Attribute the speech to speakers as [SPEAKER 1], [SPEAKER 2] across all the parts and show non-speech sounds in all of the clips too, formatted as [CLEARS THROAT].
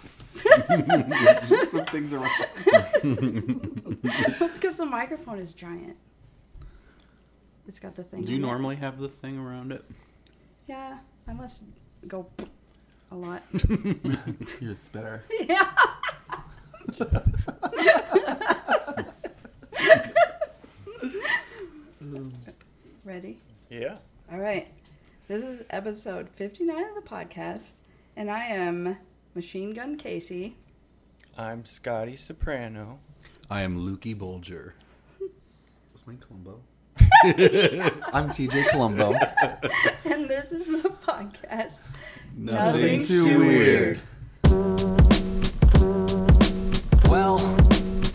[SPEAKER 1] [LAUGHS] Some things
[SPEAKER 2] [LAUGHS]
[SPEAKER 1] are wrong.
[SPEAKER 2] That's because the microphone is giant. It's got the thing.
[SPEAKER 1] Do you
[SPEAKER 2] on it.
[SPEAKER 1] normally have the thing around it?
[SPEAKER 2] Yeah, I must go a
[SPEAKER 1] [LAUGHS]
[SPEAKER 2] lot.
[SPEAKER 1] You're a spitter.
[SPEAKER 2] yeah. Ready?
[SPEAKER 3] Yeah.
[SPEAKER 2] All right. This is episode 59 of the podcast, and I am Machine Gun Casey.
[SPEAKER 3] I'm Scotty Soprano.
[SPEAKER 4] I am Lukey Bolger.
[SPEAKER 1] What's my Columbo?
[SPEAKER 5] I'm TJ Colombo.
[SPEAKER 2] And this is the [LAUGHS] podcast.
[SPEAKER 5] Nothing's
[SPEAKER 2] too
[SPEAKER 5] weird.
[SPEAKER 6] Well,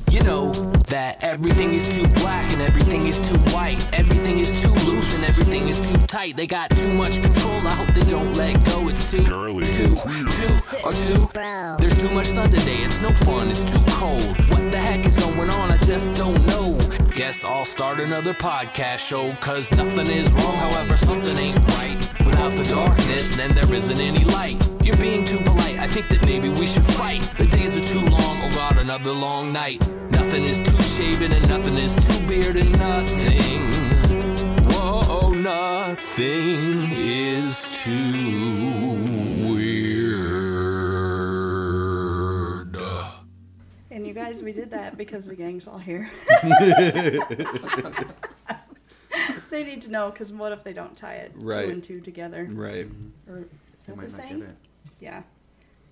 [SPEAKER 6] you know that everything is too black and everything is too white. Everything is too loose and everything is too tight. They got too much control. I hope they don't let go. It's too Girly. too too or too.
[SPEAKER 7] Bro.
[SPEAKER 6] There's too much sun today. It's no fun. It's too cold. What the heck is going on? I just don't know. Guess I'll start another podcast show. Cause nothing is wrong. However, something ain't right. Without the darkness, then there isn't any light. You're being too polite. I think that maybe we should fight. The days are too long. Oh God, another long night. Nothing is too shaven and nothing is too bearded. Nothing. Whoa, Oh, nothing is too weird.
[SPEAKER 2] And you guys, we did that because the gang's all
[SPEAKER 4] [LAUGHS]
[SPEAKER 2] here. they need to know because what if they don't tie it
[SPEAKER 4] Right.
[SPEAKER 2] two and two together?
[SPEAKER 4] Right.
[SPEAKER 2] Or is
[SPEAKER 1] They
[SPEAKER 2] that
[SPEAKER 1] might
[SPEAKER 2] the
[SPEAKER 1] not
[SPEAKER 2] saying?
[SPEAKER 1] get it.
[SPEAKER 2] Yeah.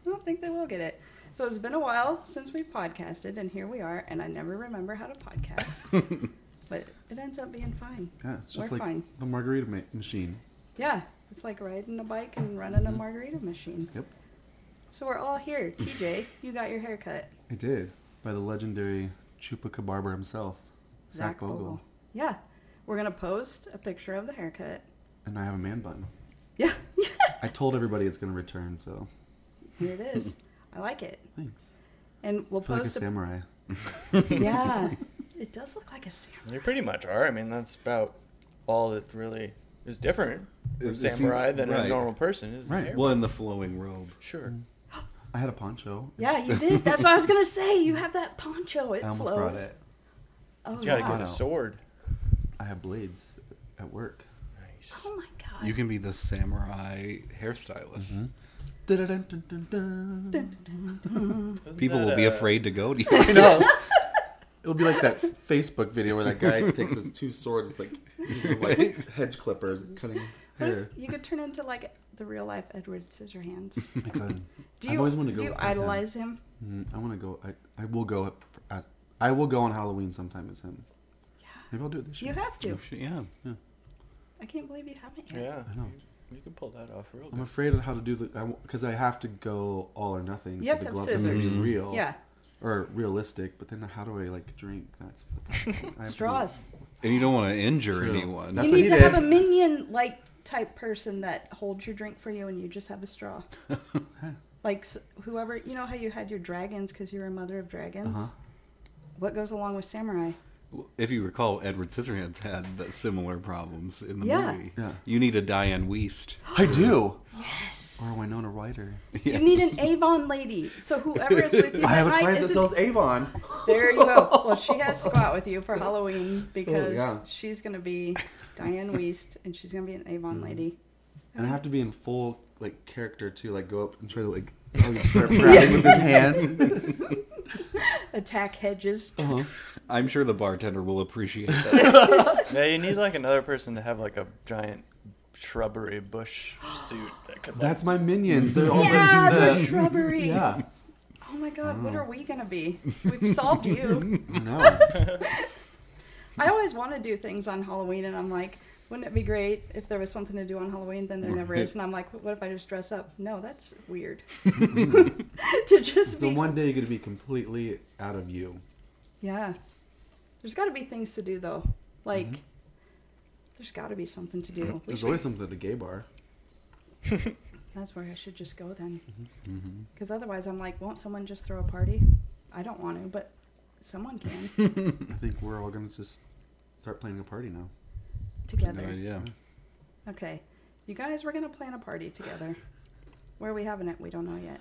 [SPEAKER 2] I don't think they will get it. So it's been a while since we podcasted, and here we are, and I never remember how to podcast.
[SPEAKER 4] [LAUGHS]
[SPEAKER 2] but it ends up being fine.
[SPEAKER 1] Yeah, it's just
[SPEAKER 2] We're
[SPEAKER 1] like
[SPEAKER 2] fine.
[SPEAKER 1] the margarita ma- machine.
[SPEAKER 2] Yeah. It's like riding a bike and running
[SPEAKER 4] Mm-hmm.
[SPEAKER 2] a margarita machine.
[SPEAKER 1] Yep,
[SPEAKER 2] So we're all here. TJ, you got your hair cut.
[SPEAKER 1] I did by the legendary Chupacabra himself, Zach, Bogle.
[SPEAKER 2] Yeah. We're going to post a picture of the haircut.
[SPEAKER 1] and I have a man bun.
[SPEAKER 2] Yeah. [LAUGHS]
[SPEAKER 1] I told everybody it's gonna return, so
[SPEAKER 2] Here it is. I like it.
[SPEAKER 1] thanks.
[SPEAKER 2] And we'll
[SPEAKER 1] I feel like a
[SPEAKER 2] post a,
[SPEAKER 1] samurai.
[SPEAKER 2] [LAUGHS] Yeah. It does look like a samurai.
[SPEAKER 3] You pretty much are. I mean, that's about all that really is different from
[SPEAKER 4] If- if you-
[SPEAKER 3] samurai than
[SPEAKER 4] right.
[SPEAKER 3] a normal person, is
[SPEAKER 1] Right.
[SPEAKER 3] There?
[SPEAKER 4] Well, in the flowing robe.
[SPEAKER 3] sure.
[SPEAKER 1] I had a poncho.
[SPEAKER 2] Yeah, you did. That's what I was gonna say. You have that poncho. It
[SPEAKER 1] I almost
[SPEAKER 2] flows.
[SPEAKER 1] brought it.
[SPEAKER 2] Oh,
[SPEAKER 3] You gotta
[SPEAKER 2] wow.
[SPEAKER 3] get a sword.
[SPEAKER 1] I have blades at work.
[SPEAKER 3] Nice.
[SPEAKER 2] Oh my god.
[SPEAKER 4] You can be the samurai hairstylist.
[SPEAKER 1] Dun-dun-dun-dun-dun.
[SPEAKER 3] Isn't
[SPEAKER 4] People
[SPEAKER 3] that,
[SPEAKER 4] will be
[SPEAKER 3] uh,
[SPEAKER 4] afraid to go to
[SPEAKER 1] I
[SPEAKER 4] you.
[SPEAKER 1] know. It'll be like
[SPEAKER 2] [LAUGHS]
[SPEAKER 1] that Facebook video where that guy takes his two swords, it's like using like hedge clippers, and cutting
[SPEAKER 2] [LAUGHS]
[SPEAKER 1] hair.
[SPEAKER 2] You could turn into like the real life Edward
[SPEAKER 1] [LAUGHS]
[SPEAKER 2] Scissorhands. Do you
[SPEAKER 1] I've always wanted to go
[SPEAKER 2] do you
[SPEAKER 1] as him.
[SPEAKER 2] idolize him?
[SPEAKER 1] Mm, I want to go. I, I will go. up for- As, I will go on Halloween sometime as him. Maybe I'll do it this
[SPEAKER 2] You
[SPEAKER 1] year.
[SPEAKER 2] have to.
[SPEAKER 4] yeah.
[SPEAKER 2] I can't believe you haven't yet.
[SPEAKER 3] Yeah.
[SPEAKER 1] I know.
[SPEAKER 3] You, you can pull that off real
[SPEAKER 1] I'm
[SPEAKER 3] good.
[SPEAKER 1] afraid of how to do the because I, have to go all or nothing.
[SPEAKER 2] You
[SPEAKER 1] so
[SPEAKER 2] have
[SPEAKER 1] the
[SPEAKER 2] to have
[SPEAKER 1] gloves have to be
[SPEAKER 2] scissors.
[SPEAKER 1] real.
[SPEAKER 2] Yeah.
[SPEAKER 1] Or realistic, but then how do I like drink? That's
[SPEAKER 2] [LAUGHS]
[SPEAKER 1] the problem. I have to-
[SPEAKER 2] Straws.
[SPEAKER 4] And you don't want to injure
[SPEAKER 1] True.
[SPEAKER 4] anyone.
[SPEAKER 1] That's
[SPEAKER 2] you
[SPEAKER 1] what
[SPEAKER 2] need
[SPEAKER 1] he
[SPEAKER 2] to
[SPEAKER 1] did.
[SPEAKER 2] have a minion like type person that holds your drink for you, and you just have a
[SPEAKER 1] [LAUGHS]
[SPEAKER 2] straw. like s- whoever you know how you had your dragons because you were a mother of dragons.
[SPEAKER 1] Uh-huh.
[SPEAKER 2] What goes along with samurai?
[SPEAKER 4] If you recall, Edward Scissorhands had the similar problems in the
[SPEAKER 2] Yeah.
[SPEAKER 4] movie.
[SPEAKER 1] Yeah.
[SPEAKER 4] You need a Diane Weist.
[SPEAKER 1] I do. [GASPS]
[SPEAKER 2] Yes.
[SPEAKER 1] Or Winona Ryder.
[SPEAKER 2] [LAUGHS] You need an Avon lady. So whoever is with you
[SPEAKER 1] [LAUGHS] I have a
[SPEAKER 2] that night
[SPEAKER 1] client that
[SPEAKER 2] is
[SPEAKER 1] sells Avon.
[SPEAKER 2] [LAUGHS] There you go. Well, she
[SPEAKER 1] [LAUGHS]
[SPEAKER 2] has to go out with you for Halloween because
[SPEAKER 1] yeah.
[SPEAKER 2] she's going to be Diane Weist and she's going to be an
[SPEAKER 1] Mm-hmm.
[SPEAKER 2] Avon lady.
[SPEAKER 1] And I have to be in full like character too, like go up and try to [LAUGHS] like always start grabbing with his hands.
[SPEAKER 2] Attack hedges.
[SPEAKER 4] [LAUGHS]
[SPEAKER 1] Oh,
[SPEAKER 4] I'm sure the bartender will appreciate that.
[SPEAKER 3] Yeah, you need like another person to have like a giant shrubbery bush suit that could. Like,
[SPEAKER 1] That's my minions. They're all
[SPEAKER 2] Yeah,
[SPEAKER 1] like
[SPEAKER 2] the shrubbery.
[SPEAKER 1] [LAUGHS] Yeah.
[SPEAKER 2] Oh my God, what are we going to be? We've solved
[SPEAKER 1] [LAUGHS]
[SPEAKER 2] you.
[SPEAKER 1] No.
[SPEAKER 2] I always want to do things on Halloween and I'm like, wouldn't it be great if there was something to do on Halloween? Then there never is. And I'm like, what if I just dress up? No, that's
[SPEAKER 1] [LAUGHS]
[SPEAKER 2] weird. [LAUGHS] to just
[SPEAKER 1] So
[SPEAKER 2] be.
[SPEAKER 1] one day you're gonna be completely out of you.
[SPEAKER 2] Yeah. There's got to be things to do though. Like there's got to be something to do. We
[SPEAKER 1] Mm-hmm. There's
[SPEAKER 2] should-
[SPEAKER 1] always something at a gay bar.
[SPEAKER 2] that's where I should just go then.
[SPEAKER 1] Mm-hmm.
[SPEAKER 2] Cuz otherwise I'm like, won't someone just throw a party? I don't want to, but someone can
[SPEAKER 1] [LAUGHS] I think we're all gonna just start planning a party now.
[SPEAKER 4] no
[SPEAKER 2] together.
[SPEAKER 4] idea.
[SPEAKER 2] Okay. You guys, we're going to plan a party together. Where are we having it? We don't know yet.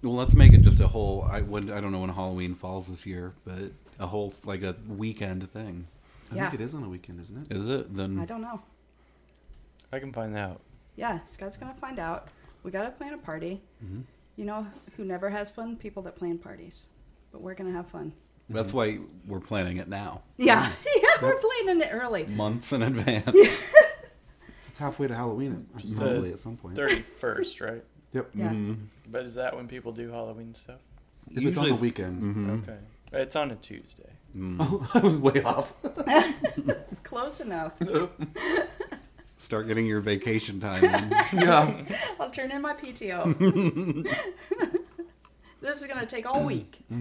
[SPEAKER 4] Well, let's make it just a whole. I when I don't know when Halloween falls this year, but a whole like a weekend thing.
[SPEAKER 1] I
[SPEAKER 2] Yeah.
[SPEAKER 1] think it is on a weekend, isn't it?
[SPEAKER 4] Is it? Then
[SPEAKER 2] I don't know.
[SPEAKER 3] I can find out.
[SPEAKER 2] Yeah, Scott's gonna find out. We gotta plan a party. You know who never has fun? People that plan parties. But we're gonna have fun.
[SPEAKER 4] that's
[SPEAKER 2] Mm-hmm.
[SPEAKER 4] why we're planning it now,
[SPEAKER 2] Yeah, [LAUGHS] yeah, we're planning it early. [LAUGHS]
[SPEAKER 4] months in advance.
[SPEAKER 1] It's halfway to Halloween, at- probably at some point.
[SPEAKER 3] Thirty first, right?
[SPEAKER 1] Yep.
[SPEAKER 2] Yeah,
[SPEAKER 3] But is that when people do Halloween stuff?
[SPEAKER 1] If it's on
[SPEAKER 4] Usually
[SPEAKER 1] the
[SPEAKER 4] it's- Mm-hmm.
[SPEAKER 1] weekend,
[SPEAKER 3] Okay, it's on a Tuesday.
[SPEAKER 1] [LAUGHS] I was way off.
[SPEAKER 2] close enough.
[SPEAKER 4] Start getting your vacation time. in.
[SPEAKER 1] yeah.
[SPEAKER 2] I'll turn in my PTO. [LAUGHS] this is gonna take all week. [LAUGHS]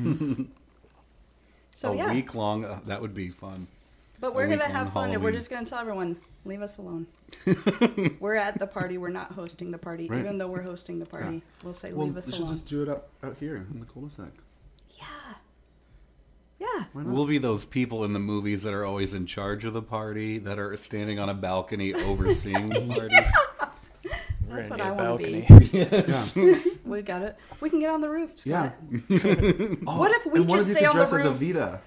[SPEAKER 2] so
[SPEAKER 4] a
[SPEAKER 2] yeah,
[SPEAKER 4] week long. uh, that would be fun.
[SPEAKER 2] but we're gonna
[SPEAKER 4] week on
[SPEAKER 2] have fun, and we're
[SPEAKER 4] Halloween.
[SPEAKER 2] just gonna tell everyone, leave us alone. we're at the party. We're not hosting the party,
[SPEAKER 1] Right.
[SPEAKER 2] even though we're hosting the party. We'll say,
[SPEAKER 1] Well,
[SPEAKER 2] leave us
[SPEAKER 1] we should
[SPEAKER 2] alone.
[SPEAKER 1] just do it up out here in the cul-de-sac.
[SPEAKER 2] Yeah.
[SPEAKER 1] Why not?
[SPEAKER 4] We'll be those people in the movies that are always in charge of the party, that are standing on
[SPEAKER 2] [LAUGHS]
[SPEAKER 4] a balcony overseeing the party.
[SPEAKER 3] We're
[SPEAKER 2] That's what
[SPEAKER 3] gonna need
[SPEAKER 2] I
[SPEAKER 3] a
[SPEAKER 2] want to be.
[SPEAKER 3] balcony.
[SPEAKER 1] [LAUGHS] yeah.
[SPEAKER 2] We got it. We can get on the roof.
[SPEAKER 1] yeah.
[SPEAKER 2] Scott. What if we
[SPEAKER 1] and one
[SPEAKER 2] just
[SPEAKER 1] of you
[SPEAKER 2] stay
[SPEAKER 1] could
[SPEAKER 2] on the
[SPEAKER 1] dress as
[SPEAKER 2] roof?
[SPEAKER 1] Evita.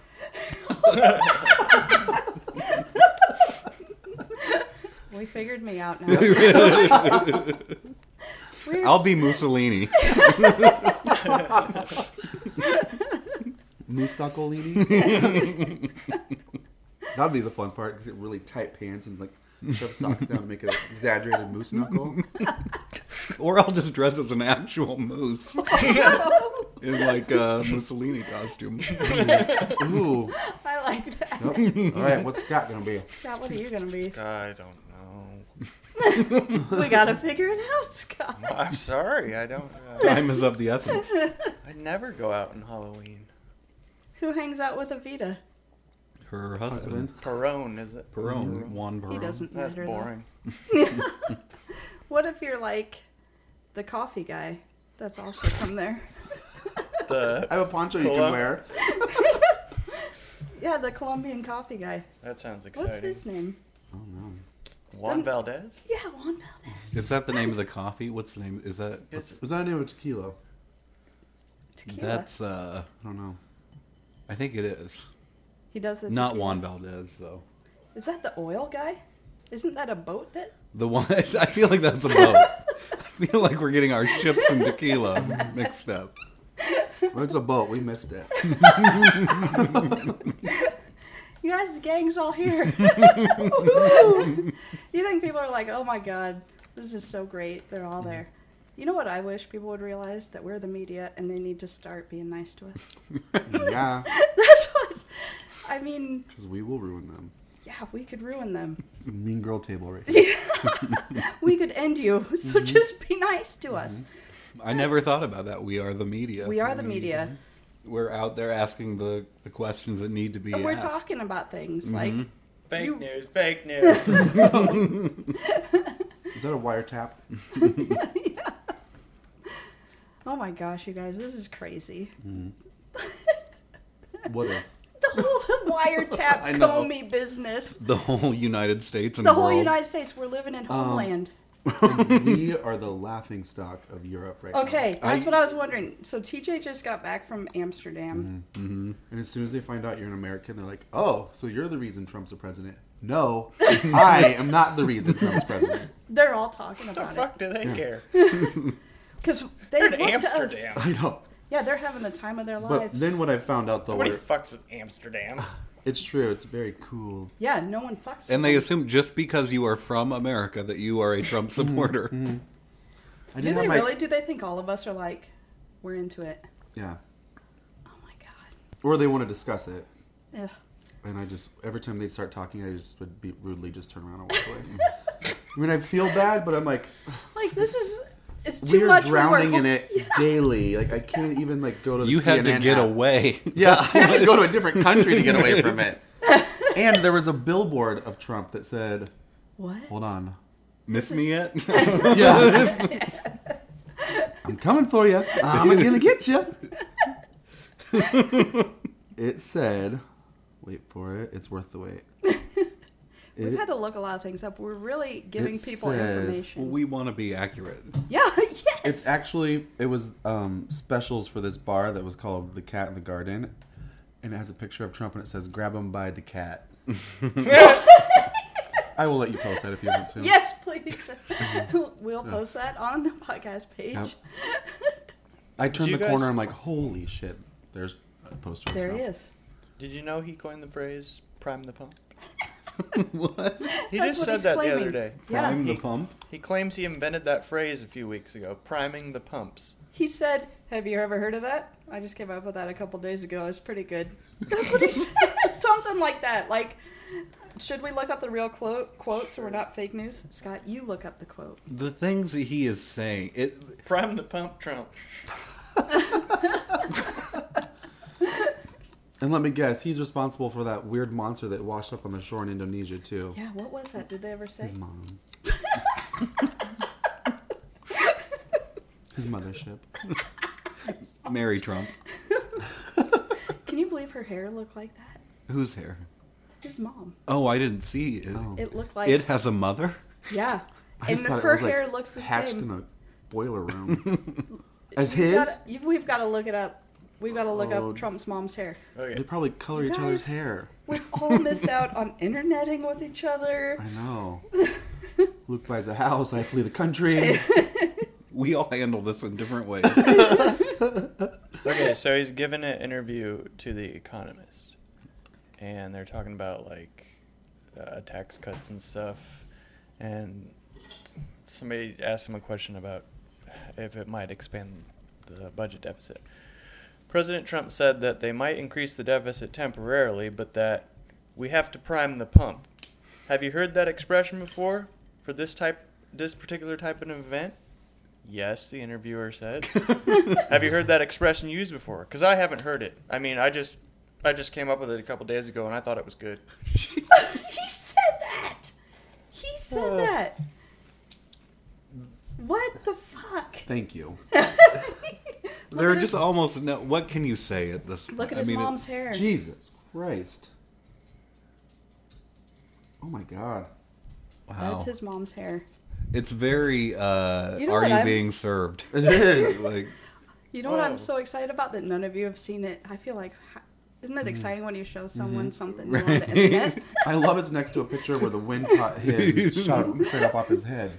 [SPEAKER 2] [LAUGHS] We figured me out now. [LAUGHS] We're
[SPEAKER 4] I'll be Mussolini. [LAUGHS]
[SPEAKER 2] [LAUGHS]
[SPEAKER 1] Moose Docolini. [LAUGHS] That'd be the fun part because it really tight pants and like shove socks down to make an exaggerated moose knuckle.
[SPEAKER 4] Or I'll just dress as an actual moose
[SPEAKER 2] [LAUGHS]
[SPEAKER 4] in like a Mussolini costume.
[SPEAKER 1] Ooh.
[SPEAKER 2] [LAUGHS] I like that.
[SPEAKER 1] Nope. All right, what's Scott gonna be?
[SPEAKER 2] [LAUGHS] Scott, what are you gonna be?
[SPEAKER 3] I don't know.
[SPEAKER 2] We gotta figure it out, Scott.
[SPEAKER 3] [LAUGHS] I'm sorry. I don't. Uh,
[SPEAKER 4] Time is of the essence.
[SPEAKER 3] I never go out on Halloween.
[SPEAKER 2] Who hangs out with Avita?
[SPEAKER 4] Her husband,
[SPEAKER 1] Husband.
[SPEAKER 3] Perone is it?
[SPEAKER 4] Perone, Juan Perone.
[SPEAKER 2] Mm-hmm. He doesn't
[SPEAKER 3] That's
[SPEAKER 2] matter. though.
[SPEAKER 3] boring.
[SPEAKER 2] What if you're like the coffee guy? That's also from there.
[SPEAKER 1] I
[SPEAKER 3] [LAUGHS] The
[SPEAKER 1] have a poncho you
[SPEAKER 3] Hello?
[SPEAKER 1] can wear.
[SPEAKER 2] Yeah, the Colombian coffee guy.
[SPEAKER 3] that sounds exciting.
[SPEAKER 2] What's his name?
[SPEAKER 1] Oh no.
[SPEAKER 3] Juan Valdez.
[SPEAKER 2] Yeah, Juan Valdez.
[SPEAKER 4] Is that the name of the coffee? What's the name? Is that
[SPEAKER 3] It's
[SPEAKER 1] Was that a name of tequila?
[SPEAKER 2] Tequila.
[SPEAKER 4] that's? uh
[SPEAKER 1] I don't know.
[SPEAKER 4] I think it is.
[SPEAKER 2] He does the
[SPEAKER 4] Not
[SPEAKER 2] tequila.
[SPEAKER 4] Juan Valdez though.
[SPEAKER 2] Is that the oil guy? Isn't that a boat that?
[SPEAKER 4] The one [LAUGHS] I feel like that's a boat. I feel like we're getting our chips and tequila mixed up.
[SPEAKER 1] Well, it's a boat. We missed
[SPEAKER 2] [LAUGHS]
[SPEAKER 1] it.
[SPEAKER 2] You guys, the gang's all
[SPEAKER 1] [LAUGHS]
[SPEAKER 2] here. [LAUGHS] you think people are like, oh my god, this is so great. They're all there. You know what I wish people would realize? That we're the media and they need to start being nice to us. [LAUGHS]
[SPEAKER 1] yeah,
[SPEAKER 2] That's what. I mean,
[SPEAKER 1] because we will ruin them.
[SPEAKER 2] yeah, we could ruin them.
[SPEAKER 1] It's a mean girl table right here.
[SPEAKER 2] we could end you. [LAUGHS]
[SPEAKER 1] Mm-hmm.
[SPEAKER 2] So just be nice to us.
[SPEAKER 4] I never thought about that. We are the media.
[SPEAKER 2] We are the media.
[SPEAKER 4] We're out there asking the, the questions that need to be
[SPEAKER 2] And we're
[SPEAKER 4] asked.
[SPEAKER 2] talking about things
[SPEAKER 1] Mm-hmm.
[SPEAKER 2] like
[SPEAKER 3] fake
[SPEAKER 2] You-
[SPEAKER 3] news. Fake news.
[SPEAKER 1] Is that a wiretap?
[SPEAKER 2] Oh my gosh, you guys, this is crazy.
[SPEAKER 1] What
[SPEAKER 2] [LAUGHS]
[SPEAKER 1] is?
[SPEAKER 2] The whole wiretap
[SPEAKER 1] [LAUGHS] I know.
[SPEAKER 2] Comey business.
[SPEAKER 4] The whole United States and
[SPEAKER 2] The whole
[SPEAKER 4] world.
[SPEAKER 2] United States, we're living
[SPEAKER 1] Um,
[SPEAKER 2] in homeland.
[SPEAKER 1] And we are the laughing stock of Europe right now.
[SPEAKER 2] Okay, that's
[SPEAKER 4] I-
[SPEAKER 2] what I was wondering. So TJ just got back from Amsterdam.
[SPEAKER 1] Mm-hmm. And as soon as they find out you're an American, they're like, "Oh, so you're the reason Trump's the president?" No, [LAUGHS] I am not the reason Trump's president. [LAUGHS]
[SPEAKER 2] They're all talking
[SPEAKER 3] the
[SPEAKER 2] about it
[SPEAKER 3] fuck do they care?
[SPEAKER 2] because they
[SPEAKER 3] They're
[SPEAKER 2] look
[SPEAKER 3] in
[SPEAKER 2] to us.
[SPEAKER 3] Amsterdam.
[SPEAKER 1] I know.
[SPEAKER 2] Yeah, they're having the time of their
[SPEAKER 1] But
[SPEAKER 2] lives.
[SPEAKER 1] then what I found out though,
[SPEAKER 3] Nobody
[SPEAKER 1] were,
[SPEAKER 3] fucks with Amsterdam.
[SPEAKER 1] it's true. It's very cool.
[SPEAKER 2] yeah, no one fucks. with
[SPEAKER 4] And they
[SPEAKER 2] them.
[SPEAKER 4] assume just because you are from America that you are a Trump
[SPEAKER 2] Mm-hmm.
[SPEAKER 4] supporter.
[SPEAKER 1] I
[SPEAKER 2] do
[SPEAKER 1] did have
[SPEAKER 2] they
[SPEAKER 1] my-
[SPEAKER 2] really? Do they think all of us are like, we're into it?
[SPEAKER 1] Yeah.
[SPEAKER 2] Oh my god.
[SPEAKER 1] Or they want to discuss it,
[SPEAKER 2] Ugh.
[SPEAKER 1] and I just every time they start talking, I just would be rudely just turn around and walk away. I mean, I feel bad, but I'm like,
[SPEAKER 2] Like this is it's too
[SPEAKER 1] we are
[SPEAKER 2] much. we were
[SPEAKER 1] drowning in
[SPEAKER 2] ho-
[SPEAKER 1] it daily. Like I can't even like go to the
[SPEAKER 4] You had to
[SPEAKER 1] CNN
[SPEAKER 4] get
[SPEAKER 1] app.
[SPEAKER 4] away. [LAUGHS]
[SPEAKER 1] Yeah, [LAUGHS] I had to go to a different country to get away
[SPEAKER 2] [LAUGHS]
[SPEAKER 1] from it. And there was a billboard of Trump that said,
[SPEAKER 2] [LAUGHS] What?
[SPEAKER 1] "Hold on,
[SPEAKER 4] Miss me yet? [LAUGHS]
[SPEAKER 1] yeah, I'm coming for you. I'm gonna get
[SPEAKER 2] [LAUGHS]
[SPEAKER 1] you." It said, "Wait for it. It's worth the wait."
[SPEAKER 2] We've had to look a lot of things up. We're really giving
[SPEAKER 1] It
[SPEAKER 2] people
[SPEAKER 1] said-
[SPEAKER 4] Well,
[SPEAKER 2] information.
[SPEAKER 4] we want to be accurate.
[SPEAKER 2] [LAUGHS] yeah, [LAUGHS] yes.
[SPEAKER 1] It's actually it was um, specials for this bar that was called the Cat in the Garden, and it has a picture of Trump and it says "Grab him by the cat."
[SPEAKER 2] [LAUGHS]
[SPEAKER 1] I will let you post that if you want to.
[SPEAKER 2] yes,
[SPEAKER 1] [LAUGHS]
[SPEAKER 2] please. [LAUGHS] we'll post that on the podcast page.
[SPEAKER 1] Yep. I turned
[SPEAKER 3] you
[SPEAKER 1] the
[SPEAKER 3] guys-
[SPEAKER 1] corner. I'm like, holy shit! There's a poster.
[SPEAKER 2] [LAUGHS]
[SPEAKER 1] of
[SPEAKER 2] There
[SPEAKER 1] Trump.
[SPEAKER 2] he is.
[SPEAKER 3] Did you know he coined the phrase "prime the
[SPEAKER 1] [LAUGHS]
[SPEAKER 3] pump"?
[SPEAKER 4] what?
[SPEAKER 3] He
[SPEAKER 2] That's
[SPEAKER 3] just
[SPEAKER 2] what
[SPEAKER 3] said
[SPEAKER 2] he's
[SPEAKER 3] that the
[SPEAKER 2] claiming.
[SPEAKER 3] other day.
[SPEAKER 2] Yeah.
[SPEAKER 4] Prime the
[SPEAKER 3] He-
[SPEAKER 4] pump.
[SPEAKER 3] He claims he invented that phrase a few weeks ago, priming the pumps.
[SPEAKER 2] He said, "Have you ever heard of that?" I just came up with that a couple days ago. It's pretty good. That's what he [LAUGHS] said. Something like that. Like, should we look up the real quote, quote so we're not fake news? Scott, you look up the quote.
[SPEAKER 4] The things that he is saying. It.
[SPEAKER 3] Prime the pump, Trump.
[SPEAKER 1] And let me guess, he's responsible for that weird monster that washed up on the shore in Indonesia too.
[SPEAKER 2] Yeah, what was that? Did they ever say?
[SPEAKER 1] His mom. His mothership.
[SPEAKER 4] Mary Trump.
[SPEAKER 2] [LAUGHS] Can you believe her hair looked like that?
[SPEAKER 4] Who's here?
[SPEAKER 2] His mom.
[SPEAKER 4] Oh, I didn't see it.
[SPEAKER 1] Oh.
[SPEAKER 2] It looked like
[SPEAKER 4] It has a mother.
[SPEAKER 2] yeah.
[SPEAKER 1] I
[SPEAKER 2] And
[SPEAKER 1] just thought it
[SPEAKER 2] her
[SPEAKER 1] was, like,
[SPEAKER 2] hair looks the
[SPEAKER 1] hatched
[SPEAKER 2] same.
[SPEAKER 1] in a boiler room.
[SPEAKER 2] [LAUGHS]
[SPEAKER 1] As
[SPEAKER 2] We've
[SPEAKER 1] his,
[SPEAKER 2] gotta- you- we've got to look it up. We've got to look
[SPEAKER 1] Oh.
[SPEAKER 2] up Trump's mom's hair.
[SPEAKER 1] they
[SPEAKER 3] Okay.
[SPEAKER 1] probably color
[SPEAKER 2] You
[SPEAKER 1] each other's
[SPEAKER 2] guys-
[SPEAKER 1] hair.
[SPEAKER 2] We've all missed out on interneting with each other.
[SPEAKER 1] I know. Luke buys a house. I flee
[SPEAKER 2] [LAUGHS]
[SPEAKER 1] the country.
[SPEAKER 4] We all handle this in different ways.
[SPEAKER 2] [LAUGHS]
[SPEAKER 3] okay, so he's given an interview to The Economist, and they're talking about like uh, tax cuts and stuff. And somebody asked him a question about if it might expand the budget deficit. President Trump said that they might increase the deficit temporarily, but that we have to prime the pump. Have you heard that expression before for this type, this particular type of event? Yes, the interviewer said. Have you heard that expression used before? Because I haven't heard it. I mean, I just, I just came up with it a couple days ago, and I thought it was good.
[SPEAKER 2] he said that. He
[SPEAKER 4] Uh.
[SPEAKER 2] said that. What the fuck?
[SPEAKER 1] Thank you.
[SPEAKER 2] [LAUGHS] Look
[SPEAKER 4] [LAUGHS] They're
[SPEAKER 2] at his-
[SPEAKER 4] just almost no. What can you say at this?
[SPEAKER 2] Look at
[SPEAKER 4] I
[SPEAKER 2] his
[SPEAKER 4] mean, it-
[SPEAKER 2] mom's hair.
[SPEAKER 1] Jesus Christ. Oh my God.
[SPEAKER 4] Wow.
[SPEAKER 2] That's his mom's hair.
[SPEAKER 4] It's very. Uh,
[SPEAKER 2] You know
[SPEAKER 4] are
[SPEAKER 2] what
[SPEAKER 4] you
[SPEAKER 2] I'm- [LAUGHS]
[SPEAKER 4] being served?
[SPEAKER 1] It
[SPEAKER 4] [LAUGHS]
[SPEAKER 1] is.
[SPEAKER 4] like
[SPEAKER 2] You know what
[SPEAKER 3] Whoa.
[SPEAKER 2] I'm so excited about that none of you have seen it. I feel like, ha- isn't
[SPEAKER 4] Mm.
[SPEAKER 2] it exciting when you show
[SPEAKER 4] Mm-hmm.
[SPEAKER 2] someone something
[SPEAKER 4] [LAUGHS]
[SPEAKER 2] new on the internet?
[SPEAKER 1] I love it's next to a picture where the wind caught his shot him straight up off his head.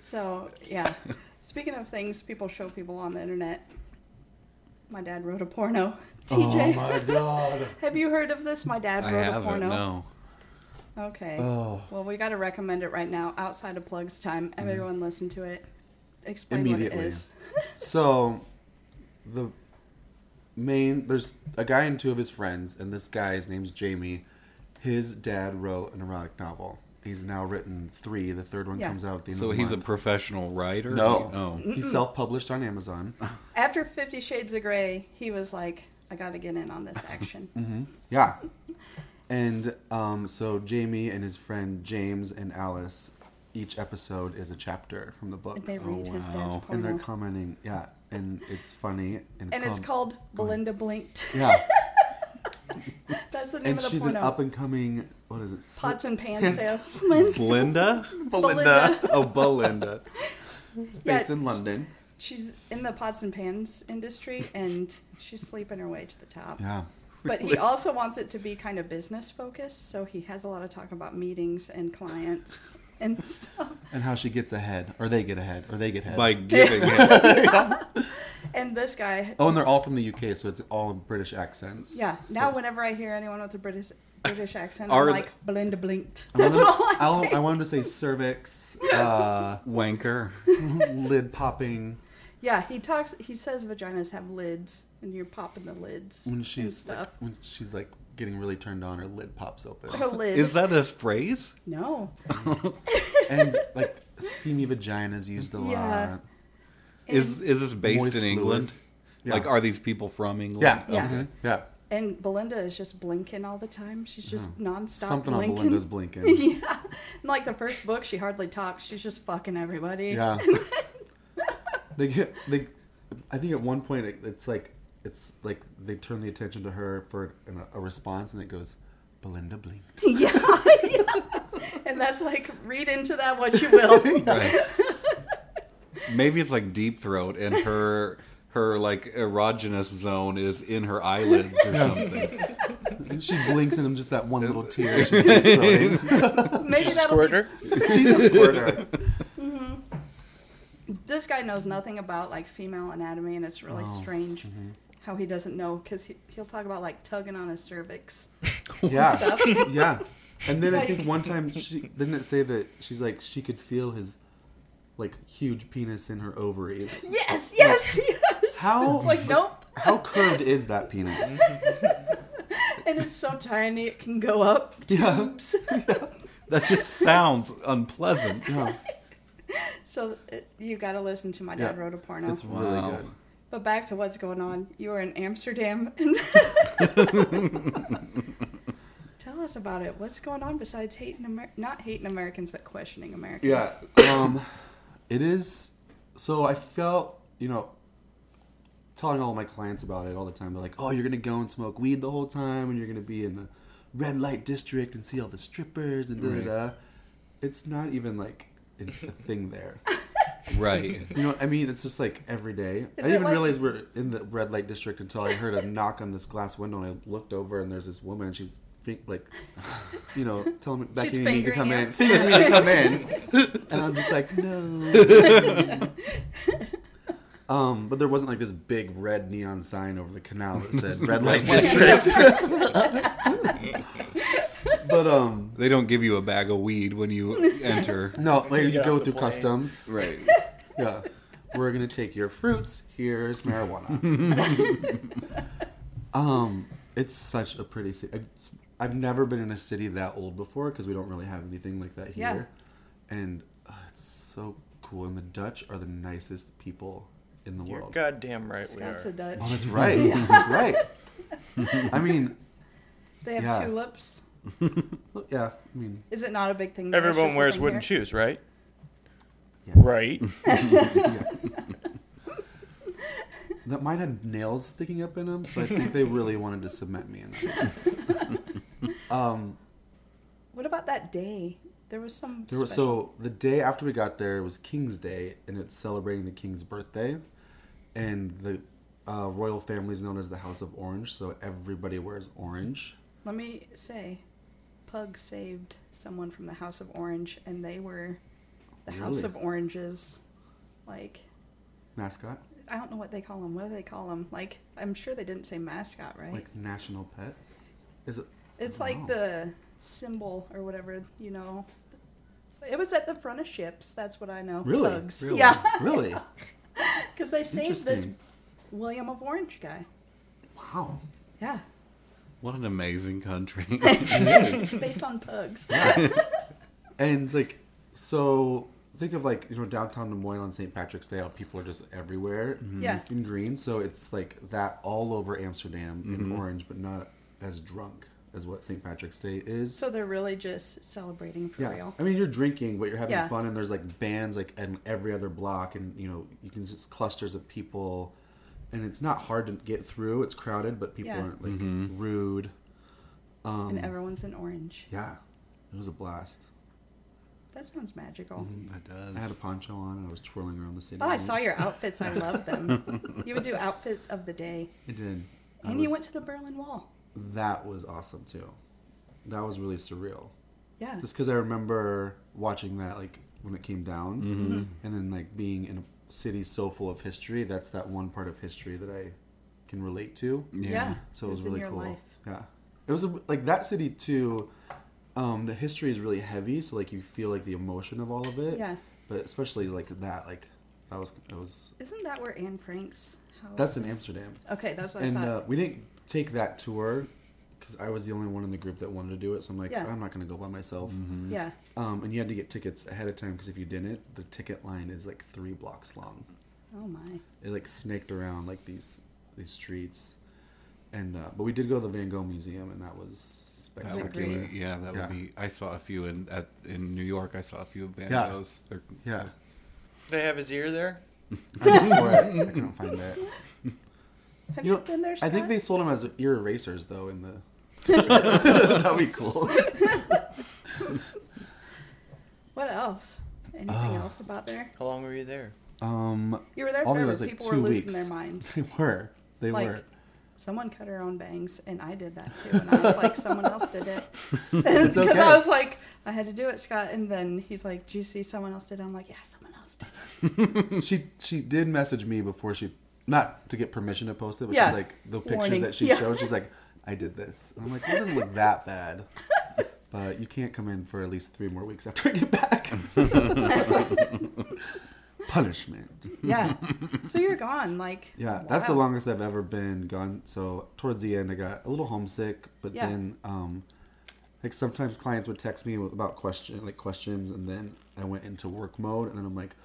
[SPEAKER 2] So
[SPEAKER 1] [LAUGHS]
[SPEAKER 2] yeah. Speaking of things people show people on the internet, my dad wrote a porno.
[SPEAKER 1] Oh,
[SPEAKER 2] TJ,
[SPEAKER 1] God.
[SPEAKER 2] [LAUGHS] have you heard of this? My dad
[SPEAKER 4] I
[SPEAKER 2] wrote a
[SPEAKER 4] haven't.
[SPEAKER 2] porno.
[SPEAKER 4] No.
[SPEAKER 2] Okay.
[SPEAKER 1] Oh. Mm-hmm.
[SPEAKER 2] Well, we got to recommend it right now, outside of plugs time. Everyone, listen to it. Explain what it
[SPEAKER 1] Immediately.
[SPEAKER 2] is.
[SPEAKER 1] So, the main there's a guy and two of his friends, and this guy's name's Jamie. His dad wrote an erotic novel. He's now written three. The third one
[SPEAKER 2] Yeah.
[SPEAKER 1] comes out at the end
[SPEAKER 4] So
[SPEAKER 1] of the
[SPEAKER 4] he's a
[SPEAKER 1] month.
[SPEAKER 4] professional writer.
[SPEAKER 2] [LAUGHS]
[SPEAKER 1] no.
[SPEAKER 4] Oh.
[SPEAKER 1] He's self-published on Amazon.
[SPEAKER 2] After Fifty Shades of Grey, he was like, "I got to get in on this
[SPEAKER 1] [LAUGHS]
[SPEAKER 2] action."
[SPEAKER 1] Mm-hmm. Yeah. And um, so Jamie and his friend James and Alice, each episode is a chapter from the book.
[SPEAKER 2] And they
[SPEAKER 1] So-
[SPEAKER 2] read his dad's
[SPEAKER 4] wow.
[SPEAKER 1] and
[SPEAKER 2] porno,
[SPEAKER 1] they're
[SPEAKER 2] and,
[SPEAKER 1] commenting, yeah, and it's funny, and it's,
[SPEAKER 2] it's called Belinda Blinked. [LAUGHS]
[SPEAKER 1] yeah,
[SPEAKER 2] That's the name
[SPEAKER 1] and
[SPEAKER 2] of the
[SPEAKER 1] she's an
[SPEAKER 2] porno.
[SPEAKER 1] up and coming, what is it,
[SPEAKER 2] Pots
[SPEAKER 1] [LAUGHS]
[SPEAKER 2] and pans salesman.
[SPEAKER 4] Belinda.
[SPEAKER 2] Belinda. [LAUGHS]
[SPEAKER 4] oh, Belinda.
[SPEAKER 1] It's
[SPEAKER 2] Yeah.
[SPEAKER 1] based in London,
[SPEAKER 2] She's in the pots and pans industry, and she's sleeping her way to the top.
[SPEAKER 1] yeah,
[SPEAKER 2] But he also wants it to be kind of business focused, so he has a lot of talk about meetings and clients and [LAUGHS] stuff.
[SPEAKER 1] and how she gets ahead, or they get ahead, or they get ahead.
[SPEAKER 4] By
[SPEAKER 2] [LAUGHS]
[SPEAKER 4] giving him.
[SPEAKER 2] And this guy,
[SPEAKER 1] oh, and they're all from the UK, so it's all in British accents.
[SPEAKER 2] yeah.
[SPEAKER 1] So-
[SPEAKER 2] Now, whenever I hear anyone with a British British accent,
[SPEAKER 4] Are
[SPEAKER 2] I'm
[SPEAKER 4] the-
[SPEAKER 2] like Belinda blinked.
[SPEAKER 1] I
[SPEAKER 2] That's
[SPEAKER 1] wanted-
[SPEAKER 2] what all I
[SPEAKER 1] I'll- I wanted to
[SPEAKER 2] [LAUGHS]
[SPEAKER 1] say cervix, uh,
[SPEAKER 4] wanker.
[SPEAKER 1] lid popping.
[SPEAKER 2] Yeah, he talks. He says vaginas have lids, and you're popping the lids
[SPEAKER 1] when
[SPEAKER 2] and
[SPEAKER 1] she's like,
[SPEAKER 2] stuff.
[SPEAKER 1] [LAUGHS] when she's like getting really turned on, her lid pops open,
[SPEAKER 2] Her lid.
[SPEAKER 4] Is that a phrase?
[SPEAKER 2] no?
[SPEAKER 1] [LAUGHS] and like steamy vaginas used a
[SPEAKER 2] Yeah.
[SPEAKER 1] lot.
[SPEAKER 4] Is is this based
[SPEAKER 1] Moist
[SPEAKER 4] in England?
[SPEAKER 1] fluid. Yeah.
[SPEAKER 4] Like, are these people from England?
[SPEAKER 1] yeah,
[SPEAKER 2] Yeah.
[SPEAKER 1] mhm, yeah.
[SPEAKER 2] And Belinda is just blinking all the time. She's just nonstop
[SPEAKER 1] Mm. Something
[SPEAKER 2] blinking.
[SPEAKER 1] on Belinda's blinking.
[SPEAKER 2] [LAUGHS] yeah. And like the first book, she hardly talks. She's just fucking everybody.
[SPEAKER 1] Yeah. they get they. I think at one point it, it's like it's like they turn the attention to her for an, a response, and it goes Belinda blinked.
[SPEAKER 2] [LAUGHS] yeah, yeah. [LAUGHS] And that's like read into that what you
[SPEAKER 1] [LAUGHS]
[SPEAKER 2] will.
[SPEAKER 4] Right. [LAUGHS] Maybe it's like deep throat, and her her like erogenous zone is in her eyelids or something.
[SPEAKER 1] She blinks and I'm just that one little tear. She's throwing.
[SPEAKER 2] Maybe that'll be-
[SPEAKER 3] Squirter.
[SPEAKER 1] [LAUGHS] She's a squirter.
[SPEAKER 2] this guy knows nothing about like female anatomy, and it's really
[SPEAKER 1] Oh,
[SPEAKER 2] strange
[SPEAKER 1] mm-hmm.
[SPEAKER 2] how he doesn't know because he, he'll talk about like tugging on his
[SPEAKER 1] [LAUGHS]
[SPEAKER 2] cervix. [LAUGHS]
[SPEAKER 1] Yeah,
[SPEAKER 2] Stuff.
[SPEAKER 1] [LAUGHS] yeah. And then I think
[SPEAKER 2] Like-
[SPEAKER 1] one time she didn't it say that she's like she could feel his like huge penis in her ovaries.
[SPEAKER 2] yes, yes, yes.
[SPEAKER 1] How
[SPEAKER 2] It's like nope,
[SPEAKER 1] how curved is that penis?
[SPEAKER 2] [LAUGHS] and it's so tiny it can go up.
[SPEAKER 1] [LAUGHS] Yeah.
[SPEAKER 2] Oops.
[SPEAKER 4] That just sounds unpleasant.
[SPEAKER 1] Yeah.
[SPEAKER 2] [LAUGHS] so it, you got to listen to my dad
[SPEAKER 1] Yeah.
[SPEAKER 2] wrote a porno.
[SPEAKER 1] It's really
[SPEAKER 4] Wow.
[SPEAKER 1] good.
[SPEAKER 2] But back to what's going on. You were in Amsterdam. [LAUGHS]
[SPEAKER 1] [LAUGHS]
[SPEAKER 2] And Tell us about it. What's going on besides hating Amer- not hating Americans but questioning Americans?
[SPEAKER 1] Yeah. Um, it is. So I felt, you know, telling all my clients about it all the time. They're like, "Oh, you're gonna go and smoke weed the whole time, and you're gonna be in the red light district and see all the strippers and da da da." It's not even like a thing there.
[SPEAKER 4] [LAUGHS] Right.
[SPEAKER 1] You know, I mean, it's just like every day.
[SPEAKER 2] Is
[SPEAKER 1] I
[SPEAKER 2] it
[SPEAKER 1] didn't even
[SPEAKER 2] like-
[SPEAKER 1] realize we're in the red light district until I heard a knock on this glass window, and I looked over, and there's this woman, and she's fin- like, you know, telling me,
[SPEAKER 2] She's
[SPEAKER 1] beckoning me to
[SPEAKER 2] fingering
[SPEAKER 1] come
[SPEAKER 2] you.
[SPEAKER 1] in,
[SPEAKER 2] [LAUGHS]
[SPEAKER 1] fingering me to come
[SPEAKER 3] [LAUGHS]
[SPEAKER 1] in, and I'm just like, no. Um, but there wasn't like this big red neon sign over the canal that said red
[SPEAKER 2] [LAUGHS]
[SPEAKER 1] light district. but um,
[SPEAKER 4] They don't give you a bag of weed when you enter.
[SPEAKER 1] no, like you
[SPEAKER 3] get
[SPEAKER 1] go
[SPEAKER 3] off the
[SPEAKER 1] through
[SPEAKER 3] plane.
[SPEAKER 1] customs.
[SPEAKER 4] Right.
[SPEAKER 1] Yeah. We're gonna take your fruits. Here's marijuana. um, it's such a pretty city. I've never been in a city that old before because we don't really have anything like that
[SPEAKER 2] Yeah.
[SPEAKER 1] here. And uh, it's so cool. And the Dutch are the nicest people in the
[SPEAKER 3] You're
[SPEAKER 1] world.
[SPEAKER 3] goddamn right we
[SPEAKER 2] Scots
[SPEAKER 3] are.
[SPEAKER 2] are Dutch.
[SPEAKER 1] Oh, that's right. That's right. I mean,
[SPEAKER 2] They have
[SPEAKER 1] yeah.
[SPEAKER 2] tulips.
[SPEAKER 1] look, yeah. I mean,
[SPEAKER 2] Is it not a big thing? that it's
[SPEAKER 3] Everyone
[SPEAKER 2] just a
[SPEAKER 3] wears
[SPEAKER 2] thing
[SPEAKER 3] wooden
[SPEAKER 2] here?
[SPEAKER 3] shoes, right?
[SPEAKER 1] Yes.
[SPEAKER 3] Right.
[SPEAKER 1] yes. that mine had nails sticking up in them, so I think they really wanted to cement me in that.
[SPEAKER 2] [LAUGHS]
[SPEAKER 1] Um,
[SPEAKER 2] What about that day? There was some.
[SPEAKER 1] there was,
[SPEAKER 2] special-
[SPEAKER 1] so the day after we got there was King's Day, and it's celebrating the King's birthday, and the uh, royal family is known as the House of Orange, so everybody wears orange.
[SPEAKER 2] Let me say, Pug saved someone from the House of Orange, and they were the House
[SPEAKER 1] Really?
[SPEAKER 2] of Oranges. Like
[SPEAKER 1] Mascot,
[SPEAKER 2] I don't know what they call them. What do they call them? Like I'm sure they didn't say mascot, right?
[SPEAKER 1] like national pet, is it?
[SPEAKER 2] It's
[SPEAKER 1] I
[SPEAKER 2] like
[SPEAKER 1] don't know.
[SPEAKER 2] the symbol or whatever, you know. It was at the front of ships. That's what I know.
[SPEAKER 1] Really?
[SPEAKER 2] Oh, Bugs.
[SPEAKER 1] Really?
[SPEAKER 2] Yeah. [LAUGHS]
[SPEAKER 1] Really?
[SPEAKER 2] Because they saved this
[SPEAKER 1] Interesting.
[SPEAKER 2] William of Orange guy.
[SPEAKER 1] Wow.
[SPEAKER 2] Yeah.
[SPEAKER 4] What an amazing [LAUGHS] country.
[SPEAKER 2] it's based on
[SPEAKER 1] [LAUGHS]
[SPEAKER 2] pugs.
[SPEAKER 1] And like, so think of like you know downtown Des Moines on St. Patrick's Day, how people are just everywhere
[SPEAKER 2] Yeah.
[SPEAKER 1] in green. So it's like that all over Amsterdam
[SPEAKER 2] Mm-hmm.
[SPEAKER 1] in orange, but not as drunk as what St. Patrick's Day is.
[SPEAKER 2] So they're really just celebrating for
[SPEAKER 1] yeah,
[SPEAKER 2] real.
[SPEAKER 1] I mean you're drinking, but you're having
[SPEAKER 2] Yeah.
[SPEAKER 1] fun, and there's like bands like in every other block, and you know you can just clusters of people, and it's not hard to get through. It's crowded, but people
[SPEAKER 2] Yeah.
[SPEAKER 1] aren't like rude.
[SPEAKER 2] and everyone's in orange.
[SPEAKER 1] um, Yeah, it was a blast.
[SPEAKER 2] That sounds magical.
[SPEAKER 1] Mm-hmm.
[SPEAKER 4] That
[SPEAKER 1] I had a
[SPEAKER 4] does.
[SPEAKER 1] poncho on, and I was twirling around the city.
[SPEAKER 2] Oh, I saw your outfits. I love
[SPEAKER 1] [LAUGHS]
[SPEAKER 2] them. you would do outfit of the day.
[SPEAKER 1] It did. I
[SPEAKER 2] And you
[SPEAKER 1] was-
[SPEAKER 2] went to the Berlin Wall.
[SPEAKER 1] That was awesome too. That was really surreal.
[SPEAKER 2] Yeah.
[SPEAKER 1] Just because I remember watching that like when it came down, and then like being in a city so full of history. That's that one part of history that I can relate to.
[SPEAKER 2] yeah.
[SPEAKER 1] So it was,
[SPEAKER 2] in
[SPEAKER 1] really
[SPEAKER 2] your
[SPEAKER 1] cool.
[SPEAKER 2] life.
[SPEAKER 1] Yeah. It was a, like that city too. Um, the history is really heavy, so like you feel like the emotion of all of it.
[SPEAKER 2] Yeah.
[SPEAKER 1] But especially like that, like that was that was
[SPEAKER 2] Isn't that where Anne Frank's house
[SPEAKER 1] that's in
[SPEAKER 2] is?
[SPEAKER 1] Amsterdam.
[SPEAKER 2] Okay, that's what
[SPEAKER 1] and
[SPEAKER 2] I thought.
[SPEAKER 1] uh, we didn't take that tour because I was the only one in the group that wanted to do it. So I'm like,
[SPEAKER 2] Yeah.
[SPEAKER 1] I'm not going to go by myself.
[SPEAKER 2] yeah.
[SPEAKER 1] Um, and you had to get tickets ahead of time because if you didn't, the ticket line is like three blocks long.
[SPEAKER 2] Oh my.
[SPEAKER 1] It like snaked around like these these streets. And uh, but we did go to the Van Gogh Museum, and that was
[SPEAKER 4] That would
[SPEAKER 1] spectacular.
[SPEAKER 4] be, yeah, that would
[SPEAKER 1] Yeah.
[SPEAKER 4] be. I saw a few in at in New York. I saw a few of Van
[SPEAKER 1] Yeah.
[SPEAKER 4] Goghs. They're-
[SPEAKER 1] Yeah,
[SPEAKER 3] [LAUGHS] they have his ear there.
[SPEAKER 1] I [LAUGHS] looked for it. I couldn't find it.
[SPEAKER 2] [LAUGHS] Have
[SPEAKER 1] You
[SPEAKER 2] you,
[SPEAKER 1] know,
[SPEAKER 2] been there?
[SPEAKER 1] I think
[SPEAKER 2] Scott? [LAUGHS]
[SPEAKER 1] they sold them as ear erasers though in the [LAUGHS]
[SPEAKER 5] That'd be cool.
[SPEAKER 2] What else? Anything else about there?
[SPEAKER 3] How long were you there?
[SPEAKER 1] Um,
[SPEAKER 2] You were there
[SPEAKER 1] Ah. all there
[SPEAKER 2] forever.
[SPEAKER 1] was like
[SPEAKER 2] People
[SPEAKER 1] two
[SPEAKER 2] were
[SPEAKER 1] weeks.
[SPEAKER 2] losing
[SPEAKER 1] [LAUGHS]
[SPEAKER 2] their minds.
[SPEAKER 1] They were. They
[SPEAKER 2] Like,
[SPEAKER 1] were.
[SPEAKER 2] someone cut her own bangs, and I did that too. And I was like, someone else did
[SPEAKER 1] [LAUGHS]
[SPEAKER 2] it. Because
[SPEAKER 1] okay.
[SPEAKER 2] I was like, I had to do it, Scott. And then he's like, Do you see someone else did it? I'm like, Yeah, someone else did
[SPEAKER 1] [LAUGHS]
[SPEAKER 2] it.
[SPEAKER 1] she she did message me before she not to get permission to post it, but
[SPEAKER 2] Yeah.
[SPEAKER 1] she's like the pictures
[SPEAKER 2] Warning.
[SPEAKER 1] that she
[SPEAKER 2] Yeah.
[SPEAKER 1] showed, she's like, I did this. And I'm like, it doesn't look that
[SPEAKER 2] [LAUGHS]
[SPEAKER 1] bad. But you can't come in for at least three more weeks after I get
[SPEAKER 2] [LAUGHS]
[SPEAKER 1] back. Punishment.
[SPEAKER 2] Yeah. so you're gone. Like,
[SPEAKER 1] Yeah, that's the
[SPEAKER 2] wow.
[SPEAKER 1] longest I've ever been gone. So towards the end, I got a little homesick, but
[SPEAKER 2] Yeah.
[SPEAKER 1] then um, like sometimes clients would text me with- about question like questions, and then I went into work mode, and then I'm like,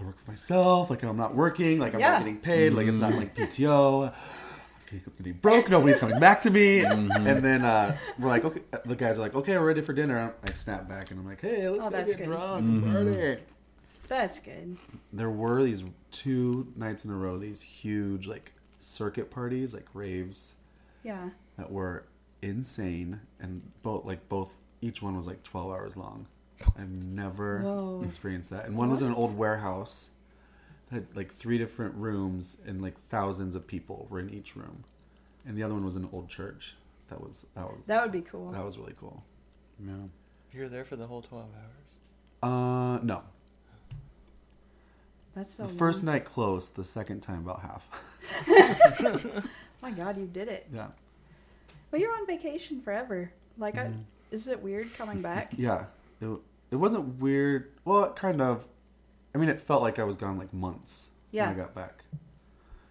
[SPEAKER 1] I work for myself, like I'm not working, like I'm
[SPEAKER 2] Yeah.
[SPEAKER 1] not getting paid, like it's not like PTO. I'm gonna be broke. Nobody's coming back to me, and then uh, we're like, okay, the guys are like, okay, we're ready for dinner. I snap back, and I'm like, hey, let's
[SPEAKER 2] Oh,
[SPEAKER 1] go
[SPEAKER 2] that's
[SPEAKER 1] get
[SPEAKER 2] good.
[SPEAKER 1] drunk, party
[SPEAKER 2] That's good.
[SPEAKER 1] there were these two nights in a row these huge like circuit parties like raves
[SPEAKER 2] Yeah.
[SPEAKER 1] that were insane and both like both each one was like 12 hours long i've never
[SPEAKER 2] Whoa.
[SPEAKER 1] experienced that and one was in an old warehouse that had like three different rooms and like thousands of people were in each room and the other one was in an old church that was that was
[SPEAKER 2] That would be cool.
[SPEAKER 1] that was really cool yeah
[SPEAKER 3] You were there for the whole 12 hours.
[SPEAKER 1] uh no
[SPEAKER 2] That's so
[SPEAKER 1] the first
[SPEAKER 2] long.
[SPEAKER 1] night closed the second time about half [LAUGHS]
[SPEAKER 2] My God, you did it.
[SPEAKER 1] yeah
[SPEAKER 2] But you're on vacation forever. Like, I,
[SPEAKER 1] Mm-hmm.
[SPEAKER 2] is it weird coming
[SPEAKER 1] [LAUGHS]
[SPEAKER 2] back?
[SPEAKER 1] Yeah. It, it wasn't weird. Well, it kind of. I mean, it felt like I was gone like months
[SPEAKER 2] Yeah.
[SPEAKER 1] when I got back.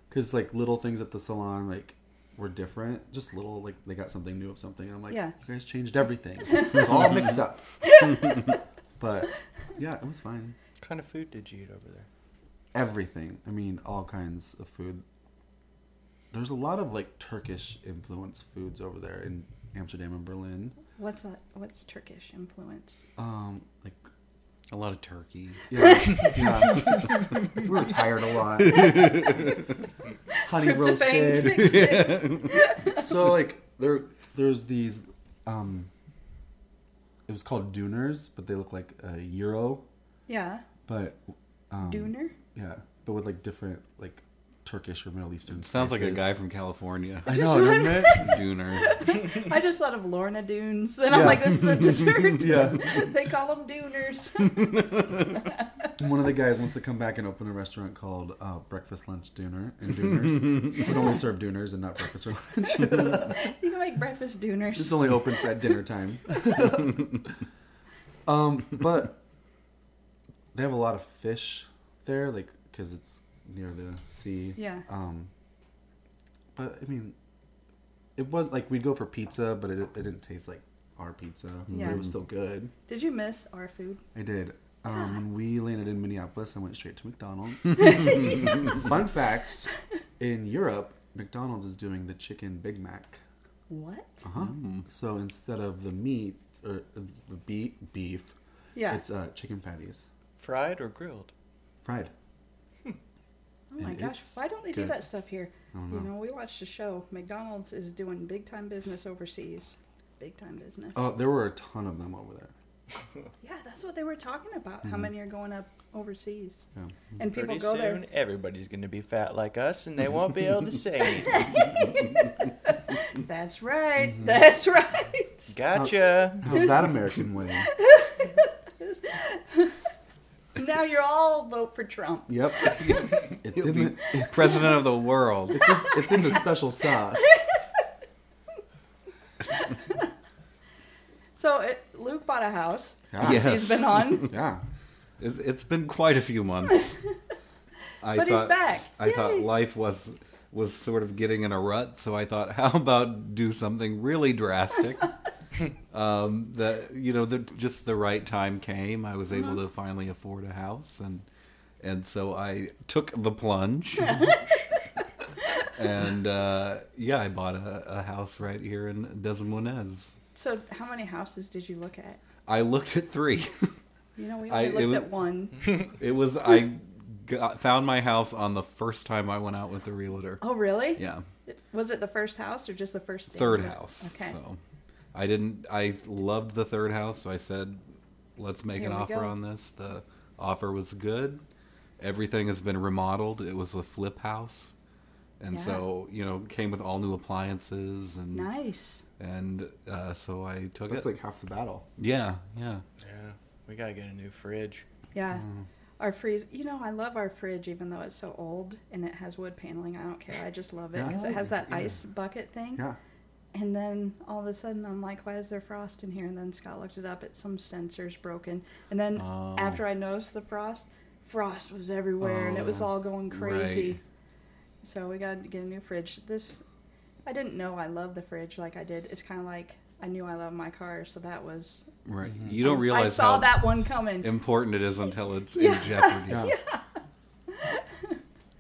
[SPEAKER 1] Because like little things at the salon like were different. Just little like they got something new of something. And I'm like,
[SPEAKER 2] Yeah.
[SPEAKER 1] you guys changed
[SPEAKER 2] [LAUGHS]
[SPEAKER 1] everything. It's all mixed up. [LAUGHS] but yeah, it was fine.
[SPEAKER 3] What kind of food did you eat over there?
[SPEAKER 1] Everything. I mean, all kinds of food. There's a lot of like Turkish influenced foods over there in Amsterdam and Berlin.
[SPEAKER 2] What's that? What's Turkish influence?
[SPEAKER 1] Um, like
[SPEAKER 4] A lot of turkey. [LAUGHS]
[SPEAKER 1] Yeah. yeah. we were tired a lot. Honey
[SPEAKER 2] Tryptophan
[SPEAKER 1] roasted.
[SPEAKER 2] [LAUGHS] kicks in.
[SPEAKER 1] so like there there's these um it was called Duners, but they look like a Euro.
[SPEAKER 2] yeah.
[SPEAKER 1] But um
[SPEAKER 2] Dooner?
[SPEAKER 1] Yeah. But with like different like Turkish or Middle Eastern.
[SPEAKER 4] It sounds like a
[SPEAKER 1] spices.
[SPEAKER 4] guy from California.
[SPEAKER 1] I know, doesn't it?
[SPEAKER 4] [LAUGHS] Dooner.
[SPEAKER 2] I just thought of Lorna Dunes. Then
[SPEAKER 1] Yeah.
[SPEAKER 2] I'm like, this is a dessert. [LAUGHS]
[SPEAKER 1] Yeah.
[SPEAKER 2] they call them Dooners. [LAUGHS]
[SPEAKER 1] One of the guys wants to come back and open a restaurant called uh, Breakfast Lunch Dooner and Dooners. But only serve Dooners and not breakfast or lunch.
[SPEAKER 2] you can make breakfast Dooners.
[SPEAKER 1] It's only open at dinner [LAUGHS] time. um, but they have a lot of fish there, like because it's near the sea.
[SPEAKER 2] Yeah.
[SPEAKER 1] Um, but I mean, it was like we'd go for pizza, but it, it didn't taste like our pizza.
[SPEAKER 2] Yeah.
[SPEAKER 1] But it was still good.
[SPEAKER 2] Did you miss our food?
[SPEAKER 1] I did.
[SPEAKER 2] Ah.
[SPEAKER 1] Um, when we landed in Minneapolis, I went straight to McDonald's.
[SPEAKER 2] [LAUGHS]
[SPEAKER 1] Fun facts: in Europe, McDonald's is doing the chicken Big Mac.
[SPEAKER 2] What?
[SPEAKER 1] Uh-huh. So instead of the meat or the beef, beef
[SPEAKER 2] Yeah.
[SPEAKER 1] it's uh, chicken patties,
[SPEAKER 3] Fried or grilled?
[SPEAKER 1] fried.
[SPEAKER 2] oh my
[SPEAKER 1] and
[SPEAKER 2] gosh.
[SPEAKER 1] it's
[SPEAKER 2] Why don't they do
[SPEAKER 1] good.
[SPEAKER 2] that stuff here?
[SPEAKER 1] don't
[SPEAKER 2] You
[SPEAKER 1] know.
[SPEAKER 2] know, we watched a show. McDonald's is doing big time business overseas. Big time business.
[SPEAKER 1] Oh, there were a ton of them over there.
[SPEAKER 2] Yeah, that's what they were talking about.
[SPEAKER 4] Mm-hmm.
[SPEAKER 2] How many are going up overseas?
[SPEAKER 1] Yeah.
[SPEAKER 2] And people
[SPEAKER 3] Pretty
[SPEAKER 2] go
[SPEAKER 3] soon,
[SPEAKER 2] there.
[SPEAKER 3] everybody's going to be fat like us, and they won't be able
[SPEAKER 2] [LAUGHS]
[SPEAKER 3] to say anything.
[SPEAKER 2] That's right.
[SPEAKER 4] Mm-hmm.
[SPEAKER 2] That's right. [LAUGHS]
[SPEAKER 3] Gotcha.
[SPEAKER 1] How's that American way?
[SPEAKER 2] now you're all vote for Trump.
[SPEAKER 1] Yep. It's in, the,
[SPEAKER 4] [LAUGHS] President of the world.
[SPEAKER 1] it's in the special sauce.
[SPEAKER 2] So it, Luke bought a house.
[SPEAKER 1] Yeah.
[SPEAKER 4] Yes.
[SPEAKER 2] He's
[SPEAKER 4] [LAUGHS]
[SPEAKER 2] been on.
[SPEAKER 1] Yeah.
[SPEAKER 4] It- It's been quite a
[SPEAKER 2] [LAUGHS]
[SPEAKER 4] few months. I
[SPEAKER 2] But he's back.
[SPEAKER 4] I thought
[SPEAKER 2] Yay.
[SPEAKER 4] life was was sort of getting in a rut, so I thought, how about do something really
[SPEAKER 2] [LAUGHS]
[SPEAKER 4] drastic? um, the you know the, just the right time came. I was
[SPEAKER 2] Uh-huh.
[SPEAKER 4] able to finally afford a house, and and so I took
[SPEAKER 2] [LAUGHS]
[SPEAKER 4] the plunge. and uh, yeah, I bought a, a house right here in Des Moines.
[SPEAKER 2] So how many houses did you look at?
[SPEAKER 4] I looked at three. [LAUGHS]
[SPEAKER 2] You know, we
[SPEAKER 4] I-
[SPEAKER 2] only
[SPEAKER 4] it
[SPEAKER 2] looked at
[SPEAKER 4] was-
[SPEAKER 2] one.
[SPEAKER 4] It was I got, found my house on the first time I went out with the realtor.
[SPEAKER 2] Oh, really?
[SPEAKER 4] Yeah,
[SPEAKER 2] Was it the first house or just the first? thing?
[SPEAKER 4] third house.
[SPEAKER 2] Okay.
[SPEAKER 4] So I didn't. I loved the third house, so I said, "Let's make
[SPEAKER 2] Here
[SPEAKER 4] an
[SPEAKER 2] we
[SPEAKER 4] offer
[SPEAKER 2] go.
[SPEAKER 4] on this." The offer was good. Everything has been remodeled. It was a flip house, and
[SPEAKER 2] Yeah.
[SPEAKER 4] so you know, came with all new appliances and
[SPEAKER 2] Nice.
[SPEAKER 4] and uh, so I took
[SPEAKER 1] That's
[SPEAKER 4] it.
[SPEAKER 1] like half the battle.
[SPEAKER 4] yeah, yeah.
[SPEAKER 3] Yeah, we gotta get a new fridge.
[SPEAKER 2] Yeah.
[SPEAKER 4] Mm.
[SPEAKER 2] Our freeze, you know, I love our fridge, even though it's so old and it has wood paneling. I don't care. I just love it because it has that ice bucket thing.
[SPEAKER 1] Yeah.
[SPEAKER 2] And then all of a sudden, I'm like, why is there frost in here? And then Scott looked it up. It's some sensor's broken. And then
[SPEAKER 4] Oh.
[SPEAKER 2] after I noticed the frost, frost was everywhere and it was
[SPEAKER 4] Oh,
[SPEAKER 2] all going crazy.
[SPEAKER 4] right.
[SPEAKER 2] So we got to get a new fridge. This, I didn't know I loved the fridge like I did. It's kind of like I knew I loved my car. So that was. um,
[SPEAKER 4] Right. You don't
[SPEAKER 2] Mm-hmm. I
[SPEAKER 4] realize
[SPEAKER 2] saw
[SPEAKER 4] how
[SPEAKER 2] that one coming.
[SPEAKER 4] important it is until
[SPEAKER 2] [LAUGHS]
[SPEAKER 4] it's
[SPEAKER 2] Yeah.
[SPEAKER 4] in jeopardy.
[SPEAKER 1] Yeah.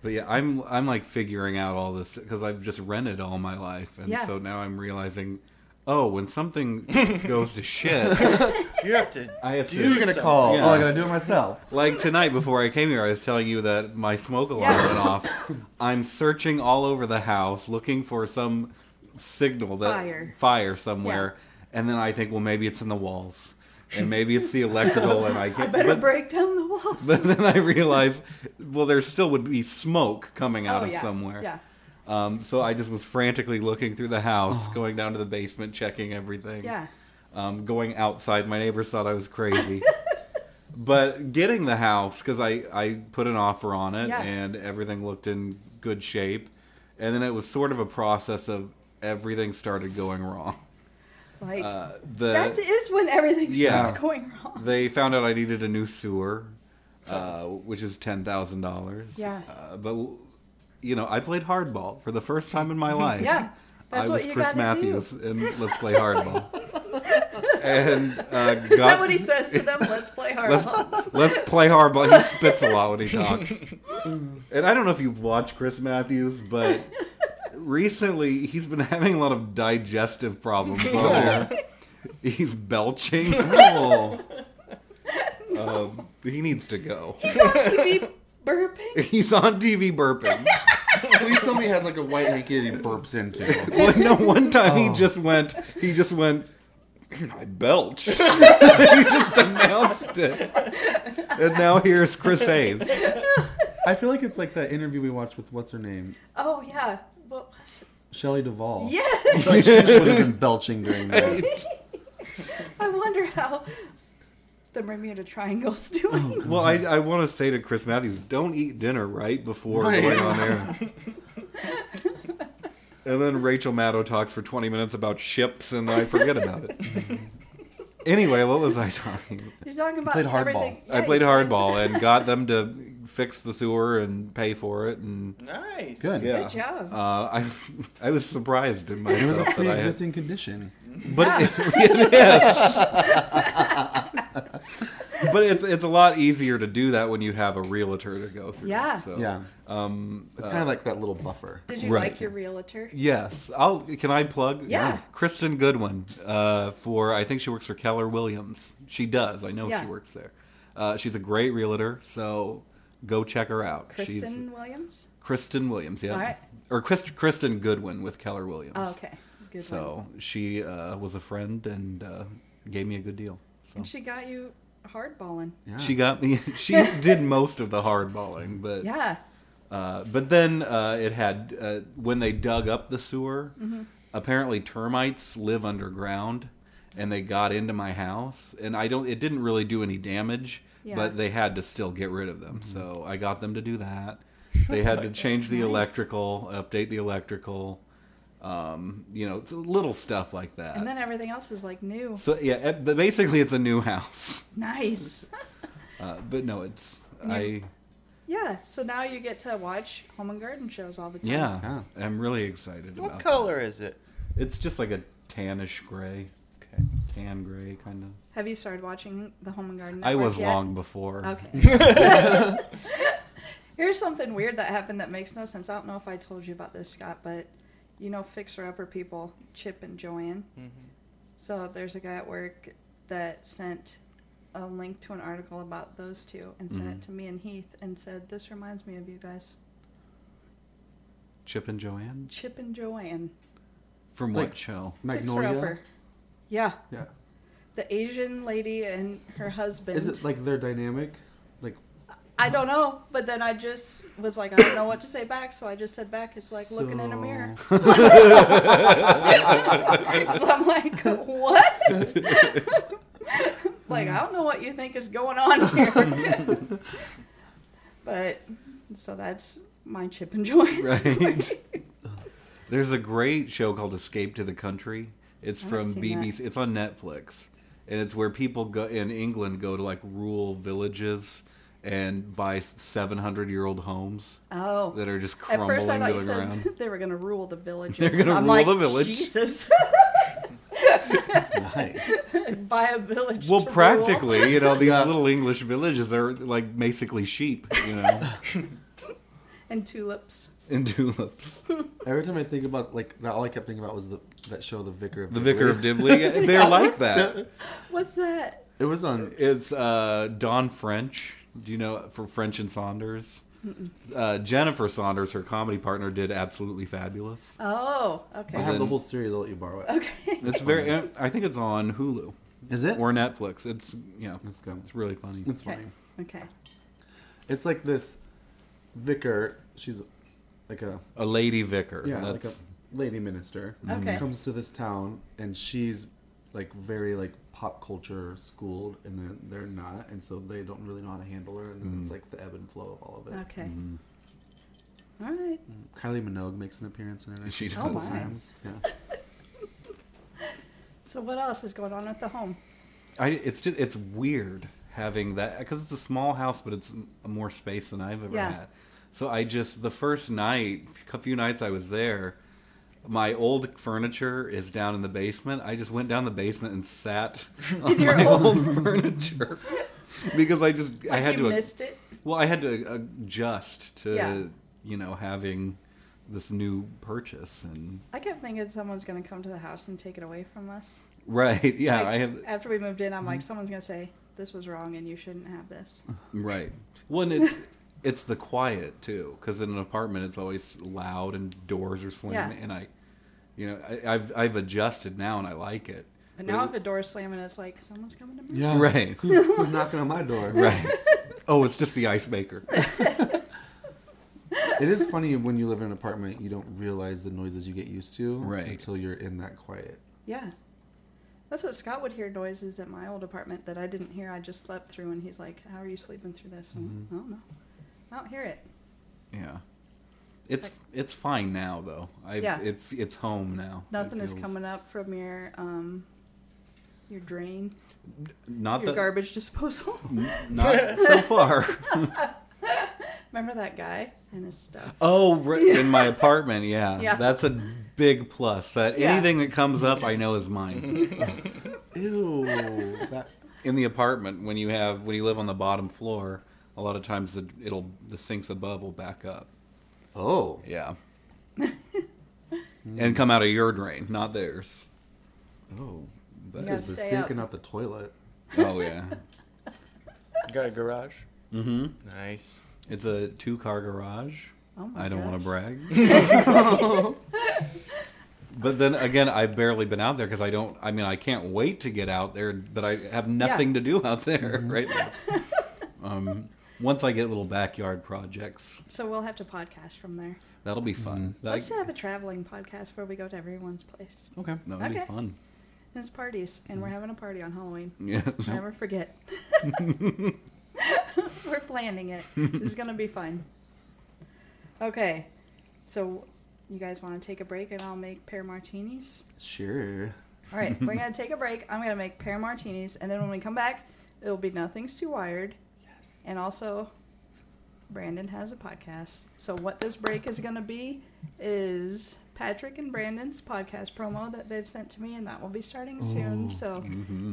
[SPEAKER 4] But yeah, I'm I'm like figuring out all this because I've just rented all my life, and
[SPEAKER 2] Yeah.
[SPEAKER 4] so now I'm realizing, oh, when something goes to shit,
[SPEAKER 2] [LAUGHS]
[SPEAKER 3] You have to.
[SPEAKER 4] I have
[SPEAKER 3] do
[SPEAKER 4] to-
[SPEAKER 5] You're
[SPEAKER 4] You're
[SPEAKER 5] gonna
[SPEAKER 3] something.
[SPEAKER 5] call.
[SPEAKER 4] Yeah.
[SPEAKER 5] Oh, I gotta do it myself.
[SPEAKER 4] like tonight before I came here, I was telling you that my smoke alarm
[SPEAKER 2] Yeah.
[SPEAKER 4] went
[SPEAKER 2] [LAUGHS]
[SPEAKER 4] off. I'm searching all over the house looking for some signal that
[SPEAKER 2] Fire.
[SPEAKER 4] fire somewhere, and then I think, well, maybe it's in the walls, and maybe it's the electrical, and I
[SPEAKER 2] [LAUGHS]
[SPEAKER 4] can't.
[SPEAKER 2] I better
[SPEAKER 4] but-
[SPEAKER 2] break down the walls.
[SPEAKER 4] [LAUGHS] But then I realized, well, there still would be smoke coming out
[SPEAKER 2] Oh,
[SPEAKER 4] of
[SPEAKER 2] yeah.
[SPEAKER 4] somewhere.
[SPEAKER 2] Yeah.
[SPEAKER 4] Um, so I just was frantically looking through the house, going down to the basement, checking everything.
[SPEAKER 2] Oh. Yeah.
[SPEAKER 4] Um, going outside. My neighbors thought I was crazy. [LAUGHS] but getting the house, because I, I put an offer on it
[SPEAKER 2] Yeah.
[SPEAKER 4] and everything looked in good shape. And then it was sort of a process of everything started going wrong.
[SPEAKER 2] Like
[SPEAKER 4] Uh, the,
[SPEAKER 2] that is when everything
[SPEAKER 4] yeah.
[SPEAKER 2] starts going wrong.
[SPEAKER 4] they found out I needed a new sewer, uh, which is ten thousand dollars.
[SPEAKER 2] Yeah.
[SPEAKER 4] Uh, but you know, I played hardball for the first time in my life.
[SPEAKER 2] [LAUGHS] Yeah. That's
[SPEAKER 4] I
[SPEAKER 2] what
[SPEAKER 4] was
[SPEAKER 2] you
[SPEAKER 4] Chris
[SPEAKER 2] gotta
[SPEAKER 4] Matthews,
[SPEAKER 2] do.
[SPEAKER 4] and let's
[SPEAKER 2] [LAUGHS]
[SPEAKER 4] play hardball. and uh, got,
[SPEAKER 2] Is that what he says to them? Let's
[SPEAKER 4] [LAUGHS]
[SPEAKER 2] play hardball.
[SPEAKER 4] Let's, let's play hardball. He spits a lot when he
[SPEAKER 2] [LAUGHS]
[SPEAKER 4] talks. and I don't know if you've watched Chris Matthews, but recently he's been having a lot of digestive problems on there.
[SPEAKER 2] [LAUGHS]
[SPEAKER 4] He's belching. Oh. Um, he needs to go.
[SPEAKER 2] He's on TV
[SPEAKER 4] [LAUGHS]
[SPEAKER 2] burping.
[SPEAKER 4] He's on TV burping.
[SPEAKER 1] Please tell me he has like a white hanky that he burps into.
[SPEAKER 4] Well, no, one time he just went. He just went. I belched. [LAUGHS] he just announced it, and now here's Chris Hayes.
[SPEAKER 1] I feel like it's like that interview we watched with what's her name,
[SPEAKER 2] Oh yeah. What was?
[SPEAKER 4] [LAUGHS]
[SPEAKER 1] Shelley Duvall.
[SPEAKER 2] Yeah. [LAUGHS]
[SPEAKER 1] Like she would have been belching during that.
[SPEAKER 2] I wonder how the Bermuda Triangle's [LAUGHS] doing.
[SPEAKER 4] Well, I, I want to say to Chris Matthews, don't eat dinner right before
[SPEAKER 1] Right.
[SPEAKER 4] going on air. and then Rachel Maddow talks for 20 minutes about ships, and I forget about it. anyway, what was I talking about?
[SPEAKER 2] You're talking about
[SPEAKER 1] played hardball.
[SPEAKER 2] everything.
[SPEAKER 4] I
[SPEAKER 2] Yeah,
[SPEAKER 4] played
[SPEAKER 2] you played-
[SPEAKER 4] hardball and got them to fix the sewer and pay for it, and
[SPEAKER 3] Nice.
[SPEAKER 1] Good.
[SPEAKER 4] yeah,
[SPEAKER 2] [LAUGHS] Good job.
[SPEAKER 4] Uh, [LAUGHS] I I was surprised in myself.
[SPEAKER 1] It was a
[SPEAKER 4] that I had-
[SPEAKER 1] pre-existing condition.
[SPEAKER 4] but it, it [LAUGHS] is. but it's it's a lot easier to do that when you have a realtor to go through.
[SPEAKER 2] Yeah.
[SPEAKER 4] So,
[SPEAKER 1] Yeah,
[SPEAKER 4] Um.
[SPEAKER 1] it's
[SPEAKER 4] uh,
[SPEAKER 1] kind of like that little buffer.
[SPEAKER 2] Did you
[SPEAKER 4] right.
[SPEAKER 2] like your realtor?
[SPEAKER 4] yes. I'll. Can I plug?
[SPEAKER 2] Yeah. Yeah.
[SPEAKER 4] Kristen Goodwin. Uh. For I think she works for Keller Williams. She does. I know
[SPEAKER 2] Yeah.
[SPEAKER 4] she works there. Uh. She's a great realtor. So. Go check her out.
[SPEAKER 2] Kristen
[SPEAKER 4] She's
[SPEAKER 2] Williams.
[SPEAKER 4] Kristen Williams, yeah,
[SPEAKER 2] All right.
[SPEAKER 4] or Christ, Kristen Goodwin with Keller Williams.
[SPEAKER 2] Oh, okay. Good
[SPEAKER 4] so
[SPEAKER 2] one.
[SPEAKER 4] she uh, was a friend and uh, gave me a good deal. So.
[SPEAKER 2] And she got you hardballing.
[SPEAKER 1] Yeah.
[SPEAKER 4] She got me. [LAUGHS] She did most of the hardballing, but
[SPEAKER 2] Yeah.
[SPEAKER 4] uh, but then uh, it had uh, when they dug up the sewer.
[SPEAKER 2] Mm-hmm.
[SPEAKER 4] Apparently, termites live underground, and they got into my house. And I don't. It didn't really do any damage,
[SPEAKER 2] Yeah.
[SPEAKER 4] but they had to still get rid of them. So I got them to
[SPEAKER 2] [LAUGHS]
[SPEAKER 4] do that. They had to change the
[SPEAKER 2] Nice.
[SPEAKER 4] electrical, update the electrical. Um, you know, it's little stuff like that.
[SPEAKER 2] And then everything else is like new.
[SPEAKER 4] so yeah, it- basically, it's a new house. [LAUGHS]
[SPEAKER 2] Nice.
[SPEAKER 4] Uh, but no, it's
[SPEAKER 2] And
[SPEAKER 4] I.
[SPEAKER 2] you- [LAUGHS] Yeah, so now you get to watch home and garden shows all the time.
[SPEAKER 4] Yeah,
[SPEAKER 1] Yeah.
[SPEAKER 4] I'm really excited
[SPEAKER 3] What
[SPEAKER 4] about
[SPEAKER 3] color is it?
[SPEAKER 4] that. It's just like a tannish gray,
[SPEAKER 3] Okay.
[SPEAKER 4] tan gray kind of.
[SPEAKER 2] Have you started watching the Home and Garden?
[SPEAKER 4] I
[SPEAKER 2] Network
[SPEAKER 4] was
[SPEAKER 2] yet?
[SPEAKER 4] long before.
[SPEAKER 2] Okay.
[SPEAKER 4] [LAUGHS]
[SPEAKER 2] [LAUGHS] Here's something weird that happened that makes no sense. I don't know if I told you about this, Scott, but you know, fixer upper people,
[SPEAKER 3] Mm-hmm.
[SPEAKER 2] Chip and Joanne. So there's a guy at work that sent a link to an article about those two and sent
[SPEAKER 4] Mm-hmm.
[SPEAKER 2] it to me and Heath and said, This reminds me of you guys.
[SPEAKER 4] Chip and Joanne
[SPEAKER 2] Chip and Joanne.
[SPEAKER 4] from
[SPEAKER 1] Like-
[SPEAKER 4] what show?
[SPEAKER 2] Fixer
[SPEAKER 1] Magnolia.
[SPEAKER 2] upper. Yeah.
[SPEAKER 1] Yeah.
[SPEAKER 2] The Asian lady and her husband.
[SPEAKER 1] Is it like their dynamic? Like
[SPEAKER 2] I don't know, but then I just was like, I don't know what to say back, so I just said back, it's like looking in a
[SPEAKER 1] [LAUGHS]
[SPEAKER 2] mirror. [LAUGHS] so I'm like, what? [LAUGHS] like, I don't know what you think is going on here. [LAUGHS] but, so that's my chip and joint.
[SPEAKER 4] Right. There's a great show called Escape to the Country. It's
[SPEAKER 2] I haven't
[SPEAKER 4] from
[SPEAKER 2] seen that.
[SPEAKER 4] BBC. It's on Netflix, and it's where people go in England go to like rural villages and buy 700 year old homes
[SPEAKER 2] [LAUGHS] oh.
[SPEAKER 4] that are just
[SPEAKER 2] At
[SPEAKER 4] crumbling
[SPEAKER 2] first, I
[SPEAKER 4] to
[SPEAKER 2] thought you
[SPEAKER 4] the
[SPEAKER 2] said
[SPEAKER 4] ground.
[SPEAKER 2] [LAUGHS] they were going to rule the villages.
[SPEAKER 4] [LAUGHS] They're gonna
[SPEAKER 2] I'm
[SPEAKER 4] rule
[SPEAKER 2] like,
[SPEAKER 4] the village.
[SPEAKER 2] Jesus. [LAUGHS]
[SPEAKER 5] Nice.
[SPEAKER 2] Buy a village.
[SPEAKER 4] Well,
[SPEAKER 2] to rule.
[SPEAKER 4] practically, you know, these little English villages are like basically sheep, you know, [LAUGHS]
[SPEAKER 2] And tulips.
[SPEAKER 4] and tulips.
[SPEAKER 1] [LAUGHS] every time I think about like that, all I kept thinking about was the that show, The Vicar of
[SPEAKER 4] The Vicar of [LAUGHS]
[SPEAKER 1] Dibley.
[SPEAKER 4] Dibley, they're like that.
[SPEAKER 2] What's that?
[SPEAKER 1] It was on.
[SPEAKER 4] It's uh, Don French. Do you know for French and Saunders? Uh, Jennifer Saunders, her comedy partner, did absolutely fabulous.
[SPEAKER 2] Oh,
[SPEAKER 1] I
[SPEAKER 2] okay. [LAUGHS]
[SPEAKER 1] have the
[SPEAKER 4] Then-
[SPEAKER 1] whole series. I'll let you borrow it.
[SPEAKER 2] Okay.
[SPEAKER 4] It's very. I think it's on Hulu
[SPEAKER 1] Is it?
[SPEAKER 4] or Netflix. It's yeah.
[SPEAKER 1] Let's go.
[SPEAKER 4] It's really funny.
[SPEAKER 1] It's
[SPEAKER 2] [LAUGHS] Okay.
[SPEAKER 1] funny.
[SPEAKER 2] Okay.
[SPEAKER 1] It's like this vicar. She's like a
[SPEAKER 4] A lady vicar.
[SPEAKER 1] yeah, like
[SPEAKER 4] That's,
[SPEAKER 1] a lady minister.
[SPEAKER 2] Okay.
[SPEAKER 1] Comes to this town and she's like very like pop culture schooled, and then they're not, and so they don't really know how to handle her, and then
[SPEAKER 4] Mm.
[SPEAKER 1] it's like the ebb and flow of all of it.
[SPEAKER 2] Okay.
[SPEAKER 4] mm-hmm.
[SPEAKER 2] All right.
[SPEAKER 1] Kylie Minogue makes an appearance in it.
[SPEAKER 4] She
[SPEAKER 1] couple
[SPEAKER 2] does. Oh, my.
[SPEAKER 1] times.
[SPEAKER 4] [LAUGHS]
[SPEAKER 1] Yeah.
[SPEAKER 2] So what else is going on at the home?
[SPEAKER 4] I, it's just it's weird having that because it's a small house, but it's m- more space than I've ever
[SPEAKER 2] Yeah.
[SPEAKER 4] had. So I just the first night, a few nights I was there, my old furniture is down in the basement. I just went down the basement and sat
[SPEAKER 2] [LAUGHS]
[SPEAKER 4] on
[SPEAKER 2] your
[SPEAKER 4] my old
[SPEAKER 2] [LAUGHS]
[SPEAKER 4] furniture because I just I
[SPEAKER 2] Like,
[SPEAKER 4] had
[SPEAKER 2] you
[SPEAKER 4] to
[SPEAKER 2] missed it.
[SPEAKER 4] well I had to adjust to
[SPEAKER 2] Yeah.
[SPEAKER 4] you know having this new purchase and [LAUGHS]
[SPEAKER 2] I kept thinking someone's going to come to the house and take it away from us.
[SPEAKER 4] right yeah
[SPEAKER 2] Like,
[SPEAKER 4] I Mm-hmm. have
[SPEAKER 2] After we moved in, I'm like, someone's going to say this was wrong and you shouldn't have this.
[SPEAKER 4] Right. Well, and
[SPEAKER 2] [LAUGHS]
[SPEAKER 4] it's it's the quiet too, because in an apartment it's always loud and doors are slamming,
[SPEAKER 2] Yeah.
[SPEAKER 4] and I, you know, I, I've I've adjusted now and I like it.
[SPEAKER 2] But now
[SPEAKER 4] it-
[SPEAKER 2] if a door's slamming, it's like someone's coming to me.
[SPEAKER 1] yeah.
[SPEAKER 4] Right.
[SPEAKER 1] Who's, who's knocking on my door?
[SPEAKER 4] [LAUGHS] right. Oh, it's just the ice
[SPEAKER 2] [LAUGHS]
[SPEAKER 4] maker.
[SPEAKER 1] It is funny when you live in an apartment, you don't realize the noises you get used to
[SPEAKER 4] Right.
[SPEAKER 1] until you're in that quiet.
[SPEAKER 2] Yeah. That's what Scott would hear noises at my old apartment that I didn't hear. I just slept through, and he's like, "How are you sleeping through this?"
[SPEAKER 4] Mm-hmm.
[SPEAKER 2] And I don't know. I don't hear it.
[SPEAKER 4] Yeah. It's it's fine now though. I
[SPEAKER 2] Yeah.
[SPEAKER 4] it, it's home now. It
[SPEAKER 2] Nothing is
[SPEAKER 4] feels-
[SPEAKER 2] coming up from your um, your drain,
[SPEAKER 4] Not Mm.
[SPEAKER 2] your
[SPEAKER 4] that
[SPEAKER 2] garbage
[SPEAKER 4] [LAUGHS]
[SPEAKER 2] disposal. [LAUGHS]
[SPEAKER 4] not so far.
[SPEAKER 2] Remember that guy and his stuff.
[SPEAKER 4] Oh, right, in my apartment, yeah.
[SPEAKER 2] Yeah.
[SPEAKER 4] That's a big plus. That
[SPEAKER 2] Yeah.
[SPEAKER 4] anything that comes
[SPEAKER 2] [LAUGHS]
[SPEAKER 4] up, I know is mine.
[SPEAKER 1] Ew. [LAUGHS] That,
[SPEAKER 4] in the apartment when you have when you live on the bottom floor a lot of times the, it'll the sinks above will back up
[SPEAKER 1] oh.
[SPEAKER 4] yeah and come out of your drain not theirs
[SPEAKER 1] Oh.
[SPEAKER 4] but
[SPEAKER 2] Yeah.
[SPEAKER 1] This is the
[SPEAKER 2] stay
[SPEAKER 1] sink
[SPEAKER 2] up.
[SPEAKER 1] and not the toilet.
[SPEAKER 4] oh yeah
[SPEAKER 3] You got a garage?
[SPEAKER 4] mm-hmm
[SPEAKER 3] Nice.
[SPEAKER 4] it's a two car garage
[SPEAKER 2] Oh my
[SPEAKER 4] i don't
[SPEAKER 2] gosh.
[SPEAKER 4] want to brag
[SPEAKER 2] [LAUGHS]
[SPEAKER 4] but then again i've barely been out there because i don't i mean i can't wait to get out there but i have nothing to do out there right now um, once i get little backyard projects
[SPEAKER 2] So we'll have to podcast from there.
[SPEAKER 4] That'll be fun. That-
[SPEAKER 2] Let's have a traveling podcast where we go to everyone's place
[SPEAKER 4] okay, that'll
[SPEAKER 2] Okay.
[SPEAKER 4] be fun.
[SPEAKER 2] and it's parties, and
[SPEAKER 4] Mm.
[SPEAKER 2] we're having a party on Halloween.
[SPEAKER 4] Yeah.
[SPEAKER 2] [LAUGHS] Never forget. We're planning it. This is gonna be fun. Okay, so you guys want to take a break, and I'll make pear martinis.
[SPEAKER 1] Sure.
[SPEAKER 2] All right, we're gonna take a break. I'm gonna make pear martinis, and then when we come back, it'll be nothing's too wired. Yes. And also, Brandon has a podcast. So what this break is gonna be is Patrick and Brandon's podcast promo that they've sent to me, and that will be starting soon. So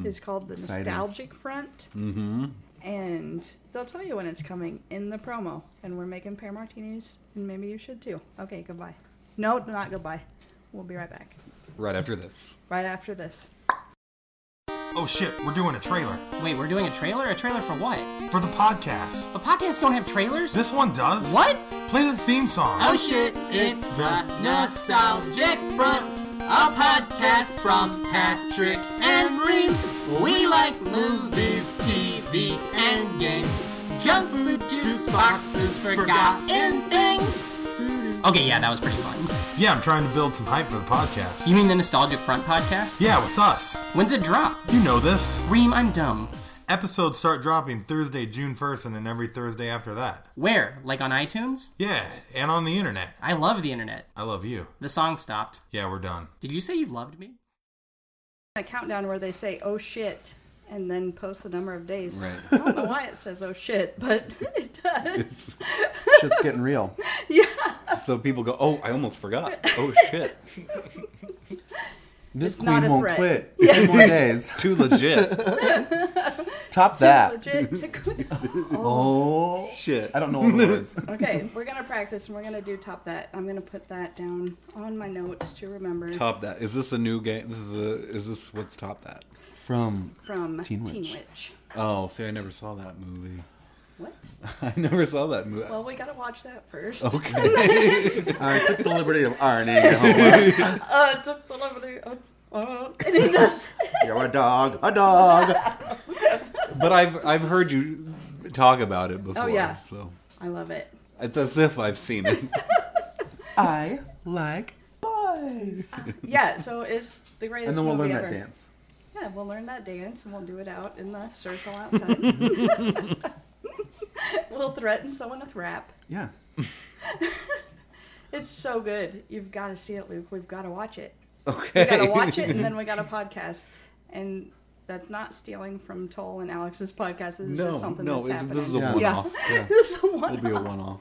[SPEAKER 2] it's called the
[SPEAKER 1] Exciting.
[SPEAKER 2] Nostalgic Front,
[SPEAKER 4] Mm-hmm.
[SPEAKER 2] and they'll tell you when it's coming in the promo. And we're making pear martinis, and maybe you should too. Okay, goodbye. No, not goodbye. We'll be right back.
[SPEAKER 4] Right after this.
[SPEAKER 2] Right after this.
[SPEAKER 7] Oh shit, we're doing a trailer.
[SPEAKER 8] Wait, we're doing a trailer? A trailer for what?
[SPEAKER 7] For the podcast.
[SPEAKER 8] But podcasts don't have trailers?
[SPEAKER 7] This one does.
[SPEAKER 8] What?
[SPEAKER 7] Play the theme song.
[SPEAKER 8] Oh shit, it's the Nostalgic Front, a podcast from Patrick and Reem. We like movies, TV, and games. Junk food, juice boxes, forgotten things. Okay, yeah, that was pretty fun.
[SPEAKER 7] Yeah, I'm trying to build some hype for the podcast.
[SPEAKER 8] You mean the Nostalgic Front podcast?
[SPEAKER 7] Yeah, with us.
[SPEAKER 8] When's it drop?
[SPEAKER 7] You know this.
[SPEAKER 8] Reem, I'm dumb.
[SPEAKER 7] Episodes start dropping Thursday, June 1st, and then every Thursday after that.
[SPEAKER 8] Where? Like on iTunes?
[SPEAKER 7] Yeah, and on the internet.
[SPEAKER 8] I love the internet.
[SPEAKER 7] I love you.
[SPEAKER 8] The song stopped.
[SPEAKER 7] Yeah, we're done.
[SPEAKER 8] Did you say you loved me?
[SPEAKER 2] A countdown where they say "oh shit" and then post the number of days. I don't know why it says "oh shit," [LAUGHS] but it does.
[SPEAKER 1] Shit's
[SPEAKER 2] [LAUGHS]
[SPEAKER 1] getting real.
[SPEAKER 4] [LAUGHS] So people go, oh, I almost forgot. Oh shit,
[SPEAKER 1] This
[SPEAKER 2] It's not
[SPEAKER 1] queen
[SPEAKER 2] a
[SPEAKER 1] won't
[SPEAKER 2] threat.
[SPEAKER 1] quit. Two
[SPEAKER 2] [LAUGHS]
[SPEAKER 1] more days.
[SPEAKER 4] too legit.
[SPEAKER 1] Top that.
[SPEAKER 2] Legit to quit.
[SPEAKER 1] Oh
[SPEAKER 4] Shit.
[SPEAKER 1] I don't know all the
[SPEAKER 2] [LAUGHS]
[SPEAKER 1] words.
[SPEAKER 2] Okay, we're gonna practice and we're gonna do top that. I'm gonna put that down on my notes to remember
[SPEAKER 4] Top that. Is this a new game? This is a. Is this what's top that?
[SPEAKER 1] From
[SPEAKER 2] from
[SPEAKER 1] Teen
[SPEAKER 2] Teen
[SPEAKER 1] Witch.
[SPEAKER 2] Witch.
[SPEAKER 4] Oh, see, I never saw that movie.
[SPEAKER 2] What?
[SPEAKER 4] [LAUGHS] I never saw that movie.
[SPEAKER 2] Well, we gotta watch that first.
[SPEAKER 4] [LAUGHS] Okay.
[SPEAKER 1] I took the liberty of ironing at home.
[SPEAKER 2] Uh, to deliver- uh, uh, and he does.
[SPEAKER 1] You're a dog. A dog.
[SPEAKER 4] but I've I've heard you talk about it before.
[SPEAKER 2] Oh, yeah.
[SPEAKER 4] So
[SPEAKER 2] I love it.
[SPEAKER 4] it's as if I've
[SPEAKER 2] [LAUGHS]
[SPEAKER 4] seen it.
[SPEAKER 1] I like boys.
[SPEAKER 2] Yeah, so it's the greatest.
[SPEAKER 1] And then we'll learn
[SPEAKER 2] movie
[SPEAKER 1] that
[SPEAKER 2] ever.
[SPEAKER 1] dance.
[SPEAKER 2] Yeah, we'll learn that dance and we'll do it out in the circle outside.
[SPEAKER 1] [LAUGHS]
[SPEAKER 2] we'll threaten someone with rap.
[SPEAKER 1] Yeah.
[SPEAKER 2] It's so good. You've got to see it, Luke. We've got to watch it.
[SPEAKER 4] Okay.
[SPEAKER 2] We got to watch it, and then we got a podcast. And that's not stealing from Toll and Alex's podcast. This is
[SPEAKER 4] No,
[SPEAKER 2] just something
[SPEAKER 4] no,
[SPEAKER 2] that's
[SPEAKER 4] it's,
[SPEAKER 2] happening.
[SPEAKER 4] this is a
[SPEAKER 1] Yeah.
[SPEAKER 4] one-off.
[SPEAKER 1] Yeah.
[SPEAKER 2] [LAUGHS] this is a one.
[SPEAKER 4] It'll be a one-off.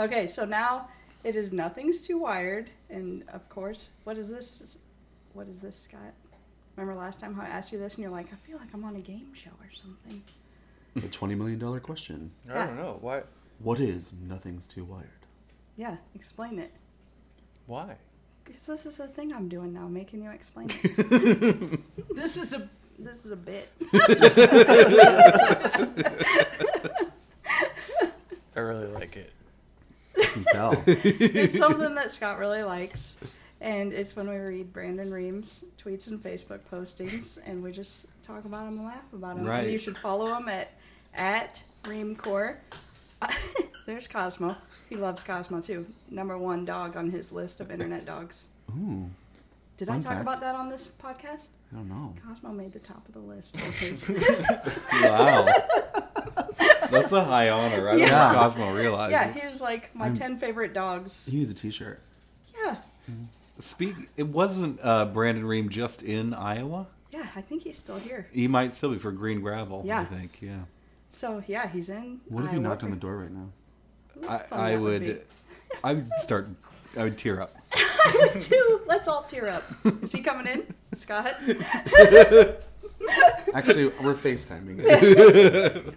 [SPEAKER 2] Okay, so now it is nothing's too wired, and of course, what is this? What is this, Scott? Remember last time how I asked you this, and you're like, I feel like I'm on a game show or something.
[SPEAKER 1] The $20 million question.
[SPEAKER 3] I don't know why.
[SPEAKER 1] What is Nothing's Too Wired?
[SPEAKER 2] Yeah, explain it.
[SPEAKER 3] Why?
[SPEAKER 2] Because this is a thing I'm doing now, making you explain it. [LAUGHS] this is a this is a bit.
[SPEAKER 3] I really like it.
[SPEAKER 1] You can
[SPEAKER 2] [LAUGHS]
[SPEAKER 1] tell.
[SPEAKER 2] It's
[SPEAKER 1] [LAUGHS]
[SPEAKER 2] something that Scott really likes, and it's when we read Brandon Reams' tweets and Facebook postings, and we just talk about him and laugh about him.
[SPEAKER 4] Right.
[SPEAKER 2] And you should follow him at at Reamcore. [LAUGHS] There's Cosmo. He loves Cosmo too. Number one dog on his list of internet dogs.
[SPEAKER 1] Ooh,
[SPEAKER 2] Did I
[SPEAKER 1] Fun
[SPEAKER 2] talk
[SPEAKER 1] fact.
[SPEAKER 2] about that on this podcast?
[SPEAKER 1] I don't know.
[SPEAKER 2] Cosmo made the top of the list.
[SPEAKER 1] [LAUGHS]
[SPEAKER 2] because-
[SPEAKER 4] Wow. That's a high honor. I don't
[SPEAKER 1] Yeah.
[SPEAKER 4] think Cosmo realized.
[SPEAKER 2] yeah,
[SPEAKER 4] Yeah.
[SPEAKER 2] he was like my ten favorite dogs.
[SPEAKER 1] He needs a t shirt.
[SPEAKER 2] Yeah,
[SPEAKER 4] Speak. It wasn't uh, Brandon Ream just in Iowa.
[SPEAKER 2] yeah. I think he's still here.
[SPEAKER 4] He might still be for Green Gravel. I
[SPEAKER 2] Yeah.
[SPEAKER 4] think. Yeah.
[SPEAKER 2] So yeah, he's in.
[SPEAKER 1] What if you
[SPEAKER 2] Iowa
[SPEAKER 1] knocked on
[SPEAKER 2] for-
[SPEAKER 1] the door right now?
[SPEAKER 4] I,
[SPEAKER 2] fun
[SPEAKER 4] I
[SPEAKER 2] that would
[SPEAKER 4] would. [LAUGHS]
[SPEAKER 2] be. [LAUGHS]
[SPEAKER 4] I would start. I would tear up.
[SPEAKER 2] Two. Let's all tear up. Is he coming in,
[SPEAKER 1] [LAUGHS]
[SPEAKER 2] Scott?
[SPEAKER 1] Actually, we're FaceTiming.
[SPEAKER 2] [LAUGHS]
[SPEAKER 1] it.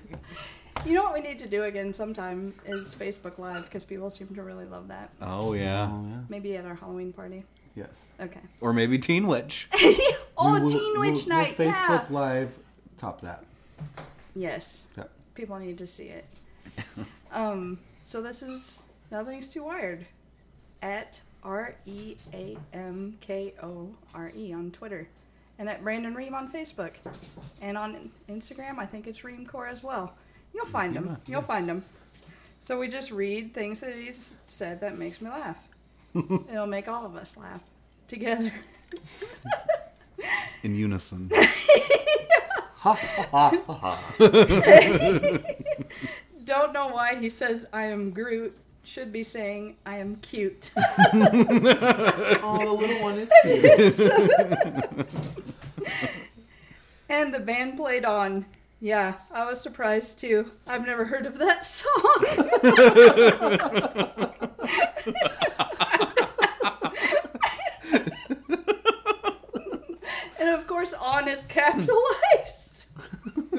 [SPEAKER 2] You know what we need to do again sometime is Facebook Live because people seem to really love that.
[SPEAKER 4] Oh yeah.
[SPEAKER 1] Oh, yeah.
[SPEAKER 2] Maybe at our Halloween party.
[SPEAKER 1] Yes.
[SPEAKER 2] Okay.
[SPEAKER 4] Or maybe Teen Witch.
[SPEAKER 2] Oh,
[SPEAKER 1] [LAUGHS] We will-
[SPEAKER 2] Teen Witch
[SPEAKER 1] we'll- we'll
[SPEAKER 2] Night. yeah.
[SPEAKER 1] Facebook Live. Top that.
[SPEAKER 2] Yes.
[SPEAKER 1] Yeah.
[SPEAKER 2] People need to see it. [LAUGHS] um. So this is nothing's too wired. At R E A M K O R E on Twitter, and at Brandon Ream on Facebook, and on Instagram I think it's Reamcore as well. You'll find him. You'll find him. So we just read things that he's said that makes me laugh. It'll make all of us laugh together. [LAUGHS]
[SPEAKER 4] in unison.
[SPEAKER 2] Don't know why he says I am Groot. Should be saying I am cute. [LAUGHS]
[SPEAKER 1] Oh, the little [LAUGHS] one is cute.
[SPEAKER 2] And the band played on. Yeah, I was surprised too. I've never heard of that [LAUGHS] song. and of course, on is capitalized.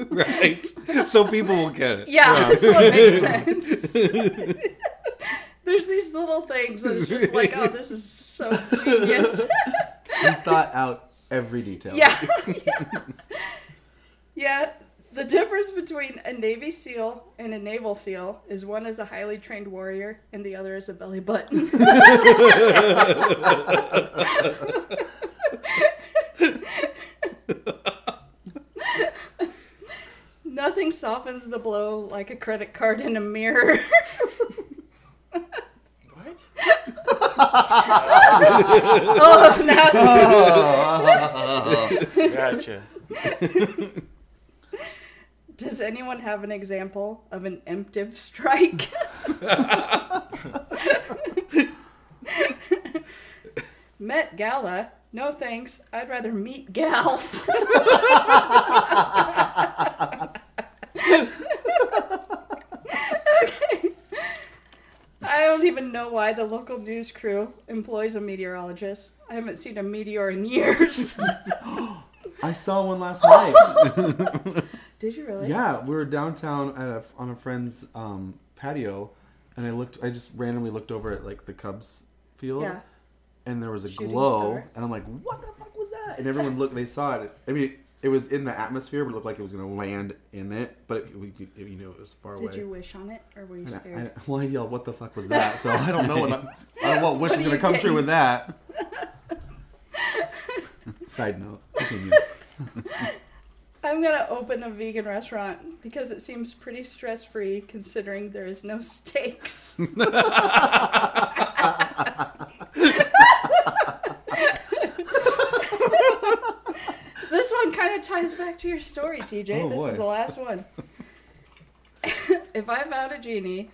[SPEAKER 4] right. So people will get it.
[SPEAKER 2] Yeah, [LAUGHS] so it makes sense. [LAUGHS] There's these little things that it's just like, oh, this is so genius.
[SPEAKER 1] We thought out every detail.
[SPEAKER 2] Yeah. yeah. The difference between a Navy SEAL and a Naval SEAL is one is a highly trained warrior and the other is a belly button. [LAUGHS] Nothing softens the blow like a credit card in a mirror. [LAUGHS]
[SPEAKER 3] What?
[SPEAKER 2] oh, now [LAUGHS]
[SPEAKER 3] Gotcha.
[SPEAKER 2] does anyone have an example of an emptive strike? Met Gala. No thanks. I'd rather meet gals. Okay. I don't even know why the local news crew employs a meteorologist. I haven't seen a meteor in years.
[SPEAKER 1] I saw one last night.
[SPEAKER 2] Did you Oh, really?
[SPEAKER 1] yeah, we were downtown at a, on a friend's um, patio, and I looked. I just randomly looked over at like the Cubs field,
[SPEAKER 2] Yeah.
[SPEAKER 1] and there was a
[SPEAKER 2] Shooting
[SPEAKER 1] glow,
[SPEAKER 2] star.
[SPEAKER 1] and I'm like, "What the fuck was that?" And everyone looked. They saw it. I mean, it was in the atmosphere, but it looked like it was going to land in it. But it, we, we- you know, it was far away.
[SPEAKER 2] Did you wish on it or were you
[SPEAKER 1] And I-
[SPEAKER 2] scared?
[SPEAKER 1] I- well, I yelled, "What the fuck was that?" So I don't know what I, I don't know what wish
[SPEAKER 2] What
[SPEAKER 1] is
[SPEAKER 2] are you
[SPEAKER 1] going to come
[SPEAKER 2] getting?
[SPEAKER 1] true
[SPEAKER 2] [LAUGHS]
[SPEAKER 1] with that. Side note. Continue.
[SPEAKER 2] I'm gonna open a vegan restaurant because it seems pretty stress free considering there is no
[SPEAKER 1] [LAUGHS]
[SPEAKER 2] steaks. this one kind of ties back to your story, TJ.
[SPEAKER 1] Oh,
[SPEAKER 2] this
[SPEAKER 1] boy.
[SPEAKER 2] is the last
[SPEAKER 1] [LAUGHS]
[SPEAKER 2] one. if I found a genie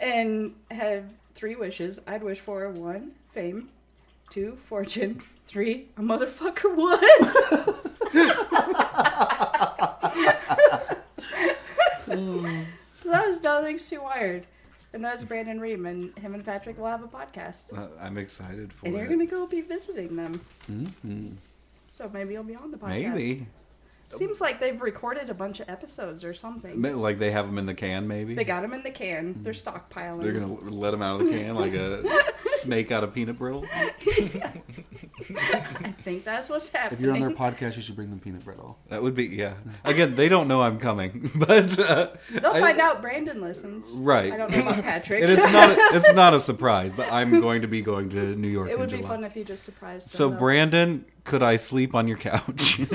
[SPEAKER 2] and had three wishes, I'd wish for one, fame, two, fortune, three, a motherfucker
[SPEAKER 4] [LAUGHS]
[SPEAKER 2] would. That was Nothing's Too Wired. And that's Brandon Ream, and him and Patrick will have a podcast.
[SPEAKER 4] Uh, I'm excited for
[SPEAKER 2] and
[SPEAKER 4] it.
[SPEAKER 2] you're going to go be visiting them. Mm-hmm. So maybe you'll be on the podcast.
[SPEAKER 4] Maybe.
[SPEAKER 2] Seems like they've recorded a bunch of episodes or something.
[SPEAKER 4] Ma- Like they have them in the can, maybe?
[SPEAKER 2] They got them in the can. They're stockpiling.
[SPEAKER 4] Mm-hmm. They're going to let them out of the
[SPEAKER 2] [LAUGHS]
[SPEAKER 4] can like a snake out of peanut brittle?
[SPEAKER 2] I think that's what's happening.
[SPEAKER 1] If you're on
[SPEAKER 2] [LAUGHS]
[SPEAKER 1] their podcast, you should bring them peanut brittle.
[SPEAKER 4] That would be, yeah. Again, they don't know I'm coming, [LAUGHS] but. Uh,
[SPEAKER 2] They'll
[SPEAKER 4] I-
[SPEAKER 2] find out Brandon listens.
[SPEAKER 4] Right.
[SPEAKER 2] I don't know
[SPEAKER 4] [LAUGHS]
[SPEAKER 2] about Patrick.
[SPEAKER 4] And it's not it's not a surprise, but I'm going to be going to New York
[SPEAKER 2] it
[SPEAKER 4] in
[SPEAKER 2] would be
[SPEAKER 4] July.
[SPEAKER 2] fun if you just surprised them.
[SPEAKER 4] so
[SPEAKER 2] though.
[SPEAKER 4] Brandon, could I sleep on your couch? [LAUGHS]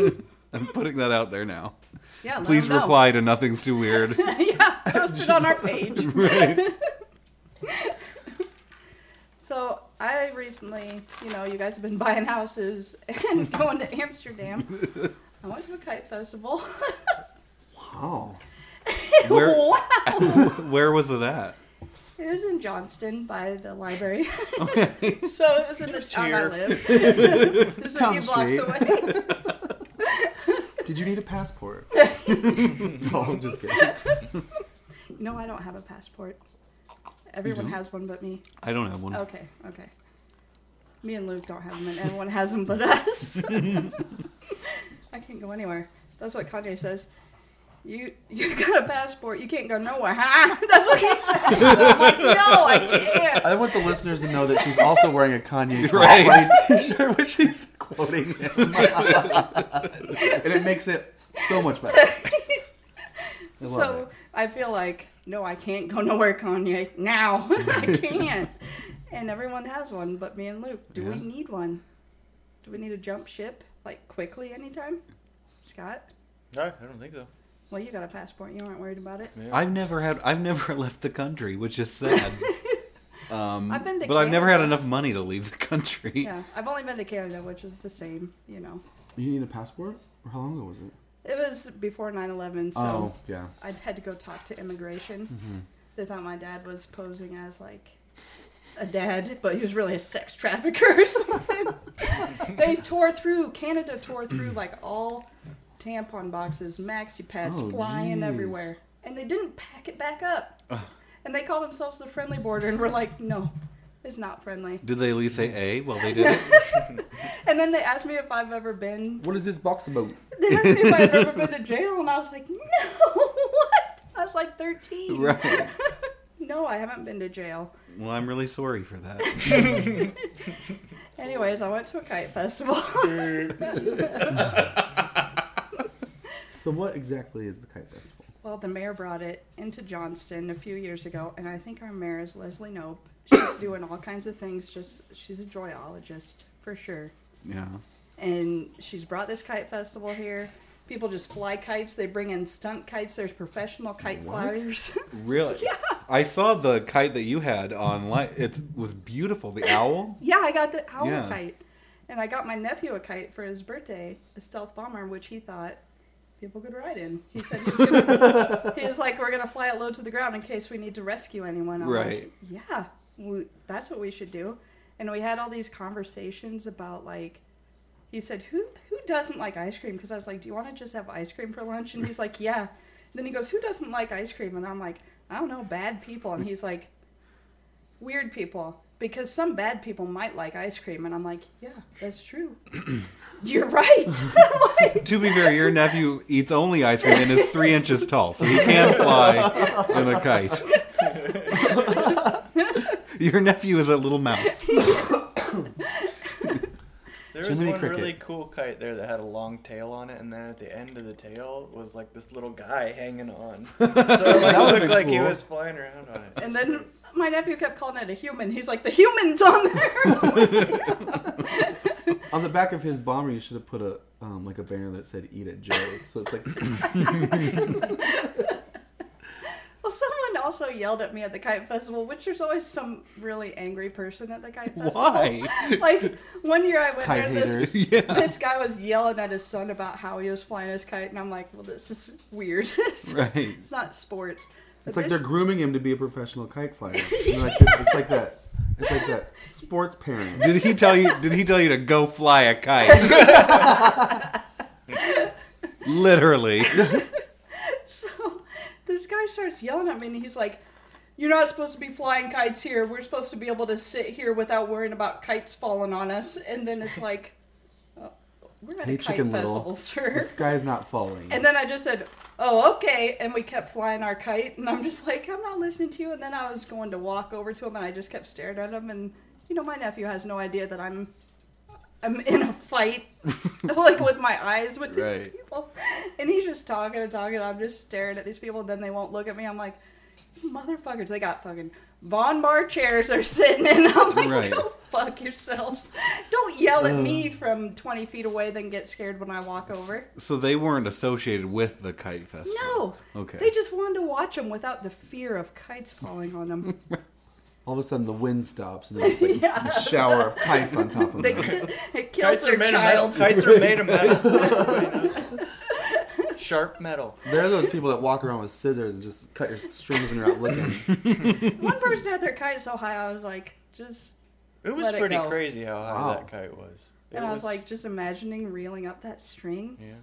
[SPEAKER 4] I'm putting that out there now.
[SPEAKER 2] yeah, let
[SPEAKER 4] Please
[SPEAKER 2] them know.
[SPEAKER 4] reply to nothing's too
[SPEAKER 2] [LAUGHS]
[SPEAKER 4] weird. [LAUGHS]
[SPEAKER 2] yeah, post it on our page. [LAUGHS] so I recently, you know, you guys have been buying houses and [LAUGHS] going to Amsterdam. I went to a kite festival. [LAUGHS]
[SPEAKER 1] Oh.
[SPEAKER 4] Where-
[SPEAKER 2] wow.
[SPEAKER 4] Where was it at?
[SPEAKER 2] It was in Johnston by the library. [LAUGHS] so it was in the town I
[SPEAKER 3] here.
[SPEAKER 2] live. Just a few
[SPEAKER 1] Town
[SPEAKER 2] blocks
[SPEAKER 1] street.
[SPEAKER 2] away. [LAUGHS]
[SPEAKER 1] Did you need a [LAUGHS] passport? no, I'm just kidding.
[SPEAKER 2] No, I don't have a passport. Everyone has one but me.
[SPEAKER 4] [LAUGHS] I don't have one.
[SPEAKER 2] Okay, okay. Me and Luke don't have them, and everyone has them but
[SPEAKER 1] [LAUGHS]
[SPEAKER 2] us. I can't go anywhere. That's what Kanye says. You you got a passport, you can't go nowhere, [LAUGHS] huh? That's what he says. I'm like, no, I can't.
[SPEAKER 1] I want the listeners to know that she's also wearing a [LAUGHS] Kanye
[SPEAKER 4] Right.
[SPEAKER 1] right.
[SPEAKER 4] [LAUGHS]
[SPEAKER 1] t-shirt, which she's quoting him, and it makes it so much [LAUGHS] better. I love
[SPEAKER 2] so
[SPEAKER 1] it.
[SPEAKER 2] I feel like, no, I can't go nowhere, Kanye. Now [LAUGHS] I can't. And everyone has one, but me and Luke. Do we
[SPEAKER 4] Yeah.
[SPEAKER 2] need one? Do we need to jump ship like quickly anytime, Scott?
[SPEAKER 3] No, I don't think so.
[SPEAKER 2] Well, you got a passport. You aren't worried about it.
[SPEAKER 4] I've never had I've never [LAUGHS] left the country, which
[SPEAKER 2] [LAUGHS]
[SPEAKER 4] is sad. Um,
[SPEAKER 2] I've been to
[SPEAKER 4] but I've never had
[SPEAKER 2] Canada.
[SPEAKER 4] enough money to leave the country.
[SPEAKER 2] Yeah, I've only been to Canada, which is the same, you know.
[SPEAKER 1] You need a passport? Or how long ago was it?
[SPEAKER 2] It was before 9 11, so
[SPEAKER 1] Oh, yeah.
[SPEAKER 2] I had to go talk to immigration.
[SPEAKER 4] Mm-hmm.
[SPEAKER 2] They thought my dad was posing as like a dad, but he was really a sex trafficker or [LAUGHS] something. they tore through, Canada tore through like all tampon boxes, maxi pads
[SPEAKER 1] Oh,
[SPEAKER 2] flying
[SPEAKER 1] jeez.
[SPEAKER 2] everywhere. And they didn't pack it back up. and they call themselves the friendly border, and we're like, no, it's not friendly.
[SPEAKER 4] Did they at least say A? Well,
[SPEAKER 2] [LAUGHS]
[SPEAKER 4] they did.
[SPEAKER 2] And then they asked me if I've ever been
[SPEAKER 1] What is this box about?
[SPEAKER 2] [LAUGHS] They asked me if I'd ever been to jail, and I was like, [LAUGHS] no, what? I was like 13.
[SPEAKER 4] Right.
[SPEAKER 2] [LAUGHS] no, I haven't been to jail.
[SPEAKER 4] Well, I'm really sorry for that.
[SPEAKER 2] Anyways, I went to a kite festival.
[SPEAKER 1] So what exactly is the kite festival?
[SPEAKER 2] [LAUGHS] well, the mayor brought it into Johnston a few years ago, and I think our mayor is Leslie Nope. She's doing all kinds of things. Just she's a joyologist for sure.
[SPEAKER 4] yeah.
[SPEAKER 2] and she's brought this kite festival here. People just fly kites. They bring in stunt kites. There's professional kite flyers. [LAUGHS]
[SPEAKER 4] Really? I saw the kite that you had online. It was beautiful. The owl.
[SPEAKER 2] yeah, I got the owl
[SPEAKER 4] Yeah.
[SPEAKER 2] kite, and I got my nephew a kite for his birthday, a stealth bomber, which he thought people could ride in. He said he's gonna, [LAUGHS] he was like, "We're gonna fly it low to the ground in case we need to rescue anyone." I'm like,
[SPEAKER 4] Right.
[SPEAKER 2] yeah, we, that's what we should do. And we had all these conversations about like he said, "Who who doesn't like ice cream?" Because I was like, "Do you want to just have ice cream for lunch?" And he's like, "Yeah." Then he goes, "Who doesn't like ice cream?" And I'm like, "I don't know, bad people." And he's like, "Weird people." Because some bad people might like ice cream, and I'm like, yeah, that's true. You're right. [LAUGHS] Like,
[SPEAKER 4] To be fair, your nephew eats only ice cream and is three inches tall, so he can fly in a kite. your nephew is a little mouse.
[SPEAKER 3] There was
[SPEAKER 1] Jiminy
[SPEAKER 3] one
[SPEAKER 1] Cricket.
[SPEAKER 3] really cool kite there that had a long tail on it, and then at the end of the tail was like this little guy hanging on. So it like,
[SPEAKER 1] would've
[SPEAKER 3] looked
[SPEAKER 1] been
[SPEAKER 3] like he
[SPEAKER 1] cool.
[SPEAKER 3] was flying around on it.
[SPEAKER 2] and then my nephew kept calling it a human. He's like, the human's on there.
[SPEAKER 1] On the back of his bomber, you should have put a um, like a banner that said "Eat at Joe's." So [COUGHS] it's like
[SPEAKER 2] [LAUGHS] Well, someone also yelled at me at the kite festival, which there's always some really angry person at the kite festival.
[SPEAKER 4] Why?
[SPEAKER 2] like one year I went
[SPEAKER 1] Kite
[SPEAKER 2] there, this,
[SPEAKER 1] haters. [LAUGHS]
[SPEAKER 4] Yeah.
[SPEAKER 2] this guy was yelling at his son about how he was flying his kite, and I'm like, well, this is weird. [LAUGHS] it's,
[SPEAKER 4] Right.
[SPEAKER 2] it's not sports. But
[SPEAKER 1] It's like
[SPEAKER 2] this-
[SPEAKER 1] they're grooming him to be a professional kite flyer. [LAUGHS] You know, like, it's, it's like that. It's like that sports parent.
[SPEAKER 4] Did he tell you? Did he tell you to go fly a kite? Literally.
[SPEAKER 2] [LAUGHS] So this guy starts yelling at me, and he's like, "You're not supposed to be flying kites here. We're supposed to be able to sit here without worrying about kites falling on us." And then it's like, oh, "We're at
[SPEAKER 1] Hey,
[SPEAKER 2] a kite
[SPEAKER 1] Chicken Little.
[SPEAKER 2] festival,
[SPEAKER 1] [LAUGHS]
[SPEAKER 2] sir."
[SPEAKER 1] This guy's not falling.
[SPEAKER 2] And then I just said, "Oh, okay," and we kept flying our kite, and I'm just like, "I'm not listening to you." And then I was going to walk over to him, and I just kept staring at him, and you know, my nephew has no idea that I'm. I'm in a
[SPEAKER 4] [LAUGHS]
[SPEAKER 2] fight, like with my eyes with these
[SPEAKER 4] Right.
[SPEAKER 2] people, and he's just talking and talking. and I'm just staring at these people, and then they won't look at me. I'm like, motherfuckers, they got fucking Von Bar chairs they're sitting in. [LAUGHS] I'm like,
[SPEAKER 4] Right.
[SPEAKER 2] go fuck yourselves. Don't yell at me from 20 feet away, then get scared when I walk over.
[SPEAKER 4] So they weren't associated with the kite festival.
[SPEAKER 2] No.
[SPEAKER 4] Okay.
[SPEAKER 2] They just wanted to watch them without the fear of kites falling on
[SPEAKER 3] [LAUGHS]
[SPEAKER 2] them.
[SPEAKER 1] All of a sudden, the wind stops, and it's like
[SPEAKER 2] [LAUGHS] yeah.
[SPEAKER 1] a shower of kites on top of
[SPEAKER 2] They,
[SPEAKER 1] him.
[SPEAKER 2] [LAUGHS] it kills
[SPEAKER 3] Kites
[SPEAKER 2] their
[SPEAKER 3] are made of metal. [LAUGHS]
[SPEAKER 2] child.
[SPEAKER 3] Kites are made
[SPEAKER 2] [LAUGHS]
[SPEAKER 3] of metal. Everybody knows that. Sharp metal.
[SPEAKER 1] There are those people that walk around with scissors and just cut your strings when you're out looking.
[SPEAKER 2] [LAUGHS] One person had their kite so high, I was like, just.
[SPEAKER 3] It was
[SPEAKER 2] Let it
[SPEAKER 3] pretty
[SPEAKER 2] go.
[SPEAKER 3] crazy how high
[SPEAKER 1] Wow.
[SPEAKER 3] that kite was. It
[SPEAKER 2] And I was like, just imagining reeling up that string.
[SPEAKER 3] yeah.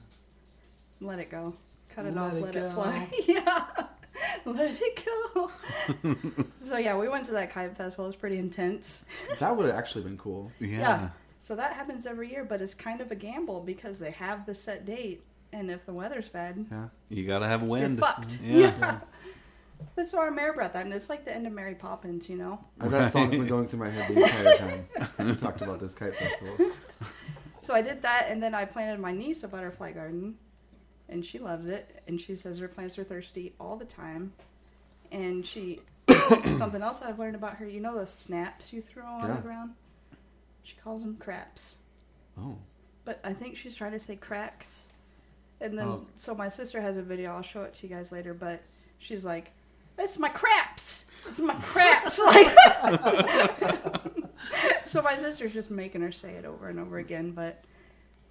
[SPEAKER 2] Let it go. Cut it
[SPEAKER 1] Let
[SPEAKER 2] off.
[SPEAKER 1] it
[SPEAKER 2] let
[SPEAKER 1] go.
[SPEAKER 2] it fly. [LAUGHS] yeah. Let it
[SPEAKER 4] [LAUGHS]
[SPEAKER 2] go. so yeah, we went to that kite festival. It was pretty intense.
[SPEAKER 1] That would have actually been cool.
[SPEAKER 4] Yeah.
[SPEAKER 2] So that happens every year, but it's kind of a gamble because they have the set date, and if the weather's bad,
[SPEAKER 1] Yeah.
[SPEAKER 4] You gotta have wind.
[SPEAKER 2] You're fucked.
[SPEAKER 4] Yeah. [LAUGHS]
[SPEAKER 2] [LAUGHS] But so our mayor brought that, and it's like the end of Mary Poppins, you know.
[SPEAKER 1] I- That song's been going through my head the entire time. We talked about this kite festival.
[SPEAKER 2] So I did that, and then I planted my niece a butterfly garden, and she loves it. And she says her plants are thirsty all the time. And she, [COUGHS] something else I've learned about her, you know, those snaps you throw on
[SPEAKER 1] Yeah.
[SPEAKER 2] the ground. She calls them craps,
[SPEAKER 1] Oh,
[SPEAKER 2] but I think she's trying to say cracks. And then,
[SPEAKER 1] Oh.
[SPEAKER 2] so my sister has a video. I'll show it to you guys later, but she's like, "That's my craps. It's my craps." [LAUGHS] like. so my sister's just making her say it over and over again but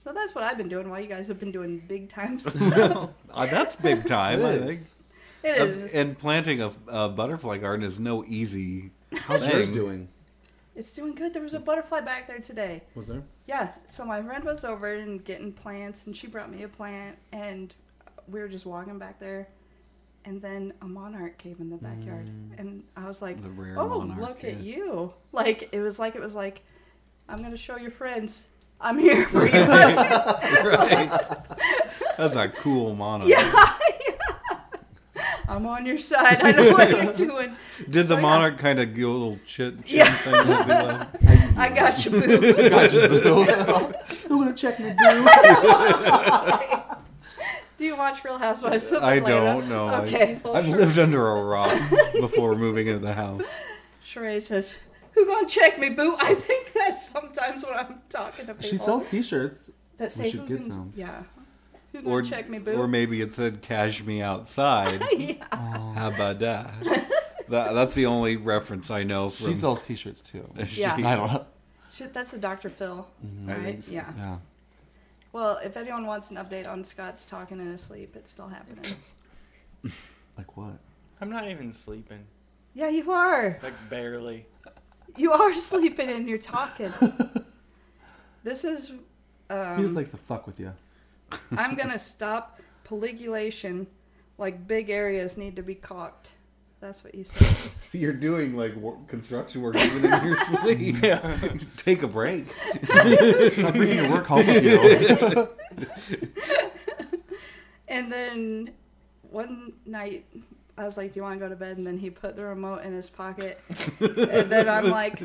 [SPEAKER 2] so that's what i've been doing while you guys have been doing big time [LAUGHS] stuff
[SPEAKER 4] Uh, that's big time.
[SPEAKER 1] It
[SPEAKER 4] I
[SPEAKER 1] is.
[SPEAKER 4] think.
[SPEAKER 2] it
[SPEAKER 4] Uh,
[SPEAKER 2] is
[SPEAKER 4] and planting a, a butterfly garden is no easy. [LAUGHS]
[SPEAKER 1] how's yours
[SPEAKER 4] Dang.
[SPEAKER 1] doing?
[SPEAKER 2] it's doing good there was a butterfly back there today
[SPEAKER 1] Was there?
[SPEAKER 2] yeah so my friend was over and getting plants and she brought me a plant and we were just walking back there and then a monarch came in the backyard and i was like
[SPEAKER 4] Mm. The rare
[SPEAKER 2] oh
[SPEAKER 4] monarch,
[SPEAKER 2] look at
[SPEAKER 4] yeah.
[SPEAKER 2] you like it was like it was like i'm gonna show your friends i'm here for
[SPEAKER 4] [LAUGHS]
[SPEAKER 2] you
[SPEAKER 4] Right? that's a cool monarch.
[SPEAKER 2] Yeah. I I'm on your side. I know what you're doing.
[SPEAKER 4] Did
[SPEAKER 2] So,
[SPEAKER 4] the
[SPEAKER 2] yeah.
[SPEAKER 4] monarch kind of go a little chit chin
[SPEAKER 2] Yeah.
[SPEAKER 4] thing?
[SPEAKER 2] [LAUGHS]
[SPEAKER 4] as he left?
[SPEAKER 2] I got you, boo.
[SPEAKER 1] I'm gonna check my boo.
[SPEAKER 2] Do you watch Real Housewives of
[SPEAKER 4] I
[SPEAKER 2] Atlanta?
[SPEAKER 4] don't know. I-
[SPEAKER 2] Okay. well,
[SPEAKER 4] I've
[SPEAKER 2] Sher-
[SPEAKER 4] lived under
[SPEAKER 2] [LAUGHS]
[SPEAKER 4] a rock before moving into the house.
[SPEAKER 2] Sheree says, "Who gonna check me, boo?" I think that's sometimes when I'm talking to people.
[SPEAKER 1] She sells T-shirts.
[SPEAKER 2] that
[SPEAKER 1] we
[SPEAKER 2] say
[SPEAKER 1] should
[SPEAKER 2] who
[SPEAKER 1] get
[SPEAKER 2] can,
[SPEAKER 1] some.
[SPEAKER 2] Yeah. Who gonna
[SPEAKER 4] Or,
[SPEAKER 2] check me, boo? [LAUGHS]
[SPEAKER 4] or maybe it said cash me outside.
[SPEAKER 2] yeah.
[SPEAKER 4] How about that? That- That's the only reference I know from.
[SPEAKER 1] She sells T-shirts too.
[SPEAKER 2] [LAUGHS]
[SPEAKER 4] She-
[SPEAKER 2] Yeah.
[SPEAKER 1] I don't know.
[SPEAKER 2] Shit, that's the Dr. Phil,
[SPEAKER 4] I
[SPEAKER 2] right?
[SPEAKER 4] think so.
[SPEAKER 2] Yeah.
[SPEAKER 1] Mm-hmm. Yeah.
[SPEAKER 2] Well, if anyone wants an update on Scott's talking in his sleep, it's still happening.
[SPEAKER 1] [LAUGHS] Like what?
[SPEAKER 3] I'm not even sleeping.
[SPEAKER 2] Yeah, you are.
[SPEAKER 3] Like barely.
[SPEAKER 2] You are [LAUGHS] sleeping and you're
[SPEAKER 1] [LAUGHS]
[SPEAKER 2] talking. this is. Um,
[SPEAKER 1] he just likes to fuck with you.
[SPEAKER 2] I'm
[SPEAKER 1] [LAUGHS]
[SPEAKER 2] gonna stop polygulation. Like big areas need to be caulked. That's what you said.
[SPEAKER 4] You're doing like wor- construction work even
[SPEAKER 2] [LAUGHS]
[SPEAKER 4] in your sleep. Take a break. [LAUGHS]
[SPEAKER 1] I'm bringing your work home with you.
[SPEAKER 2] and then one night, I was like, "Do you want to go to bed?" And then he put the remote in his pocket. and then I'm like,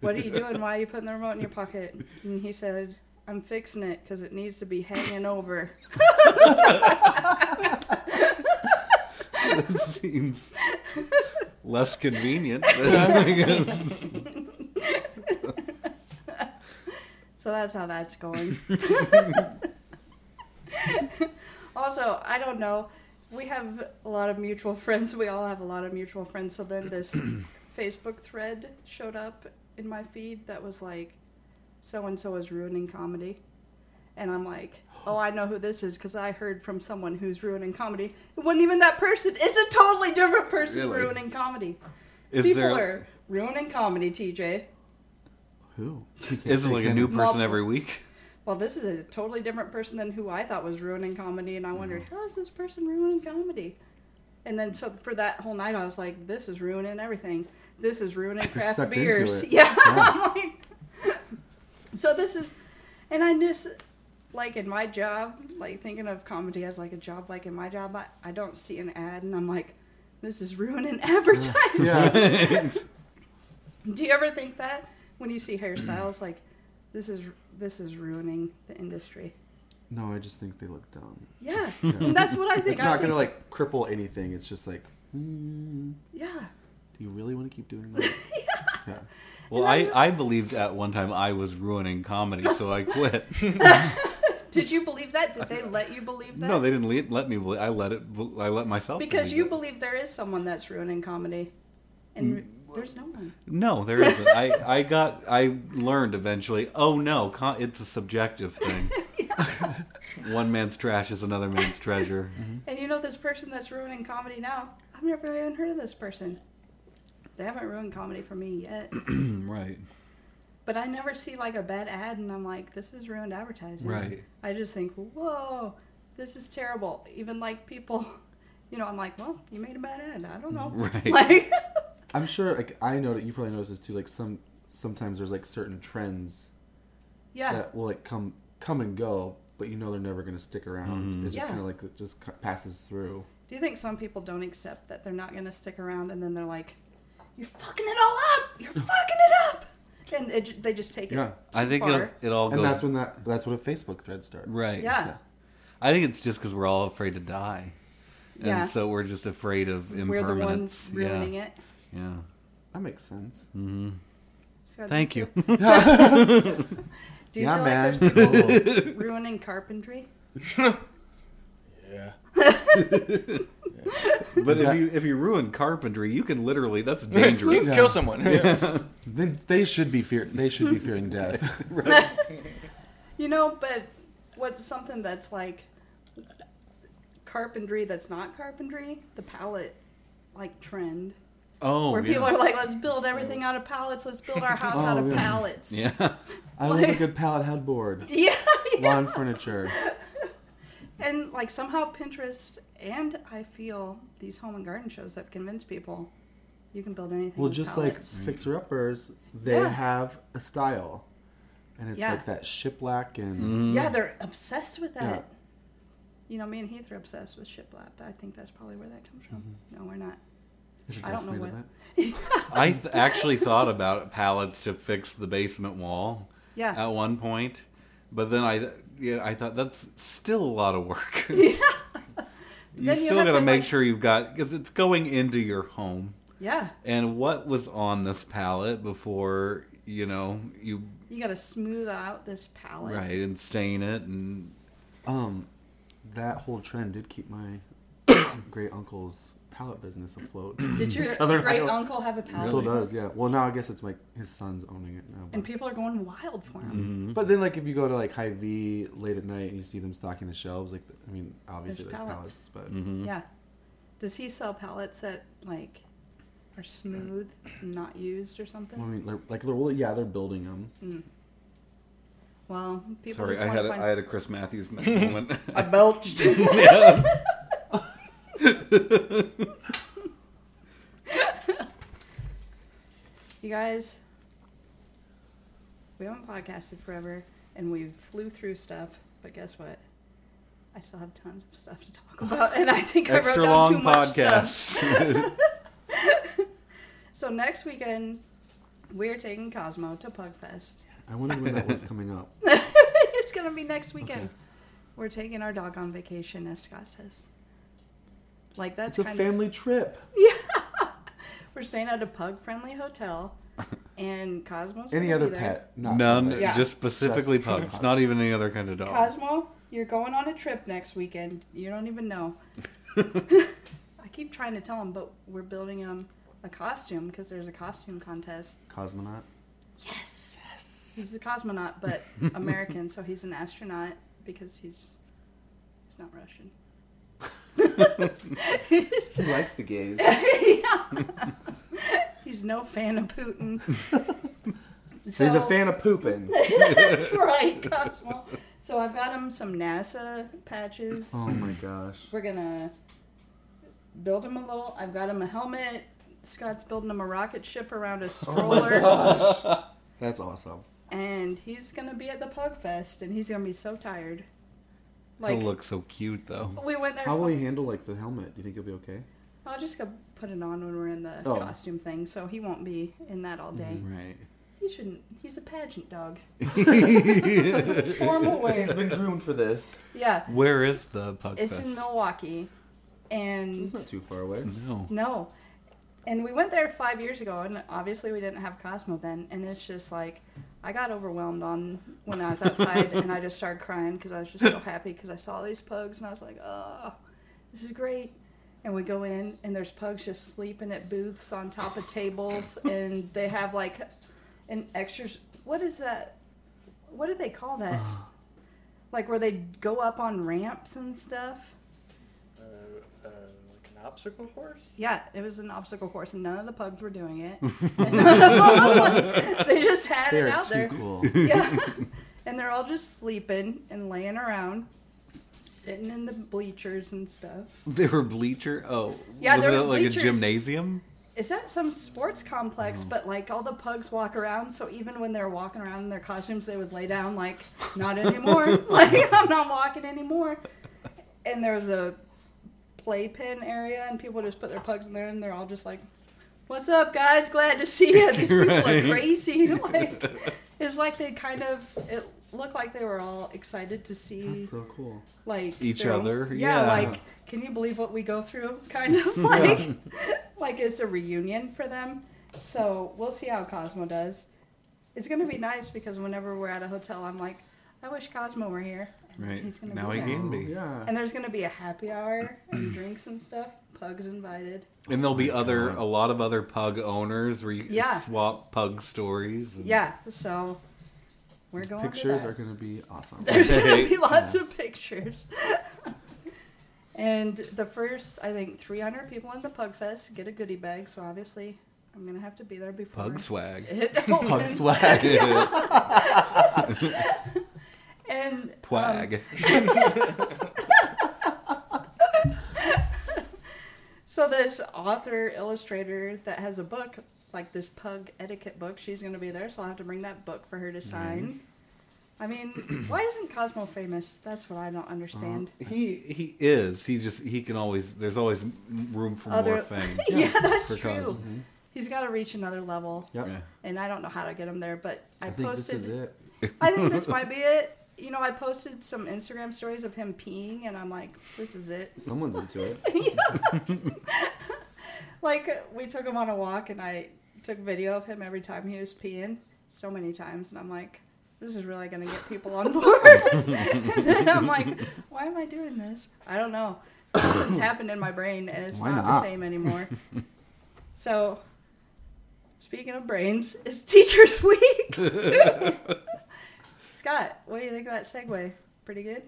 [SPEAKER 2] "What are you doing? Why are you putting the remote in your pocket?" And he said, "I'm fixing it because it needs to be hanging over."
[SPEAKER 4] That
[SPEAKER 2] [LAUGHS]
[SPEAKER 4] seems less convenient. but-
[SPEAKER 2] So that's how that's
[SPEAKER 4] [LAUGHS]
[SPEAKER 2] going. also, I don't know. We have a lot of mutual friends. We all have a lot of mutual friends. So then
[SPEAKER 4] [CLEARS THROAT]
[SPEAKER 2] this Facebook thread showed up in my feed that was like, so and so is ruining comedy. And I'm like, oh, I know who this is because I heard from someone who's ruining comedy. It wasn't even that person. It's a totally different person
[SPEAKER 4] Really?
[SPEAKER 2] ruining comedy.
[SPEAKER 4] Is
[SPEAKER 2] People
[SPEAKER 4] there-
[SPEAKER 2] are ruining comedy, TJ.
[SPEAKER 1] Who?
[SPEAKER 4] Is it like a new person
[SPEAKER 2] Multiple.
[SPEAKER 4] every week?
[SPEAKER 2] well, this is a totally different person than who I thought was ruining comedy, and I wondered
[SPEAKER 1] Mm-hmm.
[SPEAKER 2] how is this person ruining comedy? And then so for that whole night, I was like, this is ruining everything. This is
[SPEAKER 1] [LAUGHS]
[SPEAKER 2] ruining craft
[SPEAKER 1] sucked into
[SPEAKER 2] beers.
[SPEAKER 1] it.
[SPEAKER 2] [LAUGHS] Yeah. I'm like- [LAUGHS] so this is, and I just like in my job, like thinking of comedy as like a job, like in my job, I, I don't see an ad, and I'm like, this is ruining [LAUGHS] advertising.
[SPEAKER 1] Yeah.
[SPEAKER 4] [LAUGHS]
[SPEAKER 2] Do you ever think that when you see hairstyles, like this is this is ruining the industry?
[SPEAKER 1] No, I just think they look dumb.
[SPEAKER 2] Yeah, and that's what I think.
[SPEAKER 1] It's
[SPEAKER 2] I
[SPEAKER 1] not
[SPEAKER 2] think,
[SPEAKER 1] gonna like cripple anything. It's just like, mm,
[SPEAKER 2] Yeah,
[SPEAKER 1] do you really want to keep
[SPEAKER 2] [LAUGHS]
[SPEAKER 1] doing that? yeah.
[SPEAKER 4] Well, I, I believed at one time I was ruining comedy, so
[SPEAKER 2] [LAUGHS]
[SPEAKER 4] I quit.
[SPEAKER 2] did you believe that? Did they let you believe that?
[SPEAKER 4] No, they didn't le- let me. Believe. I let it. bel- I let myself.
[SPEAKER 2] because
[SPEAKER 4] believe
[SPEAKER 2] you
[SPEAKER 4] it.
[SPEAKER 2] believe there is someone that's ruining comedy, and
[SPEAKER 4] Mm.
[SPEAKER 2] there's no one.
[SPEAKER 4] No, there isn't. I, I got. I learned eventually. Oh no, con- it's a subjective
[SPEAKER 2] [LAUGHS]
[SPEAKER 4] thing. one man's trash is another man's treasure.
[SPEAKER 2] And you know this person that's ruining comedy now. I've never even heard of this person. They haven't ruined comedy for me yet.
[SPEAKER 4] Hmm, Right.
[SPEAKER 2] But I never see like a bad ad, and I'm like, this is ruined advertising.
[SPEAKER 4] Right.
[SPEAKER 2] I just think, whoa, this is terrible. Even like people, [LAUGHS] you know, I'm like, well, you made a bad ad. I don't know.
[SPEAKER 4] Right.
[SPEAKER 2] [LAUGHS] Like,
[SPEAKER 1] I'm sure. Like I know that you probably notice this too. Like some sometimes there's like certain trends
[SPEAKER 2] yeah.
[SPEAKER 1] that will like come come and go, but you know they're never gonna stick around.
[SPEAKER 4] Mm-hmm.
[SPEAKER 1] It's just
[SPEAKER 2] Yeah.
[SPEAKER 1] kind of like it just cu- passes through.
[SPEAKER 2] Do you think some people don't accept that they're not going to stick around and then they're like, you're fucking it all up! You're fucking it up! And it, ju- they just take
[SPEAKER 1] Yeah.
[SPEAKER 2] it. Too
[SPEAKER 4] I think
[SPEAKER 2] far.
[SPEAKER 4] it, it all goes.
[SPEAKER 1] And that's when that that's what a Facebook thread starts.
[SPEAKER 4] right.
[SPEAKER 2] Yeah.
[SPEAKER 4] I think it's just because we're all afraid to die, and
[SPEAKER 2] Yeah.
[SPEAKER 4] so we're just afraid of
[SPEAKER 2] We're the ones
[SPEAKER 4] impermanence.
[SPEAKER 2] ruining
[SPEAKER 4] yeah.
[SPEAKER 2] it.
[SPEAKER 4] Yeah.
[SPEAKER 1] That makes sense.
[SPEAKER 2] Scott,
[SPEAKER 4] Thank you.
[SPEAKER 2] Do
[SPEAKER 4] [LAUGHS]
[SPEAKER 2] you
[SPEAKER 1] yeah,
[SPEAKER 2] feel
[SPEAKER 1] man.
[SPEAKER 2] like
[SPEAKER 1] [LAUGHS] Oh.
[SPEAKER 2] there's people ruining carpentry?
[SPEAKER 3] Yeah.
[SPEAKER 4] But if
[SPEAKER 1] that-
[SPEAKER 4] you if you ruin carpentry, you can
[SPEAKER 2] [LAUGHS]
[SPEAKER 4] literally that's dangerous.
[SPEAKER 3] Kill someone.
[SPEAKER 1] Then they should be fear. They should be fearing death. [LAUGHS]
[SPEAKER 2] You know, but what's something that's like carpentry that's not carpentry? The pallet, like, trend.
[SPEAKER 4] oh,
[SPEAKER 2] Where
[SPEAKER 4] yeah.
[SPEAKER 2] people are like, let's build everything out of pallets. Let's build our house out
[SPEAKER 1] Oh,
[SPEAKER 2] of
[SPEAKER 1] yeah.
[SPEAKER 2] pallets.
[SPEAKER 4] [LAUGHS] yeah.
[SPEAKER 1] I love a good pallet headboard,
[SPEAKER 2] [LAUGHS] Yeah, yeah.
[SPEAKER 1] lawn furniture.
[SPEAKER 2] And like somehow Pinterest and I feel these home and garden shows have convinced people you can build anything.
[SPEAKER 1] Well,
[SPEAKER 2] with
[SPEAKER 1] just
[SPEAKER 2] pallets.
[SPEAKER 1] like fixer uppers, they
[SPEAKER 2] Yeah.
[SPEAKER 1] have a style, and it's
[SPEAKER 2] Yeah. Mm-hmm.
[SPEAKER 1] like that shiplack and
[SPEAKER 2] yeah, they're obsessed with that. you know, me and Heath are obsessed with shiplap. I think that's probably where that comes from. No, we're not.
[SPEAKER 1] Mm-hmm. You should
[SPEAKER 2] I don't know
[SPEAKER 1] guess me to
[SPEAKER 2] what- [LAUGHS]
[SPEAKER 4] I th- actually thought about pallets to fix the basement wall
[SPEAKER 2] Yeah.
[SPEAKER 4] at one point, but then I yeah, I thought that's still a lot of
[SPEAKER 2] [LAUGHS]
[SPEAKER 4] work. [LAUGHS] You
[SPEAKER 2] Then you
[SPEAKER 4] still
[SPEAKER 2] have
[SPEAKER 4] got to
[SPEAKER 2] to,
[SPEAKER 4] make
[SPEAKER 2] like-
[SPEAKER 4] sure you've got because it's going into your home.
[SPEAKER 2] Yeah.
[SPEAKER 4] And what was on this pallet before you know you
[SPEAKER 2] You got to smooth out this palette.
[SPEAKER 4] right and stain it and
[SPEAKER 1] that. Um, that whole trend did keep my [COUGHS] great uncle's pallet business afloat.
[SPEAKER 2] Did
[SPEAKER 1] [LAUGHS]
[SPEAKER 2] your
[SPEAKER 1] Southern
[SPEAKER 2] great
[SPEAKER 1] Iowa-
[SPEAKER 2] uncle have a palette?
[SPEAKER 1] Still does, yeah. Well, now I guess it's like his son's owning it now.
[SPEAKER 2] And
[SPEAKER 1] But,
[SPEAKER 2] people are going wild for him.
[SPEAKER 1] but then, like, if you go to like High V late at night and you see them stocking the shelves, like, I mean, obviously
[SPEAKER 2] There's
[SPEAKER 1] there's, pallets.
[SPEAKER 2] pallets.
[SPEAKER 1] but
[SPEAKER 2] Yeah. Does he sell palettes that like are smooth, and not used or
[SPEAKER 1] I
[SPEAKER 2] something?
[SPEAKER 1] mean, they're, like, they're well, yeah, they're building them.
[SPEAKER 2] Mm. Well, people
[SPEAKER 4] sorry
[SPEAKER 2] just
[SPEAKER 4] I
[SPEAKER 2] want
[SPEAKER 4] had
[SPEAKER 2] to
[SPEAKER 4] a,
[SPEAKER 2] find.
[SPEAKER 4] I had a Chris
[SPEAKER 2] [LAUGHS]
[SPEAKER 4] Matthews moment.
[SPEAKER 3] I belched.
[SPEAKER 2] You guys, we haven't podcasted forever, and we flew through stuff. But guess what? I still have tons of stuff to
[SPEAKER 4] [LAUGHS]
[SPEAKER 2] talk about, and I think I
[SPEAKER 4] Extra
[SPEAKER 2] wrote down
[SPEAKER 4] long
[SPEAKER 2] too much stuff.
[SPEAKER 4] [LAUGHS] podcast.
[SPEAKER 2] So next weekend, we're taking Cosmo to Pugfest. [LAUGHS]
[SPEAKER 1] I wondered when that was coming up.
[SPEAKER 2] it's gonna be next weekend. We're taking our dog on vacation, as Scott says. Like that's
[SPEAKER 1] It's a
[SPEAKER 2] kind of
[SPEAKER 1] family trip.
[SPEAKER 2] We're staying at a pug friendly
[SPEAKER 4] [LAUGHS]
[SPEAKER 2] hotel, and Cosmo's. gonna
[SPEAKER 1] Any
[SPEAKER 2] be
[SPEAKER 1] other
[SPEAKER 2] there.
[SPEAKER 1] pet? Not
[SPEAKER 4] None,
[SPEAKER 1] pet.
[SPEAKER 2] Yeah.
[SPEAKER 4] just specifically
[SPEAKER 1] Just
[SPEAKER 4] pugs.
[SPEAKER 1] pugs.
[SPEAKER 4] Not even any other kind of
[SPEAKER 5] Oh.
[SPEAKER 4] dog.
[SPEAKER 2] Cosmo, you're going on a trip next weekend. You don't
[SPEAKER 5] [LAUGHS]
[SPEAKER 2] even know. I keep trying to tell him, but we're building him a costume because there's a costume contest.
[SPEAKER 1] Cosmonaut.
[SPEAKER 2] Yes. Yes. He's a cosmonaut,
[SPEAKER 5] [LAUGHS]
[SPEAKER 2] but American, so he's an astronaut because he's he's not
[SPEAKER 5] [LAUGHS]
[SPEAKER 2] Russian. [LAUGHS]
[SPEAKER 5] He likes the
[SPEAKER 2] [LAUGHS]
[SPEAKER 5] gays.
[SPEAKER 2] He's no fan of Putin.
[SPEAKER 5] [LAUGHS] So he's a fan of pooping.
[SPEAKER 2] [LAUGHS] That's right, Cosmo. So I've got him some NASA patches.
[SPEAKER 1] Oh my gosh.
[SPEAKER 2] We're gonna build him a little. I've got him a helmet. Scott's building him a rocket ship around a stroller,
[SPEAKER 1] That's awesome.
[SPEAKER 2] and he's gonna be at the Pug Fest, and he's gonna be so tired.
[SPEAKER 4] He'll
[SPEAKER 2] Like Oh.
[SPEAKER 4] look so cute though.
[SPEAKER 2] we went there.
[SPEAKER 1] How will
[SPEAKER 2] for-
[SPEAKER 1] he handle like the helmet? Do you think he'll be okay?
[SPEAKER 2] I'll just go put it on when we're in the
[SPEAKER 1] Oh.
[SPEAKER 2] costume thing, so he won't be in that all day. [LAUGHS]
[SPEAKER 4] Right.
[SPEAKER 2] He shouldn't. He's a pageant dog. It's formal wear.
[SPEAKER 5] He's been groomed for this.
[SPEAKER 2] Yeah,
[SPEAKER 4] Where is the pug
[SPEAKER 2] it's
[SPEAKER 4] fest?
[SPEAKER 2] in Milwaukee, and
[SPEAKER 1] It's not too far away.
[SPEAKER 4] no.
[SPEAKER 2] No. And we went there five years ago, and obviously we didn't have Cosmo then. And it's just like, I got overwhelmed on when I was outside, and I just started crying because I was just so happy because I saw these pugs, and I was like, oh, this is great. And we go in, and there's pugs just sleeping at booths on top of tables, and they have like an extra. What is that? What do they call that? Like where they go up on ramps and stuff.
[SPEAKER 3] uh, uh, like an obstacle [LAUGHS] course?
[SPEAKER 2] Yeah, it was an obstacle course, and none of the pugs were doing it. And none of them- they just had
[SPEAKER 1] They're
[SPEAKER 2] it out
[SPEAKER 1] too
[SPEAKER 2] there. [LAUGHS]
[SPEAKER 1] cool.
[SPEAKER 2] Yeah, and they're all just sleeping and laying around, sitting in the bleachers and stuff.
[SPEAKER 4] They were bleacher. Oh,
[SPEAKER 2] Yeah,
[SPEAKER 4] was
[SPEAKER 2] there
[SPEAKER 4] it
[SPEAKER 2] was
[SPEAKER 4] like
[SPEAKER 2] bleachers.
[SPEAKER 4] a gymnasium?
[SPEAKER 2] Is that some sports complex? But like all the pugs walk around, so even when they're walking around in their costumes, they would lay down like, "Not anymore! like I'm not walking anymore." And there was a playpen area, and people just put their pugs in there, and they're all just like, "What's up, guys? Glad to see you." These people
[SPEAKER 4] Right.
[SPEAKER 2] are crazy. like it's like they kind of it looked like they were all excited to see
[SPEAKER 1] That's so cool.
[SPEAKER 2] like
[SPEAKER 4] Each
[SPEAKER 2] their-
[SPEAKER 4] other,
[SPEAKER 2] Yeah,
[SPEAKER 4] yeah.
[SPEAKER 2] like can you believe what we go through? [LAUGHS] Kind of like like it's a reunion for them. So we'll see how Cosmo does. It's gonna be nice because whenever we're at a hotel, I'm like, I wish Cosmo were here. And
[SPEAKER 4] Right.
[SPEAKER 2] He's gonna
[SPEAKER 4] Now
[SPEAKER 2] be
[SPEAKER 4] he
[SPEAKER 2] there.
[SPEAKER 4] can be.
[SPEAKER 1] Oh, Yeah.
[SPEAKER 2] And there's gonna be a happy hour and drinks and stuff. Pugs invited.
[SPEAKER 4] And there'll be
[SPEAKER 1] Oh
[SPEAKER 4] other, a lot of other pug owners where you
[SPEAKER 2] Yeah.
[SPEAKER 4] swap pug stories. and-
[SPEAKER 2] Yeah. So we're going. to
[SPEAKER 1] Pictures
[SPEAKER 2] that.
[SPEAKER 1] are gonna be
[SPEAKER 2] [LAUGHS]
[SPEAKER 1] awesome.
[SPEAKER 2] There's gonna be lots of pictures. and the first, I think, 300 people in the Pug Fest get a goodie bag. So obviously, I'm gonna have to be there before.
[SPEAKER 4] [LAUGHS] Pug swag.
[SPEAKER 2] [LAUGHS] It Um, opens.
[SPEAKER 5] Pug swag.
[SPEAKER 2] [LAUGHS]
[SPEAKER 4] [LAUGHS]
[SPEAKER 2] And um,
[SPEAKER 4] Pwag.
[SPEAKER 2] so this author illustrator that has a book, like this pug etiquette book, she's gonna be there. So I'll have to bring that book for her to sign. I
[SPEAKER 4] [CLEARS THROAT]
[SPEAKER 2] mean, why isn't Cosmo famous? That's what I don't understand.
[SPEAKER 4] He he is. He just he can always. There's always room for
[SPEAKER 2] [LAUGHS]
[SPEAKER 4] more fame.
[SPEAKER 2] yeah, that's
[SPEAKER 4] for
[SPEAKER 2] true.
[SPEAKER 4] Cosmo.
[SPEAKER 2] He's got to reach another level,
[SPEAKER 1] Yep.
[SPEAKER 4] Yeah.
[SPEAKER 2] and I don't know how to get him there. But I,
[SPEAKER 1] I think
[SPEAKER 2] posted.
[SPEAKER 1] this is it.
[SPEAKER 2] I think
[SPEAKER 1] [LAUGHS]
[SPEAKER 2] this might be it. You know, I posted some Instagram stories of him peeing, and I'm like, this is it.
[SPEAKER 1] Someone's into
[SPEAKER 2] [LAUGHS]
[SPEAKER 1] it.
[SPEAKER 2] Like we took him on a walk, and I took video of him every time he was peeing, so many times, and I'm like, this is really gonna get people on board. [LAUGHS] and then I'm like, why am I doing this? I don't know. It's happened in my brain, and it's
[SPEAKER 1] Why
[SPEAKER 2] not, the
[SPEAKER 1] not?
[SPEAKER 2] same anymore. so, speaking of brains, it's Teachers [LAUGHS] Week. Scott, what do you think of that segue? Pretty good.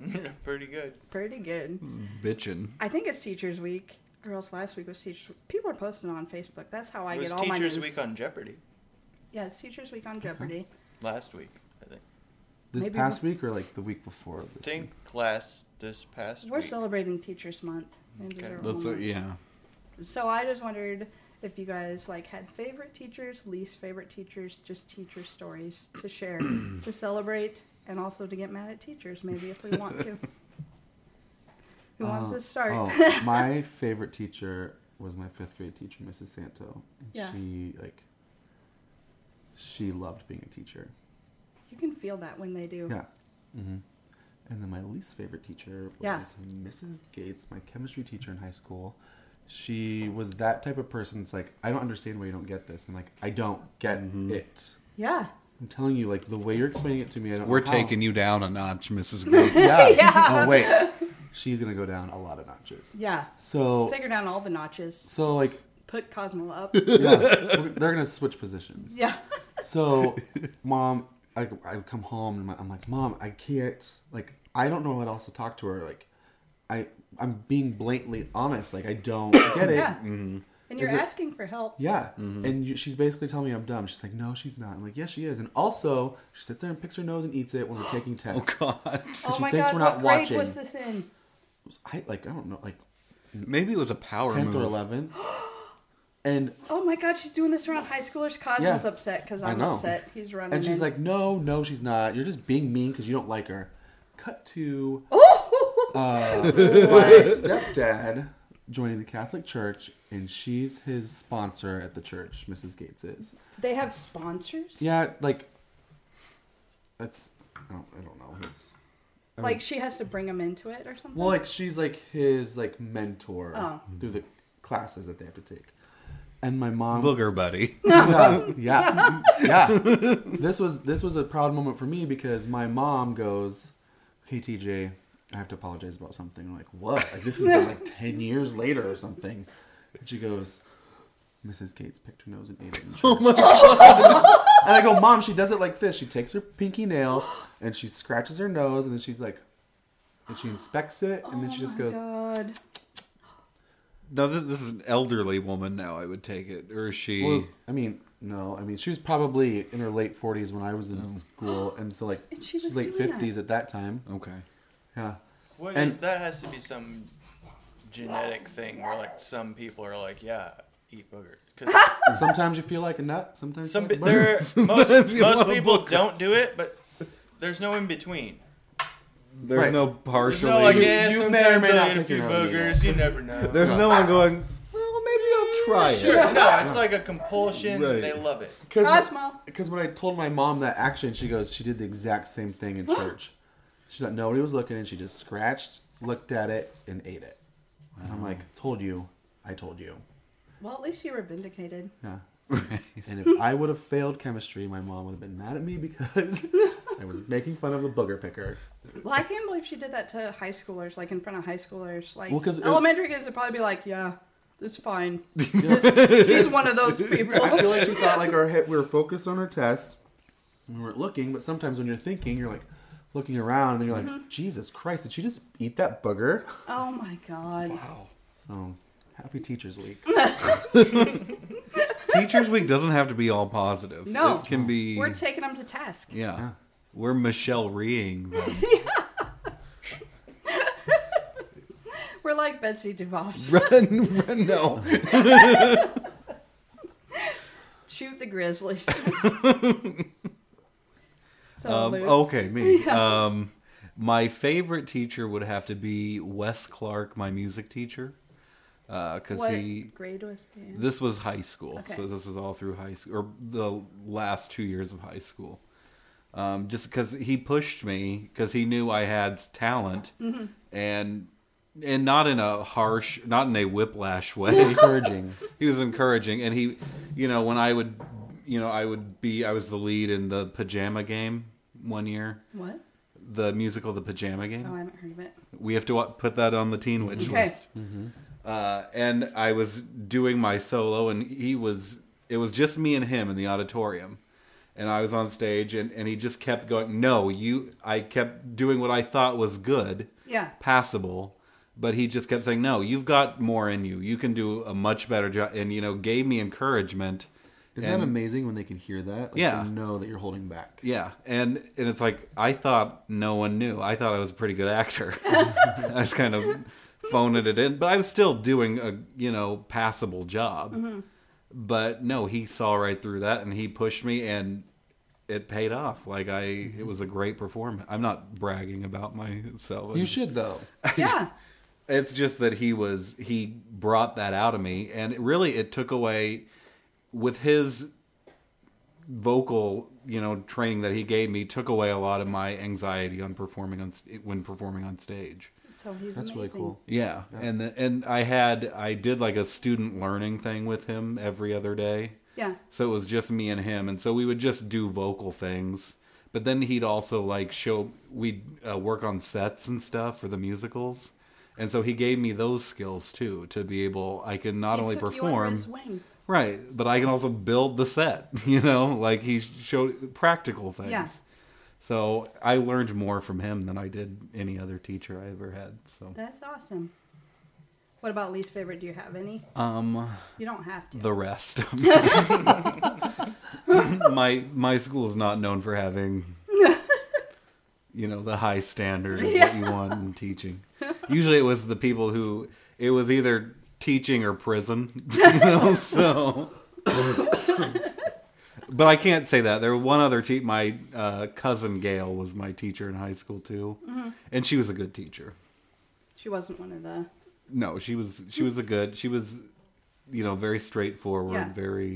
[SPEAKER 3] Pretty good.
[SPEAKER 2] Pretty good.
[SPEAKER 4] Bitchin'.
[SPEAKER 2] I think it's Teachers Week, or else last week was Teachers. People are posting on Facebook. That's how I
[SPEAKER 3] it was
[SPEAKER 2] get all my
[SPEAKER 3] Teachers
[SPEAKER 2] news.
[SPEAKER 3] Week on Uh-huh. Jeopardy
[SPEAKER 2] yeah, it's Teachers Week on Jeopardy.
[SPEAKER 3] last week, I think.
[SPEAKER 1] This
[SPEAKER 2] Maybe
[SPEAKER 1] past week or like the week before? This
[SPEAKER 3] think last this past
[SPEAKER 2] We're
[SPEAKER 3] week.
[SPEAKER 2] celebrating Teachers Month. and
[SPEAKER 3] Okay.
[SPEAKER 2] Deserve
[SPEAKER 4] That's
[SPEAKER 2] Month.
[SPEAKER 4] a, yeah.
[SPEAKER 2] So I just wondered if you guys like had favorite teachers, least favorite teachers, just teacher stories to
[SPEAKER 1] [CLEARS THROAT]
[SPEAKER 2] share, to celebrate, and also to get mad at teachers, maybe if we want
[SPEAKER 1] [LAUGHS]
[SPEAKER 2] to. Who wants
[SPEAKER 1] Uh,
[SPEAKER 2] to start? [LAUGHS]
[SPEAKER 1] oh, my favorite teacher was my fifth grade teacher, Mrs. Santo. And
[SPEAKER 2] Yeah.
[SPEAKER 1] She like she loved being a teacher.
[SPEAKER 2] you can feel that when they do.
[SPEAKER 1] Yeah. hmm And then my least favorite teacher was
[SPEAKER 2] Yeah.
[SPEAKER 1] Mrs. Gates, my chemistry teacher in high school. She was that type of person. It's like I don't understand why you don't get this. And like I don't get
[SPEAKER 4] Mm-hmm.
[SPEAKER 1] it.
[SPEAKER 2] Yeah.
[SPEAKER 1] I'm telling you, like the way you're explaining it to me, I don't.
[SPEAKER 4] We're
[SPEAKER 1] know how.
[SPEAKER 4] taking you down a
[SPEAKER 2] [LAUGHS]
[SPEAKER 4] notch, Mrs. Gates.
[SPEAKER 1] [LAUGHS] Yeah.
[SPEAKER 2] Yeah.
[SPEAKER 1] Oh wait, she's gonna go down a lot of notches.
[SPEAKER 2] Yeah.
[SPEAKER 1] So
[SPEAKER 2] Take her down all the notches.
[SPEAKER 1] so like
[SPEAKER 2] Put Cosmo
[SPEAKER 1] [LAUGHS]
[SPEAKER 2] up.
[SPEAKER 1] yeah, we're- they're gonna switch positions.
[SPEAKER 2] yeah. [LAUGHS]
[SPEAKER 1] So, mom, I, I come home and my, I'm like, mom, I can't. Like, I don't know what else to talk to her. Like, I I'm being blatantly honest. Like, I don't get
[SPEAKER 2] Yeah.
[SPEAKER 1] it. Yeah. Mm-hmm.
[SPEAKER 2] And you're
[SPEAKER 1] Is it-
[SPEAKER 2] asking for help.
[SPEAKER 1] And you, she's basically telling me I'm dumb. She's like, no, she's not. I'm like, yes, she is. And also, she sits there and picks her nose and eats it when we're taking tests.
[SPEAKER 4] God.
[SPEAKER 2] Oh
[SPEAKER 1] she
[SPEAKER 2] my
[SPEAKER 1] thinks
[SPEAKER 2] god,
[SPEAKER 1] we're not
[SPEAKER 2] what grade
[SPEAKER 1] watching.
[SPEAKER 2] was this in?
[SPEAKER 1] I like I don't know, like
[SPEAKER 4] Maybe it was a power
[SPEAKER 1] tenth
[SPEAKER 4] move.
[SPEAKER 1] or eleventh. [GASPS] And
[SPEAKER 2] Oh my god, she's doing this around high schoolers. Cosmo's
[SPEAKER 1] Yeah.
[SPEAKER 2] upset because
[SPEAKER 1] I
[SPEAKER 2] I'm
[SPEAKER 1] know.
[SPEAKER 2] upset. He's running.
[SPEAKER 1] and she's
[SPEAKER 2] in.
[SPEAKER 1] like, no, no, she's not. You're just being mean because you don't like her. Cut to uh,
[SPEAKER 2] oh, [LAUGHS]
[SPEAKER 1] my stepdad joining the Catholic Church, and she's his sponsor at the church. Mrs. Gates is.
[SPEAKER 2] they have sponsors.
[SPEAKER 1] Yeah, like that's I don't, I don't know. It's
[SPEAKER 2] like she has to bring them into it or something.
[SPEAKER 1] well, like she's like his like mentor
[SPEAKER 2] Oh.
[SPEAKER 1] through the classes that they have to take. And my mom,
[SPEAKER 4] Booger buddy. [LAUGHS]
[SPEAKER 1] yeah, yeah, yeah. This was this was a proud moment for me because my mom goes, "Hey TJ, I have to apologize about something." I'm like, "What?" Like, this has been like ten years later or something. And she goes, "Mrs. Gates picked her nose and ate it." in church." [LAUGHS] and I go, "Mom, she does it like this. She takes her pinky nail and she scratches her nose, and then she's like." And she inspects it, and then she just
[SPEAKER 2] Oh my
[SPEAKER 1] goes,
[SPEAKER 2] god.
[SPEAKER 4] No, this, this is an elderly woman now, I would take it. Or is she.
[SPEAKER 1] Well, I mean, no. I mean, she was probably in her late forties when I was in
[SPEAKER 3] Oh.
[SPEAKER 1] school, and so like
[SPEAKER 2] And she
[SPEAKER 1] she's
[SPEAKER 2] was
[SPEAKER 1] late
[SPEAKER 2] doing that.
[SPEAKER 1] fifties at that time.
[SPEAKER 4] okay.
[SPEAKER 1] Yeah,
[SPEAKER 3] What is
[SPEAKER 1] And-
[SPEAKER 3] that? Has to be some genetic thing where like some people are like, yeah, eat booger. 'Cause
[SPEAKER 2] [LAUGHS]
[SPEAKER 1] sometimes you feel like a nut. Sometimes
[SPEAKER 3] some
[SPEAKER 1] you feel like a booger. [LAUGHS]
[SPEAKER 3] there are- most
[SPEAKER 4] you
[SPEAKER 3] most
[SPEAKER 4] love
[SPEAKER 3] people don't do it, but there's no in between.
[SPEAKER 4] There's
[SPEAKER 1] Right.
[SPEAKER 4] no
[SPEAKER 3] There's
[SPEAKER 4] partially.
[SPEAKER 3] no like, yeah,
[SPEAKER 1] you may or
[SPEAKER 3] sometimes
[SPEAKER 1] may
[SPEAKER 3] I
[SPEAKER 1] not
[SPEAKER 3] eat a
[SPEAKER 1] think
[SPEAKER 3] few
[SPEAKER 1] you're gonna do
[SPEAKER 3] boogers. You never know.
[SPEAKER 4] There's no one going, well, maybe I'll try it.
[SPEAKER 3] Sure, no, it's like a compulsion.
[SPEAKER 4] Right.
[SPEAKER 3] They love it.
[SPEAKER 2] Cosmo.
[SPEAKER 1] Because when I told my mom that action, she goes, she did the exact same
[SPEAKER 2] [GASPS]
[SPEAKER 1] thing in church. She thought nobody was looking, and she just scratched, looked at it, and ate it. And I'm like,
[SPEAKER 3] Oh.
[SPEAKER 1] told you, I
[SPEAKER 3] [LAUGHS]
[SPEAKER 1] told you.
[SPEAKER 2] Well, at least you were vindicated.
[SPEAKER 1] Yeah. And if I would have failed chemistry, my mom would have been mad at me because [LAUGHS] I was making fun of a booger picker.
[SPEAKER 2] Well, I can't believe she did that to high schoolers, like in front of high schoolers. Like
[SPEAKER 1] Well, 'cause it-
[SPEAKER 2] elementary kids would probably be like, "Yeah, it's
[SPEAKER 1] [LAUGHS]
[SPEAKER 2] fine." Just- she's one of those people.
[SPEAKER 1] I feel like she thought like our head, we were focused on our test, and we weren't looking. But sometimes when you're thinking, you're like looking around, and then you're like,
[SPEAKER 2] Mm-hmm.
[SPEAKER 1] Jesus Christ, did she just eat that booger?
[SPEAKER 2] oh my god.
[SPEAKER 1] So happy Teachers Week. [LAUGHS]
[SPEAKER 4] Teachers Week doesn't have to be all positive.
[SPEAKER 2] No.
[SPEAKER 4] It can be.
[SPEAKER 2] We're taking them to task.
[SPEAKER 4] yeah.
[SPEAKER 1] Yeah.
[SPEAKER 4] We're Michelle
[SPEAKER 2] [LAUGHS]
[SPEAKER 4] Reeing them.
[SPEAKER 2] We're like Betsy DeVos.
[SPEAKER 4] run, run, no.
[SPEAKER 2] Shoot the Grizzlies. [LAUGHS] So
[SPEAKER 4] Um,
[SPEAKER 2] Luke.
[SPEAKER 4] okay,
[SPEAKER 2] [LAUGHS]
[SPEAKER 4] me. Um, my favorite teacher would have to be Wes Clark, my music teacher, because
[SPEAKER 2] what
[SPEAKER 4] he.
[SPEAKER 2] grade was he? in?
[SPEAKER 4] This was high school,
[SPEAKER 2] Okay.
[SPEAKER 4] so this was all through high school, or the last two years of high school. Um, just because he pushed me, because he knew I had talent,
[SPEAKER 2] Mm-hmm.
[SPEAKER 4] and and not in a harsh, not in a whiplash [LAUGHS] way
[SPEAKER 1] Encouraging.
[SPEAKER 4] he was encouraging and he you know when i would you know i would be i was the lead in the pajama game one year
[SPEAKER 2] What?
[SPEAKER 4] the musical the pajama game
[SPEAKER 2] Oh, I haven't heard of it.
[SPEAKER 4] we have to wa- put that on the teen witch
[SPEAKER 2] Okay.
[SPEAKER 4] list uh, and i was doing my solo and he was it was just me and him in the auditorium and i was on stage and, and he just kept going no you i kept doing what i thought was good
[SPEAKER 2] Yeah.
[SPEAKER 4] [LAUGHS] passable but he just kept saying no you've got more in you you can do a much better job and you know gave me encouragement
[SPEAKER 1] Isn't
[SPEAKER 4] And-
[SPEAKER 1] that amazing when they can hear that? Like,
[SPEAKER 4] Yeah.
[SPEAKER 1] They know that you're holding back.
[SPEAKER 4] yeah and and it's like i thought no one knew i thought i was a pretty good actor i was kind of phoning it in but i was still doing a you know passable job but no he saw right through that and he pushed me and it paid off like i it was a great performance i'm not bragging about myself
[SPEAKER 1] You should, though.
[SPEAKER 2] Yeah.
[SPEAKER 4] it's just that he was he brought that out of me and it really it took away with his vocal you know training that he gave me took away a lot of my anxiety on performing on st- when performing on stage
[SPEAKER 2] So he's
[SPEAKER 1] That's
[SPEAKER 2] amazing.
[SPEAKER 1] really cool.
[SPEAKER 4] yeah, and the, and i had i did like a student learning thing with him every other day
[SPEAKER 2] Yeah.
[SPEAKER 4] so it was just me and him and so we would just do vocal things but then he'd also like show we'd uh, work on sets and stuff for the musicals and so he gave me those skills too to be able i can not
[SPEAKER 2] He
[SPEAKER 4] only
[SPEAKER 2] took you under
[SPEAKER 4] perform
[SPEAKER 2] his wing.
[SPEAKER 4] right but i can also build the set [LAUGHS] you know like he showed practical things
[SPEAKER 2] Yeah.
[SPEAKER 4] so i learned more from him than i did any other teacher i ever had so
[SPEAKER 2] That's awesome. What about least favorite? Do you have any?
[SPEAKER 4] um
[SPEAKER 2] You don't have to.
[SPEAKER 4] the rest. [LAUGHS] my my school is not known for having you know the high standard of what you want in teaching. Usually it was the people who it was either teaching or prison. [LAUGHS] You know, so But I can't say that. There was one other te- my uh, cousin Gail was my teacher in high school too. And she was a good teacher
[SPEAKER 2] She wasn't one of the.
[SPEAKER 4] no she was she was a good she was you know very straightforward
[SPEAKER 2] Yeah.
[SPEAKER 4] very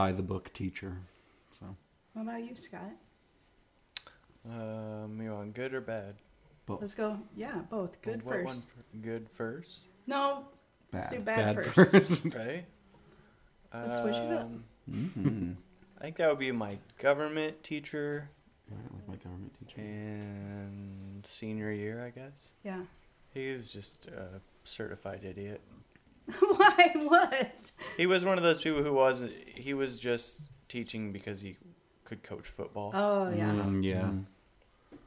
[SPEAKER 4] by the book teacher so
[SPEAKER 2] What about you, Scott?
[SPEAKER 3] Um, you want good or bad?
[SPEAKER 2] Let's go. Yeah, both. Good
[SPEAKER 3] What
[SPEAKER 2] first.
[SPEAKER 3] one fir- good
[SPEAKER 2] [LAUGHS]
[SPEAKER 3] first,
[SPEAKER 2] No, let's
[SPEAKER 1] Bad.
[SPEAKER 2] do bad, first.
[SPEAKER 3] right? Um,
[SPEAKER 2] Let's switch it up.
[SPEAKER 1] Mm-hmm.
[SPEAKER 4] [LAUGHS]
[SPEAKER 3] I think that would be my government teacher
[SPEAKER 1] I don't like my government teacher.
[SPEAKER 3] in senior year, I guess.
[SPEAKER 2] Yeah. [LAUGHS]
[SPEAKER 3] He was just a certified idiot.
[SPEAKER 2] Why? What?
[SPEAKER 3] He was one of those people who was he was just teaching because he could coach football.
[SPEAKER 2] Oh yeah.
[SPEAKER 4] Mm, [LAUGHS] yeah
[SPEAKER 1] Mm-hmm.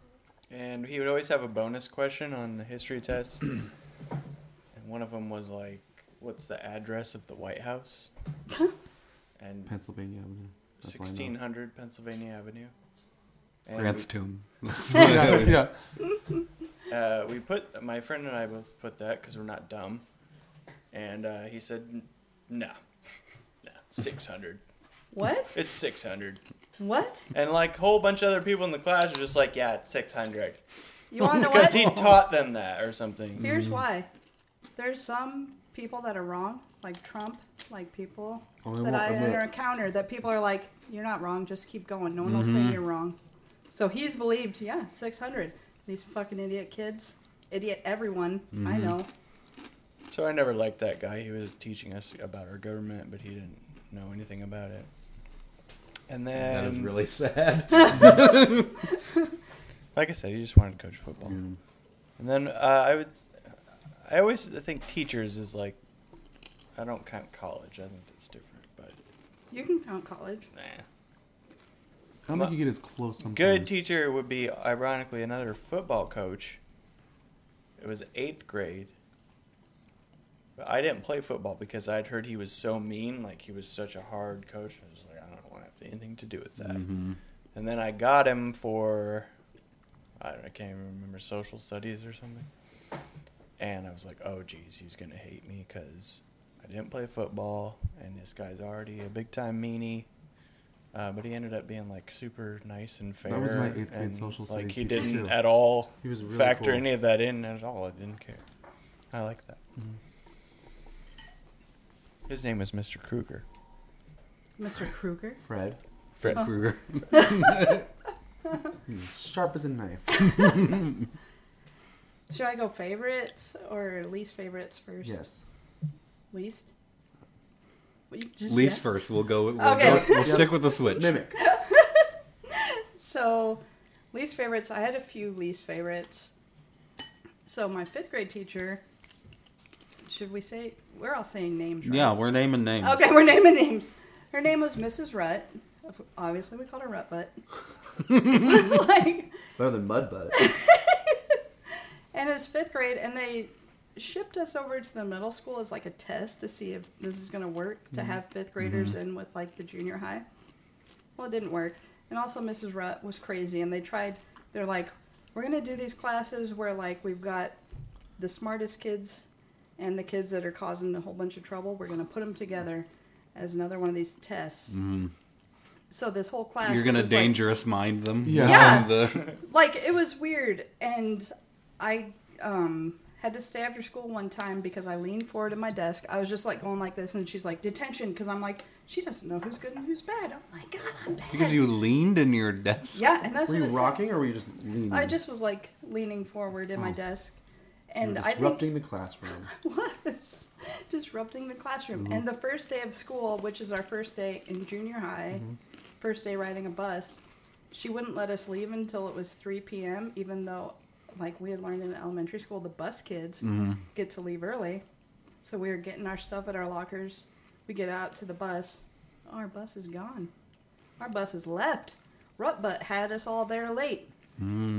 [SPEAKER 3] And he would always have a bonus question on the
[SPEAKER 2] [COUGHS]
[SPEAKER 3] history test. and one of them was like, what's the address of the
[SPEAKER 2] [LAUGHS]
[SPEAKER 3] White House? and
[SPEAKER 1] Pennsylvania Avenue. That's all I know.
[SPEAKER 3] 1600 Pennsylvania Avenue. And
[SPEAKER 2] [LAUGHS]
[SPEAKER 4] grant's tomb [LAUGHS]
[SPEAKER 1] [LAUGHS] yeah, yeah.
[SPEAKER 3] we, uh, we put, my friend and I both put that because we're not dumb. And uh, he said, "N- no, no, 600.
[SPEAKER 2] What?
[SPEAKER 3] It's 600.
[SPEAKER 2] What?
[SPEAKER 3] And like a whole bunch of other people in the class are just like, yeah, it's 600.
[SPEAKER 2] You want to know what?
[SPEAKER 3] Because he
[SPEAKER 2] [LAUGHS]
[SPEAKER 3] taught them that or something.
[SPEAKER 2] Here's
[SPEAKER 1] Mm.
[SPEAKER 2] why. There's some people that are wrong, like Trump, like people
[SPEAKER 1] Oh, I
[SPEAKER 2] that
[SPEAKER 1] won't-
[SPEAKER 2] I
[SPEAKER 1] I'm gonna-
[SPEAKER 2] encounter that people are like, "You're not wrong. Just keep going. No one will
[SPEAKER 1] Mm-hmm.
[SPEAKER 2] say you're wrong." So he's believed. Yeah, 600. These fucking idiot kids, idiot everyone. I
[SPEAKER 1] Mm-hmm.
[SPEAKER 2] know.
[SPEAKER 3] So I never liked that guy. He was teaching us about our government, but he didn't know anything about it. And then,
[SPEAKER 4] that is [LAUGHS] really sad
[SPEAKER 3] like I said, he just wanted to coach football. And then uh, I would, I always think teachers is like, I don't count college. I think that's different, but
[SPEAKER 2] You can count college.
[SPEAKER 3] nah.
[SPEAKER 1] I don't think you get as close sometimes.
[SPEAKER 3] Good teacher would be ironically another football coach. It was eighth grade. But I didn't play football because I'd heard he was so mean, like he was such a hard coach. I was like, I don't want to have anything to do with that. And then I got him for I, don't, I can't even remember social studies or something. And I was like, oh geez, he's gonna hate me because I didn't play football, and this guy's already a big time meanie. Uh, but he ended up being like super nice and fair.
[SPEAKER 1] was my eighth grade
[SPEAKER 3] and,
[SPEAKER 1] social studies
[SPEAKER 3] Like he
[SPEAKER 1] teacher,
[SPEAKER 3] didn't
[SPEAKER 1] too.
[SPEAKER 3] at all
[SPEAKER 1] He was really
[SPEAKER 3] factor
[SPEAKER 1] cool.
[SPEAKER 3] any of that in at all. I didn't care. I like that.
[SPEAKER 1] Mm-hmm.
[SPEAKER 3] His name is Mr. Kruger.
[SPEAKER 2] Mr. Kruger?
[SPEAKER 1] Fred.
[SPEAKER 4] Fred
[SPEAKER 2] Oh.
[SPEAKER 1] [LAUGHS]
[SPEAKER 4] Krueger.
[SPEAKER 1] Sharp as a knife.
[SPEAKER 2] Should I go favorites or least favorites first?
[SPEAKER 1] Yes.
[SPEAKER 2] Least? Well, you just
[SPEAKER 4] Least
[SPEAKER 2] guessed.
[SPEAKER 4] first. We'll go. We'll,
[SPEAKER 2] Okay.
[SPEAKER 4] go, we'll stick with the switch.
[SPEAKER 1] Mimic.
[SPEAKER 2] So, least favorites. I had a few least favorites. So, my fifth grade teacher, should we say, we're all saying names, right?
[SPEAKER 4] Yeah, we're naming names.
[SPEAKER 2] Okay, we're naming names. Her name was Mrs. Rutt. Obviously, we called her Rutt Butt. [LAUGHS] like,
[SPEAKER 5] Better than mud
[SPEAKER 2] [LAUGHS]
[SPEAKER 5] butt.
[SPEAKER 2] and it was fifth grade, and they shipped us over to the middle school as like a test to see if this is going to work
[SPEAKER 4] Mm-hmm.
[SPEAKER 2] to have fifth graders in with like the junior high. Well, it didn't work. And also, Mrs. Rutt was crazy, and they tried, they're like, we're going to do these classes where like we've got the smartest kids and the kids that are causing a whole bunch of trouble, we're going to put them together as another one of these tests. So this whole class
[SPEAKER 4] Mm-hmm. You're gonna
[SPEAKER 2] was, like-
[SPEAKER 4] dangerous mind them.
[SPEAKER 2] Yeah.
[SPEAKER 4] On the- [LAUGHS]
[SPEAKER 2] like it was weird and i um had to stay after school one time because i leaned forward at my desk i was just like going like this and she's like detention because i'm like she doesn't know who's good and who's bad oh my god i'm bad
[SPEAKER 4] because you leaned in your desk. [LAUGHS]
[SPEAKER 2] yeah and that's
[SPEAKER 1] Were you
[SPEAKER 2] what it said.
[SPEAKER 1] rocking or were you just leaning?
[SPEAKER 2] i just was like leaning forward at my desk
[SPEAKER 1] Oh. You
[SPEAKER 2] and
[SPEAKER 1] were
[SPEAKER 2] i think
[SPEAKER 1] disrupting the classroom.
[SPEAKER 2] [LAUGHS] was disrupting the classroom. And the first day of school, which is our first day in junior high, first day riding a bus, she wouldn't let us leave until it was 3 p.m., even though, like we had learned in elementary school, the bus kids get to leave early. So we were getting our stuff at our lockers. We get out to the bus. Our bus is gone. Our bus is left. Rutbutt had us all there late.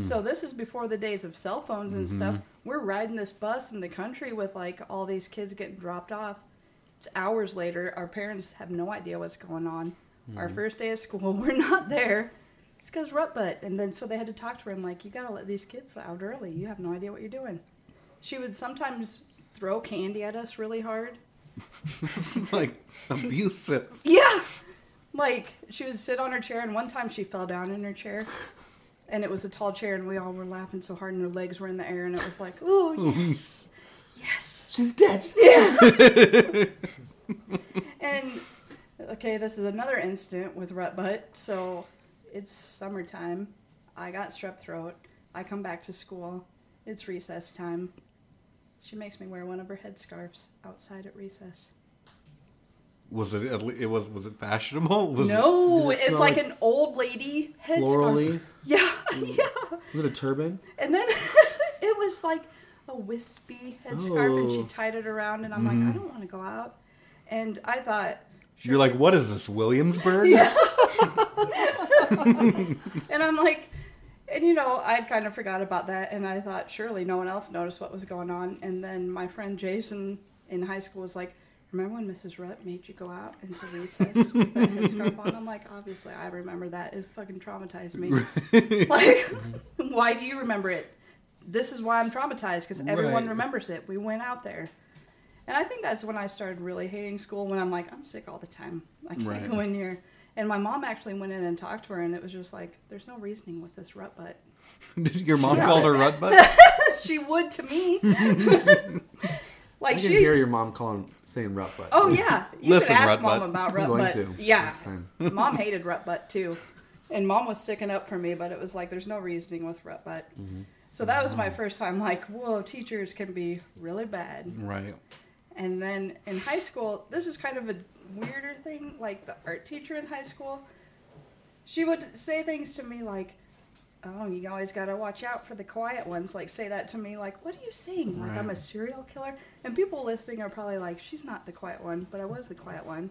[SPEAKER 2] So this is before the days of cell phones and stuff. We're riding this bus in the country with like all these kids getting dropped off. It's hours later. Our parents have no idea what's going on. Our first day of school, [LAUGHS] we're not there. It's because Rutbutt. And then so they had to talk to her. I'm like, you gotta let these kids out early. You have no idea what you're doing. She would sometimes throw candy at us really hard.
[SPEAKER 4] This is like abusive.
[SPEAKER 2] Yeah. Like she would sit on her chair, and one time she fell down in her chair, and it was a tall chair, and we all were laughing so hard, and her legs were in the air, and it was like, [LAUGHS] oh yes, yes, she's [LAUGHS] dead. yeah. and okay, this is another incident with rut butt. So it's summertime. I got strep throat. I come back to school. It's recess time. She makes me wear one of her headscarves outside at recess.
[SPEAKER 4] Was it? at le- It was. Was it fashionable? Was
[SPEAKER 2] No,
[SPEAKER 1] Does it
[SPEAKER 2] it's
[SPEAKER 1] smell
[SPEAKER 2] like,
[SPEAKER 1] like
[SPEAKER 2] an old lady headscarf.
[SPEAKER 1] Florally.
[SPEAKER 2] [LAUGHS] Yeah, yeah.
[SPEAKER 1] Was it a turban?
[SPEAKER 2] And then [LAUGHS] it was like a wispy headscarf, and she
[SPEAKER 1] Oh. Mm-hmm.
[SPEAKER 2] tied it around, and I'm like, I don't want to go out. And I thought,
[SPEAKER 4] It, you're like, what is this, Williamsburg?
[SPEAKER 2] [LAUGHS] and I'm like, and you know, I kind of forgot about that, and I thought surely no one else noticed what was going on. And then my friend Jason in high school was like, "Remember when Mrs. Rutt made you go out into recess with that headscarf on?" I'm like, "Obviously, I remember that. It fucking traumatized me. like, [LAUGHS] why do you remember it? This is why I'm traumatized because everyone
[SPEAKER 4] Right.
[SPEAKER 2] remembers it. We went out there." And I think that's when I started really hating school when I'm like, I'm sick all the time. I can't
[SPEAKER 4] Right.
[SPEAKER 2] go in here. And my mom actually went in and talked to her, and it was just like, there's no reasoning with this rut butt.
[SPEAKER 4] [LAUGHS] Did your mom call her rut butt?
[SPEAKER 2] [LAUGHS] she would to
[SPEAKER 1] [LAUGHS]
[SPEAKER 2] me.
[SPEAKER 1] I
[SPEAKER 2] like,
[SPEAKER 1] can
[SPEAKER 2] she.
[SPEAKER 1] hear your mom calling, saying rut butt.
[SPEAKER 2] Oh, yeah. You
[SPEAKER 4] Listen,
[SPEAKER 2] could ask
[SPEAKER 4] rut
[SPEAKER 2] mom
[SPEAKER 4] butt.
[SPEAKER 2] about rut
[SPEAKER 1] I'm going
[SPEAKER 2] butt.
[SPEAKER 1] to
[SPEAKER 2] Yeah.
[SPEAKER 1] next time. [LAUGHS]
[SPEAKER 2] mom hated rut butt, too. And mom was sticking up for me, but it was like, there's no reasoning with rut butt.
[SPEAKER 1] Mm-hmm.
[SPEAKER 2] So that was my first time, like, whoa, teachers can be really bad.
[SPEAKER 4] right.
[SPEAKER 2] And then in high school, this is kind of a weirder thing. Like the art teacher in high school, she would say things to me like, "Oh, you always gotta watch out for the quiet ones." Like say that to me, like, "What are you saying? Like I'm a serial killer?" And people listening are probably like, "She's not the quiet one," but I was the quiet one.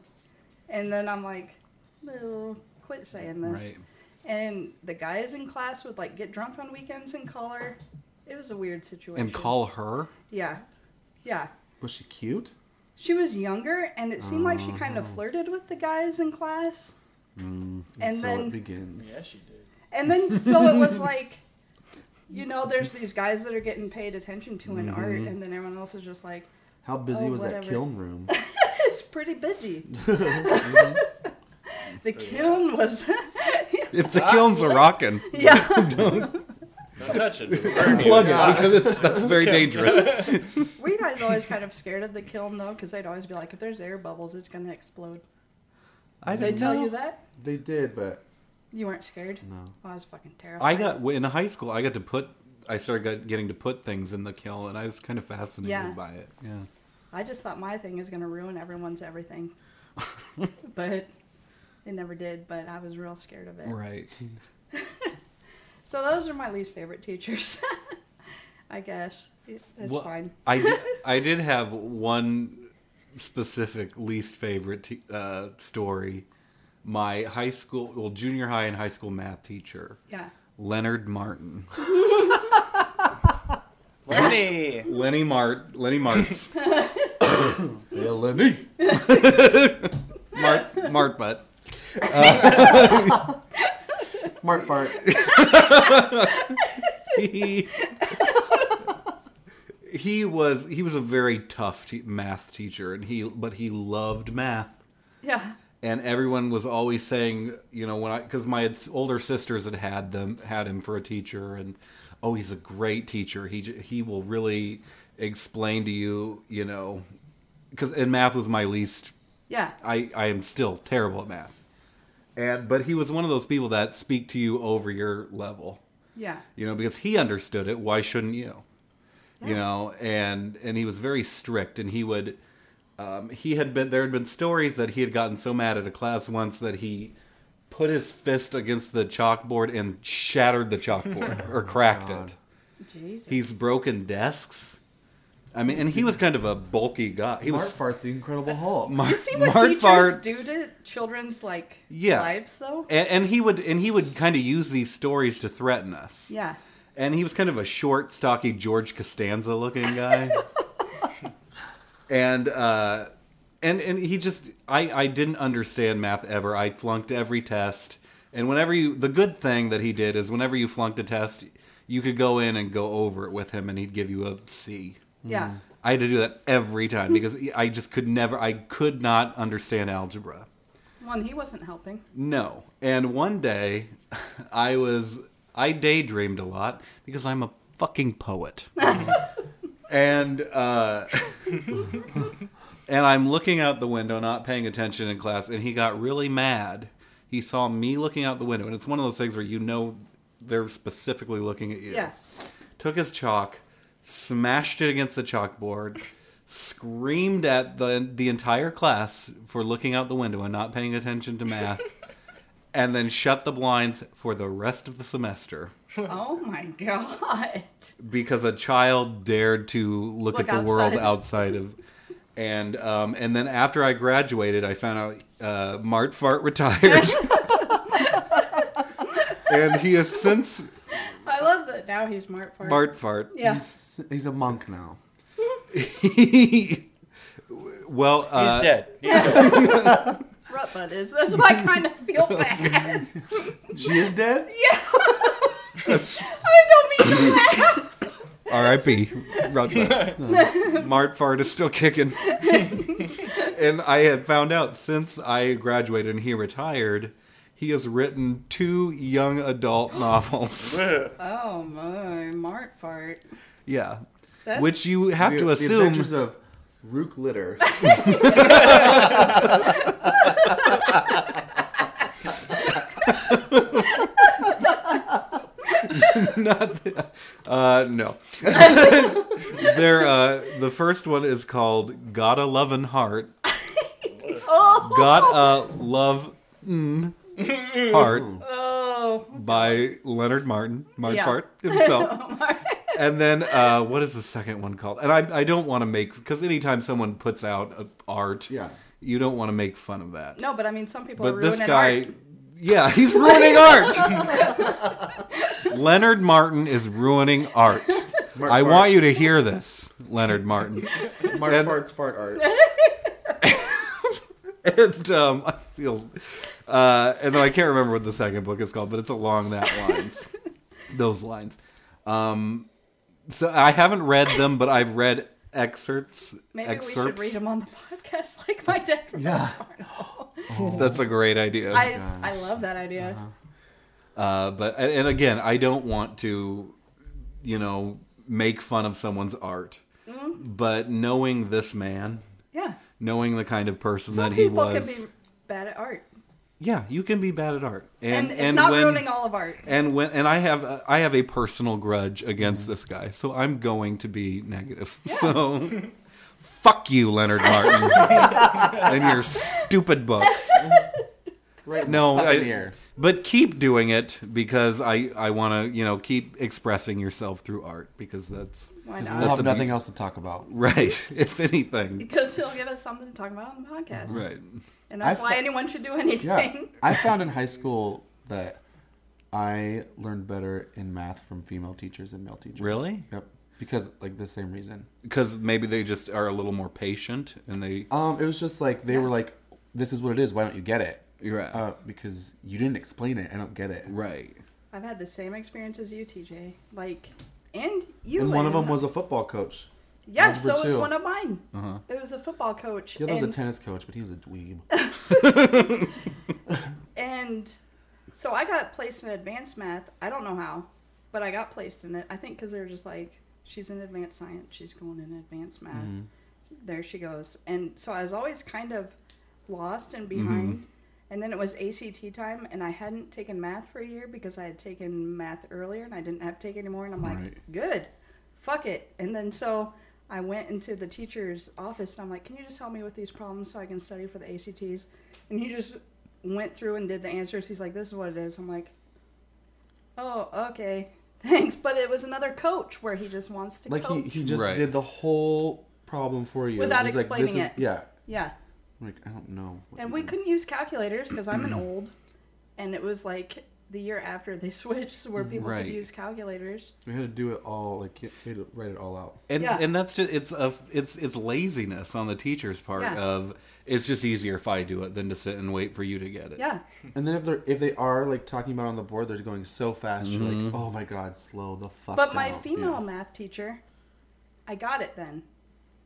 [SPEAKER 2] And then I'm like, "No, quit saying this."
[SPEAKER 4] Right.
[SPEAKER 2] And the guys in class would like get drunk on weekends and call her. It was a weird situation.
[SPEAKER 4] And call her.
[SPEAKER 2] Yeah, yeah.
[SPEAKER 1] Was she cute?
[SPEAKER 2] She was younger, and it seemed like she kind of flirted with the guys in class. And
[SPEAKER 1] so
[SPEAKER 2] then,
[SPEAKER 1] it begins.
[SPEAKER 3] she did.
[SPEAKER 2] and then, so it was like, you know, there's these guys that are getting paid attention to in art, and then everyone else is just like,
[SPEAKER 1] How busy
[SPEAKER 2] Oh, [LAUGHS]
[SPEAKER 1] was
[SPEAKER 2] whatever. [LAUGHS]
[SPEAKER 1] that kiln room?
[SPEAKER 2] it's pretty busy. The kiln was. [LAUGHS]
[SPEAKER 4] If the kilns are rocking,
[SPEAKER 2] yeah.
[SPEAKER 3] Don't touch it. [LAUGHS]
[SPEAKER 4] plug it because [LAUGHS] it's that's very dangerous.
[SPEAKER 2] Were you guys always kind of scared of the kiln though? Because they'd always be like, if there's air bubbles, it's gonna explode.
[SPEAKER 4] I
[SPEAKER 2] Did they
[SPEAKER 4] didn't
[SPEAKER 2] tell
[SPEAKER 4] know.
[SPEAKER 2] you that?
[SPEAKER 1] They did, but
[SPEAKER 2] You weren't scared? No. I was fucking terrified.
[SPEAKER 4] I got in high school. I got to put. I started got, getting to put things in the kiln, and I was kind of fascinated
[SPEAKER 2] Yeah.
[SPEAKER 4] by it. Yeah.
[SPEAKER 2] I just thought my thing is gonna ruin everyone's
[SPEAKER 4] [LAUGHS]
[SPEAKER 2] everything, but it never did. But I was real scared of it.
[SPEAKER 4] Right.
[SPEAKER 2] So those are my least favorite teachers. [LAUGHS] I guess It- it's
[SPEAKER 4] Well,
[SPEAKER 2] fine.
[SPEAKER 4] I
[SPEAKER 2] [LAUGHS]
[SPEAKER 4] did, I did have one specific least favorite t- uh, story. My high school, well, junior high and high school math teacher,
[SPEAKER 2] Yeah. [LAUGHS]
[SPEAKER 4] Leonard Martin,
[SPEAKER 3] Lenny!
[SPEAKER 4] Lenny Mart, Lenny Martz,
[SPEAKER 1] Lenny.
[SPEAKER 4] Mart, Martbutt.
[SPEAKER 5] Mart
[SPEAKER 4] [LAUGHS]
[SPEAKER 5] fart.
[SPEAKER 4] he [LAUGHS] he was he was a very tough te- math teacher, and he but he loved math.
[SPEAKER 2] Yeah.
[SPEAKER 4] and everyone was always saying, you know, when I because my s- older sisters had had them had him for a teacher, and oh, he's a great teacher. He j- he will really explain to you, you know, because and math was my least.
[SPEAKER 2] Yeah.
[SPEAKER 4] I I am still terrible at math, and but he was one of those people that speak to you over your level
[SPEAKER 2] Yeah.
[SPEAKER 4] you know because he understood it why shouldn't you you know and and he was very strict and he would um, he had been there had been stories that he had gotten so mad at a class once that he put his fist against the chalkboard and shattered the chalkboard or cracked it
[SPEAKER 2] Jesus.
[SPEAKER 4] he's broken desks i mean and he was kind of a bulky guy he
[SPEAKER 5] Mart
[SPEAKER 4] was
[SPEAKER 5] fart's the Incredible Hulk.
[SPEAKER 4] Mar-
[SPEAKER 2] you see what
[SPEAKER 4] Mart
[SPEAKER 2] teachers
[SPEAKER 4] Fart-
[SPEAKER 2] do to children's like
[SPEAKER 4] Yeah.
[SPEAKER 2] lives though?
[SPEAKER 4] and, and he would and he would kind of use these stories to threaten us
[SPEAKER 2] Yeah.
[SPEAKER 4] And he was kind of a short, stocky George Costanza looking guy. and uh and and he just I I didn't understand math ever. I flunked every test. And whenever you the good thing that he did is whenever you flunked a test, you could go in and go over it with him and he'd give you a C.
[SPEAKER 2] Yeah.
[SPEAKER 4] I had to do that every time because I just could never I could not understand algebra. Hmm.
[SPEAKER 2] One, he wasn't
[SPEAKER 4] [LAUGHS]
[SPEAKER 2] helping.
[SPEAKER 4] No. And one day, [LAUGHS] I was I daydreamed a lot because I'm a fucking poet. and uh [LAUGHS] and I'm looking out the window not paying attention in class and he got really mad. He saw me looking out the window and it's one of those things where you know they're specifically looking at you
[SPEAKER 2] Yeah.
[SPEAKER 4] took his chalk, smashed it against the chalkboard, screamed at the the entire class for looking out the window and not paying attention to math, and then shut the blinds for the rest of the semester
[SPEAKER 2] Oh my god.
[SPEAKER 4] because a child dared to look,
[SPEAKER 2] Look
[SPEAKER 4] at the world
[SPEAKER 2] outside.
[SPEAKER 4] outside of. And um, and then after I graduated, I found out uh, Mart Fart retired, and he has since
[SPEAKER 2] I love that now he's Mart Fart.
[SPEAKER 4] Mart Fart.
[SPEAKER 2] Yeah.
[SPEAKER 5] He's, he's a monk now.
[SPEAKER 4] well, uh,
[SPEAKER 3] He's dead. He's dead.
[SPEAKER 2] Rutbutt is. That's why I kind of
[SPEAKER 4] [LAUGHS]
[SPEAKER 2] feel bad.
[SPEAKER 5] She is dead?
[SPEAKER 2] I don't
[SPEAKER 4] [LAUGHS]
[SPEAKER 2] mean to laugh.
[SPEAKER 4] R.I.P. Rutbutt. Mart Fart is still kicking. and I had found out since I graduated and he retired, he has written two young adult novels.
[SPEAKER 2] Oh my, Mart Fart.
[SPEAKER 4] yeah.
[SPEAKER 2] That's,
[SPEAKER 4] Which you have
[SPEAKER 5] The-
[SPEAKER 4] to
[SPEAKER 5] the
[SPEAKER 4] assume.
[SPEAKER 5] Adventures of Rook
[SPEAKER 1] [LAUGHS]
[SPEAKER 5] Litter.
[SPEAKER 4] Uh,
[SPEAKER 2] [LAUGHS]
[SPEAKER 4] no. They're, uh, the first one is called Gotta Lovin' Heart.
[SPEAKER 2] Oh,
[SPEAKER 4] Gotta Love Heart
[SPEAKER 2] [LAUGHS] oh,
[SPEAKER 4] by Leonard Martin, Mart
[SPEAKER 2] Yeah.
[SPEAKER 4] Fart himself.
[SPEAKER 2] [LAUGHS]
[SPEAKER 4] and then uh, what is the second one called? And I, I don't want to make because anytime someone puts out uh, art,
[SPEAKER 1] Yeah.
[SPEAKER 4] you don't want to make fun of that.
[SPEAKER 2] no, but I mean, some people
[SPEAKER 4] but
[SPEAKER 2] ruin
[SPEAKER 4] this
[SPEAKER 2] it
[SPEAKER 4] guy,
[SPEAKER 2] art.
[SPEAKER 4] yeah, he's ruining art. Leonard Martin is ruining art.
[SPEAKER 5] Mart
[SPEAKER 4] I
[SPEAKER 5] Fart.
[SPEAKER 4] want you to hear this, Leonard Martin.
[SPEAKER 5] Mart
[SPEAKER 4] and-
[SPEAKER 5] fart's fart
[SPEAKER 1] [LAUGHS]
[SPEAKER 5] art.
[SPEAKER 4] and um, I feel, uh, and then I can't remember what the second book is called, but it's along that
[SPEAKER 2] [LAUGHS]
[SPEAKER 4] lines, those lines. Um, so I haven't read them, but I've read excerpts.
[SPEAKER 2] Maybe
[SPEAKER 4] excerpts.
[SPEAKER 2] [LAUGHS]
[SPEAKER 1] [LAUGHS] Oh,
[SPEAKER 2] we should read them on the podcast like my dad. Yeah.
[SPEAKER 4] That's a great idea.
[SPEAKER 2] I I love that idea.
[SPEAKER 1] Uh-huh.
[SPEAKER 4] Uh, but and and again, I don't want to, you know, make fun of someone's art.
[SPEAKER 2] Mm-hmm.
[SPEAKER 4] But knowing this man,
[SPEAKER 2] Yeah.
[SPEAKER 4] knowing the kind of person
[SPEAKER 2] Some
[SPEAKER 4] that he
[SPEAKER 2] people
[SPEAKER 4] was,
[SPEAKER 2] can be bad at art,
[SPEAKER 4] yeah, you can be bad at art,
[SPEAKER 2] and,
[SPEAKER 4] and
[SPEAKER 2] it's not
[SPEAKER 4] when,
[SPEAKER 2] ruining all of art.
[SPEAKER 4] and when and I have a, I have a personal grudge against this guy, so I'm going to be negative. [LAUGHS] So fuck you,
[SPEAKER 2] [LAUGHS]
[SPEAKER 4] Leonard Martin, and your stupid books.
[SPEAKER 1] Right.
[SPEAKER 4] No,
[SPEAKER 1] Up in
[SPEAKER 4] I-
[SPEAKER 1] the air.
[SPEAKER 4] but keep doing it because I I want to you know keep expressing yourself through art because that's
[SPEAKER 2] Why
[SPEAKER 1] We'll
[SPEAKER 2] not?
[SPEAKER 4] That's a
[SPEAKER 1] have nothing
[SPEAKER 4] beat.
[SPEAKER 1] else to talk about.
[SPEAKER 4] right [LAUGHS] if anything
[SPEAKER 2] Because he'll give us something to talk about on the podcast,
[SPEAKER 4] right
[SPEAKER 2] and that's
[SPEAKER 1] I
[SPEAKER 2] why
[SPEAKER 1] fe-
[SPEAKER 2] anyone should do
[SPEAKER 1] Yeah.
[SPEAKER 2] anything.
[SPEAKER 1] [LAUGHS] I found in high school that I learned better in math from female teachers than male teachers.
[SPEAKER 4] Really?
[SPEAKER 1] Yep. Because like the same reason.
[SPEAKER 4] because maybe they just are a little more patient and they
[SPEAKER 2] Oh.
[SPEAKER 1] Um, it was just like they were like, "This is what it is. Why don't you get it?"
[SPEAKER 4] You're right.
[SPEAKER 1] Uh, because you didn't explain it. I don't get it.
[SPEAKER 4] right
[SPEAKER 2] [LAUGHS] I've had the same experience as you, TJ. Like, and you.
[SPEAKER 1] And one of
[SPEAKER 2] Lynn.
[SPEAKER 1] them was a football coach.
[SPEAKER 2] Yeah,
[SPEAKER 1] number
[SPEAKER 2] so was
[SPEAKER 1] two.
[SPEAKER 2] one of mine.
[SPEAKER 4] Uh-huh.
[SPEAKER 2] It was a football coach.
[SPEAKER 1] The other was a
[SPEAKER 2] and,
[SPEAKER 1] tennis coach, but he was a dweeb.
[SPEAKER 2] and so I got placed in advanced math. I don't know how, but I got placed in it. I think because they were just like, she's in advanced science, she's going in advanced math. There she goes. And so I was always kind of lost and
[SPEAKER 1] Mm-hmm.
[SPEAKER 2] behind. And then it was ACT time, and I hadn't taken math for a year because I had taken math earlier and I didn't have to take anymore. And I'm like,
[SPEAKER 1] Right.
[SPEAKER 2] good, fuck it. And then so I went into the teacher's office and I'm like, can you just help me with these problems so I can study for the ACTs? And he just went through and did the answers. He's like, this is what it is. I'm like, oh, okay, [LAUGHS] thanks. But it was another coach where he just wants to
[SPEAKER 1] Like he,
[SPEAKER 2] coach.
[SPEAKER 1] he just
[SPEAKER 4] Right.
[SPEAKER 1] did the whole problem for you
[SPEAKER 2] Without
[SPEAKER 1] He's
[SPEAKER 2] explaining
[SPEAKER 1] like, this
[SPEAKER 2] it.
[SPEAKER 1] is Yeah.
[SPEAKER 2] yeah.
[SPEAKER 1] I'm Like I don't know. what
[SPEAKER 2] And
[SPEAKER 1] you
[SPEAKER 2] we
[SPEAKER 1] did.
[SPEAKER 2] couldn't use calculators because I'm an old, and it was like the year after they [LAUGHS] switched where people
[SPEAKER 4] Right.
[SPEAKER 2] could use calculators.
[SPEAKER 1] We had to do it all. Like you had to write it all out.
[SPEAKER 4] and
[SPEAKER 2] Yeah.
[SPEAKER 4] and that's just it's a it's it's laziness on the teacher's part
[SPEAKER 2] Yeah.
[SPEAKER 4] of it's just easier if I do it than to sit and wait for you to get it
[SPEAKER 2] Yeah,
[SPEAKER 1] And then if they're if they are like talking about it on the board, they're going so fast. You're like, oh my god, slow the fuck.
[SPEAKER 2] but my
[SPEAKER 1] down."
[SPEAKER 2] female math teacher, I got it then,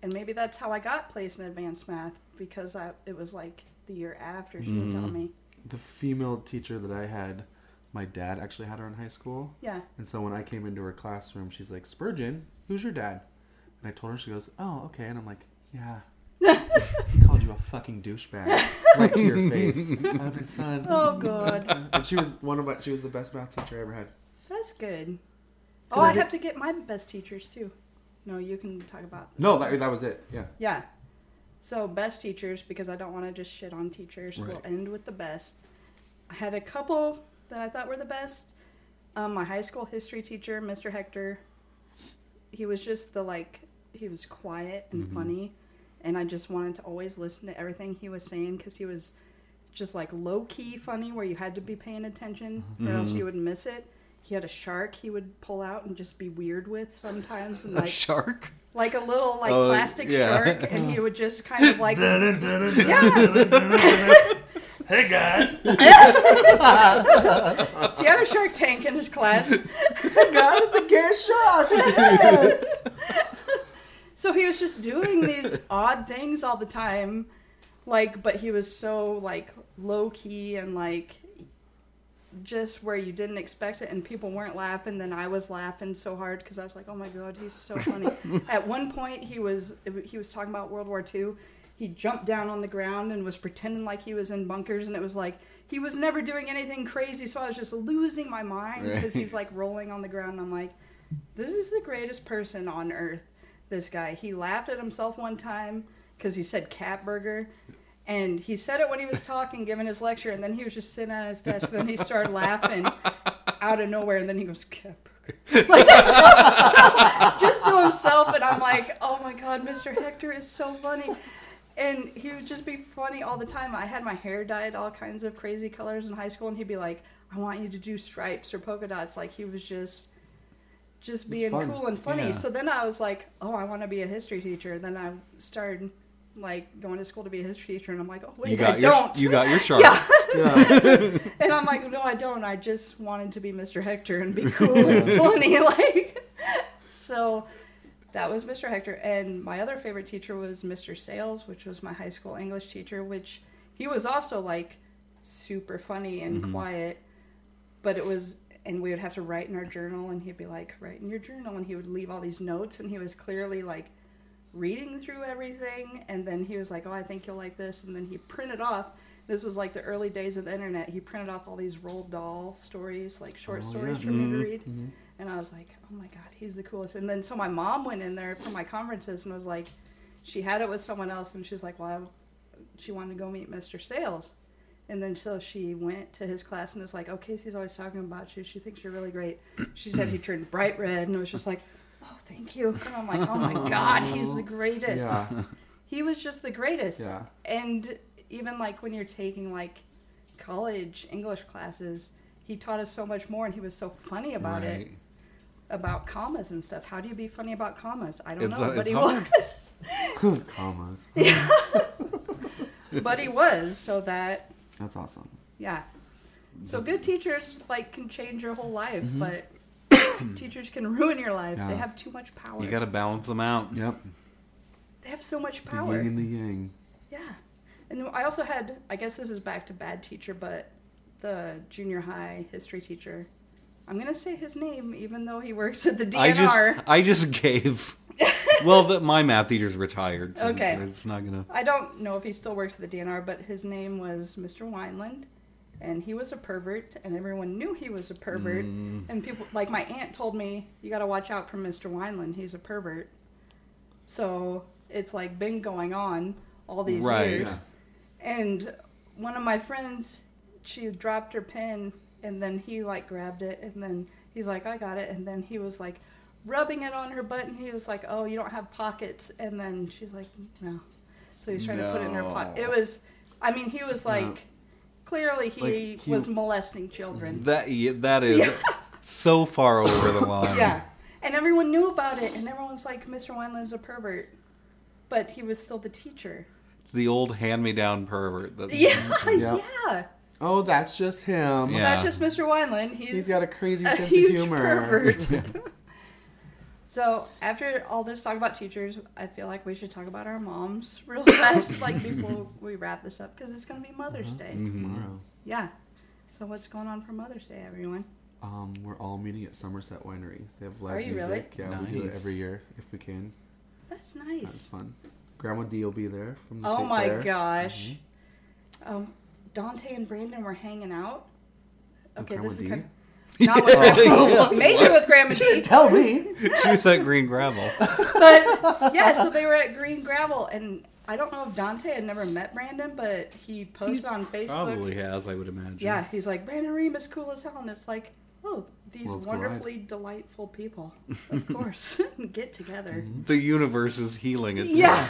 [SPEAKER 2] and maybe that's how I got placed in advanced math because I it was like the year after she would tell me.
[SPEAKER 1] the female teacher that I had, my dad actually had her in high school.
[SPEAKER 2] Yeah.
[SPEAKER 1] And so when I came into her classroom, she's like, Spurgeon, who's your dad? And I told her, she goes, Oh, okay. And I'm like,
[SPEAKER 2] [LAUGHS]
[SPEAKER 1] Yeah. He called you a fucking douchebag right to your face. I have a son.
[SPEAKER 2] Oh god,
[SPEAKER 1] And she was one of my, she was the best math teacher I ever had.
[SPEAKER 2] that's good. Oh, I have to get my best teachers too. No, you can talk about
[SPEAKER 1] No, that, that was it. Yeah.
[SPEAKER 2] Yeah. So best teachers, because I don't want to just shit on teachers. We'll
[SPEAKER 4] Right.
[SPEAKER 2] end with the best. I had a couple that I thought were the best. Um, my high school history teacher, Mr. Hector, he was just the like he was quiet and
[SPEAKER 4] Mm-hmm.
[SPEAKER 2] funny, and I just wanted to always listen to everything he was saying because he was just like low key funny where you had to be paying attention or
[SPEAKER 4] Mm-hmm.
[SPEAKER 2] else you would miss it. He had a shark he would pull out and just be weird with sometimes and
[SPEAKER 4] a
[SPEAKER 2] like
[SPEAKER 4] shark
[SPEAKER 2] like a little like
[SPEAKER 4] Oh,
[SPEAKER 2] plastic
[SPEAKER 4] yeah.
[SPEAKER 2] shark, and he would just kind of
[SPEAKER 3] [LAUGHS]
[SPEAKER 2] like, yeah,
[SPEAKER 3] Hey
[SPEAKER 2] [LAUGHS]
[SPEAKER 3] guys,
[SPEAKER 2] he had a shark tank in his class, [LAUGHS] so he was just doing these odd things all the time, like, but he was so like low key and like just where you didn't expect it, and people weren't laughing. Then I was laughing so hard because I was like, oh my god, he's so funny. At one point, he was he was talking about World War II. He jumped down on the ground and was pretending like he was in bunkers, and it was like he was never doing anything crazy. So I was just losing my mind because he's like rolling on the ground. And I'm like, this is the greatest person on earth. This guy. He laughed at himself one time because he said cat burger. And he said it when he was talking, giving his lecture, and then he was just sitting at his desk. And then he started laughing out of nowhere, and then he goes, "Cat burger," like, [LAUGHS] just to himself. And I'm like, "Oh my god, Mr. Hector is so funny." And he would just be funny all the time. I had my hair dyed all kinds of crazy colors in high school, and he'd be like, "I want you to do stripes or polka dots." Like he was just, just being
[SPEAKER 1] fun.
[SPEAKER 2] cool and funny.
[SPEAKER 4] Yeah.
[SPEAKER 2] So then I was like, "Oh, I want to be a history teacher." Then I started like going to school to be a history teacher, and I'm like, "Oh wait,
[SPEAKER 4] you got
[SPEAKER 2] I
[SPEAKER 4] your
[SPEAKER 2] don't."
[SPEAKER 4] you
[SPEAKER 2] [LAUGHS]
[SPEAKER 4] got your shark
[SPEAKER 2] Yeah.
[SPEAKER 1] Yeah.
[SPEAKER 2] And I'm like, no, I don't. I just wanted to be Mr. Hector and be cool and funny. [LAUGHS] Like, so that was Mr. Hector. And my other favorite teacher was Mr. Sales, which was my high school English teacher, which He was also like super funny and quiet, but it was, and we would have to write in our journal, and he'd be like, "Write in your journal," and he would leave all these notes, and he was clearly like reading through everything, and then he was like, "Oh, I think you'll like this," and then he printed off. This was like the early days of the internet. He printed off all these Roald doll stories, like short stories for me to read. And I was like, oh my God, he's the coolest. And then so my mom went in there for my conferences and was like, she had it with someone else and she was like, well, I- she wanted to go meet Mr. Sales. And then so she went to his class and was like, oh, Casey's always talking about you. She thinks you're really great. She said he turned bright red and was just like, oh, thank you. And I'm like, oh my God, he's the greatest
[SPEAKER 5] Yeah.
[SPEAKER 2] he was just the greatest.
[SPEAKER 5] Yeah.
[SPEAKER 2] And even like when you're taking like college English classes, he taught us so much more and he was so funny about it.
[SPEAKER 4] Right.
[SPEAKER 2] About commas and stuff. How do you be funny about commas? I don't
[SPEAKER 4] It's,
[SPEAKER 2] know,
[SPEAKER 4] uh,
[SPEAKER 2] but
[SPEAKER 4] it's
[SPEAKER 2] he
[SPEAKER 4] hard.
[SPEAKER 2] was. [LAUGHS]
[SPEAKER 5] Good commas.
[SPEAKER 2] but he was, so that
[SPEAKER 5] That's awesome.
[SPEAKER 2] yeah. So good teachers like can change your whole life,
[SPEAKER 4] Mm-hmm. [COUGHS]
[SPEAKER 2] but teachers can ruin your life. They
[SPEAKER 5] Yeah.
[SPEAKER 2] have too much power.
[SPEAKER 4] You got to balance them out.
[SPEAKER 5] Yep.
[SPEAKER 2] they have so much
[SPEAKER 5] The
[SPEAKER 2] power.
[SPEAKER 5] yin and the yang.
[SPEAKER 2] Yeah. And then I also had, I guess this is back to bad teacher, but the junior high history teacher. I'm going to say his name, even though he works at the DNR.
[SPEAKER 4] I just I just
[SPEAKER 2] [LAUGHS]
[SPEAKER 4] gave. well, the, my math teacher's retired. So
[SPEAKER 2] Okay.
[SPEAKER 4] It's not gonna.
[SPEAKER 2] I don't know if he still works at the DNR, but his name was Mr. Wineland, and he was a pervert, and everyone knew he was a pervert. And people, like my aunt, told me, "You got to watch out for Mr. Wineland. He's a pervert." So it's like been going on all these
[SPEAKER 4] Right.
[SPEAKER 2] years.
[SPEAKER 4] Yeah.
[SPEAKER 2] And one of my friends, she dropped her pen, and then he like grabbed it, and then he's like, "I got it," and then he was like. Rubbing it on her butt, and he was like, "Oh, you don't have pockets." And then she's like, "No." So he was trying to put it in her pocket. It was, I mean, he was like, clearly he,
[SPEAKER 5] Like, he-
[SPEAKER 2] was molesting children.
[SPEAKER 4] That yeah, that is so far over the
[SPEAKER 5] Mm-hmm.
[SPEAKER 4] line.
[SPEAKER 2] yeah. And everyone knew about it, and everyone was like, Mr. Wineland's a pervert. But he was still the teacher.
[SPEAKER 4] The old hand-me-down pervert. That's,
[SPEAKER 2] Yeah, [LAUGHS] yeah.
[SPEAKER 5] Yeah. Oh, that's just him.
[SPEAKER 4] Yeah.
[SPEAKER 2] Not just Mr. Wineland. He's,
[SPEAKER 5] He's got a crazy
[SPEAKER 2] a
[SPEAKER 5] sense
[SPEAKER 2] huge
[SPEAKER 5] of humor.
[SPEAKER 2] pervert. so after all this talk about teachers, I feel like we should talk about our moms [LAUGHS] real fast, like
[SPEAKER 5] [LAUGHS]
[SPEAKER 2] before we wrap this up, because it's going to be Mother's
[SPEAKER 5] Mm-hmm.
[SPEAKER 2] Day.
[SPEAKER 5] [LAUGHS]
[SPEAKER 4] Mm-hmm.
[SPEAKER 5] Tomorrow.
[SPEAKER 2] Yeah. So what's going on for Mother's Day, everyone?
[SPEAKER 5] Um, we're all meeting at Somerset Winery. They have live
[SPEAKER 2] Are you
[SPEAKER 5] music.
[SPEAKER 2] really?
[SPEAKER 5] Yeah, we do it
[SPEAKER 4] Nice.
[SPEAKER 5] every year if we can.
[SPEAKER 2] That's
[SPEAKER 5] That's
[SPEAKER 2] nice.
[SPEAKER 5] fun. Grandma D will be there from the
[SPEAKER 2] Oh
[SPEAKER 5] state
[SPEAKER 2] my
[SPEAKER 5] fair.
[SPEAKER 2] gosh.
[SPEAKER 5] Mm-hmm.
[SPEAKER 2] Um, Dante and Brandon were hanging out. Okay,
[SPEAKER 5] Grandma
[SPEAKER 2] this is
[SPEAKER 5] D?
[SPEAKER 2] kind of,
[SPEAKER 5] [LAUGHS]
[SPEAKER 2] not with Grandma D. maybe with Grandma D,
[SPEAKER 5] Tell me.
[SPEAKER 4] Shoot that
[SPEAKER 2] [LAUGHS]
[SPEAKER 4] green gravel.
[SPEAKER 2] but yeah. So they were at Green Gravel, and I don't know if Dante had never met Brandon, but he posted on Facebook.
[SPEAKER 4] Probably has, I would imagine.
[SPEAKER 2] Yeah, he's like Brandon Ream is cool as hell, and it's like, oh, these
[SPEAKER 5] Worlds collide.
[SPEAKER 2] wonderfully delightful people, of course, [LAUGHS] get together.
[SPEAKER 4] The universe is healing itself.
[SPEAKER 2] Yeah,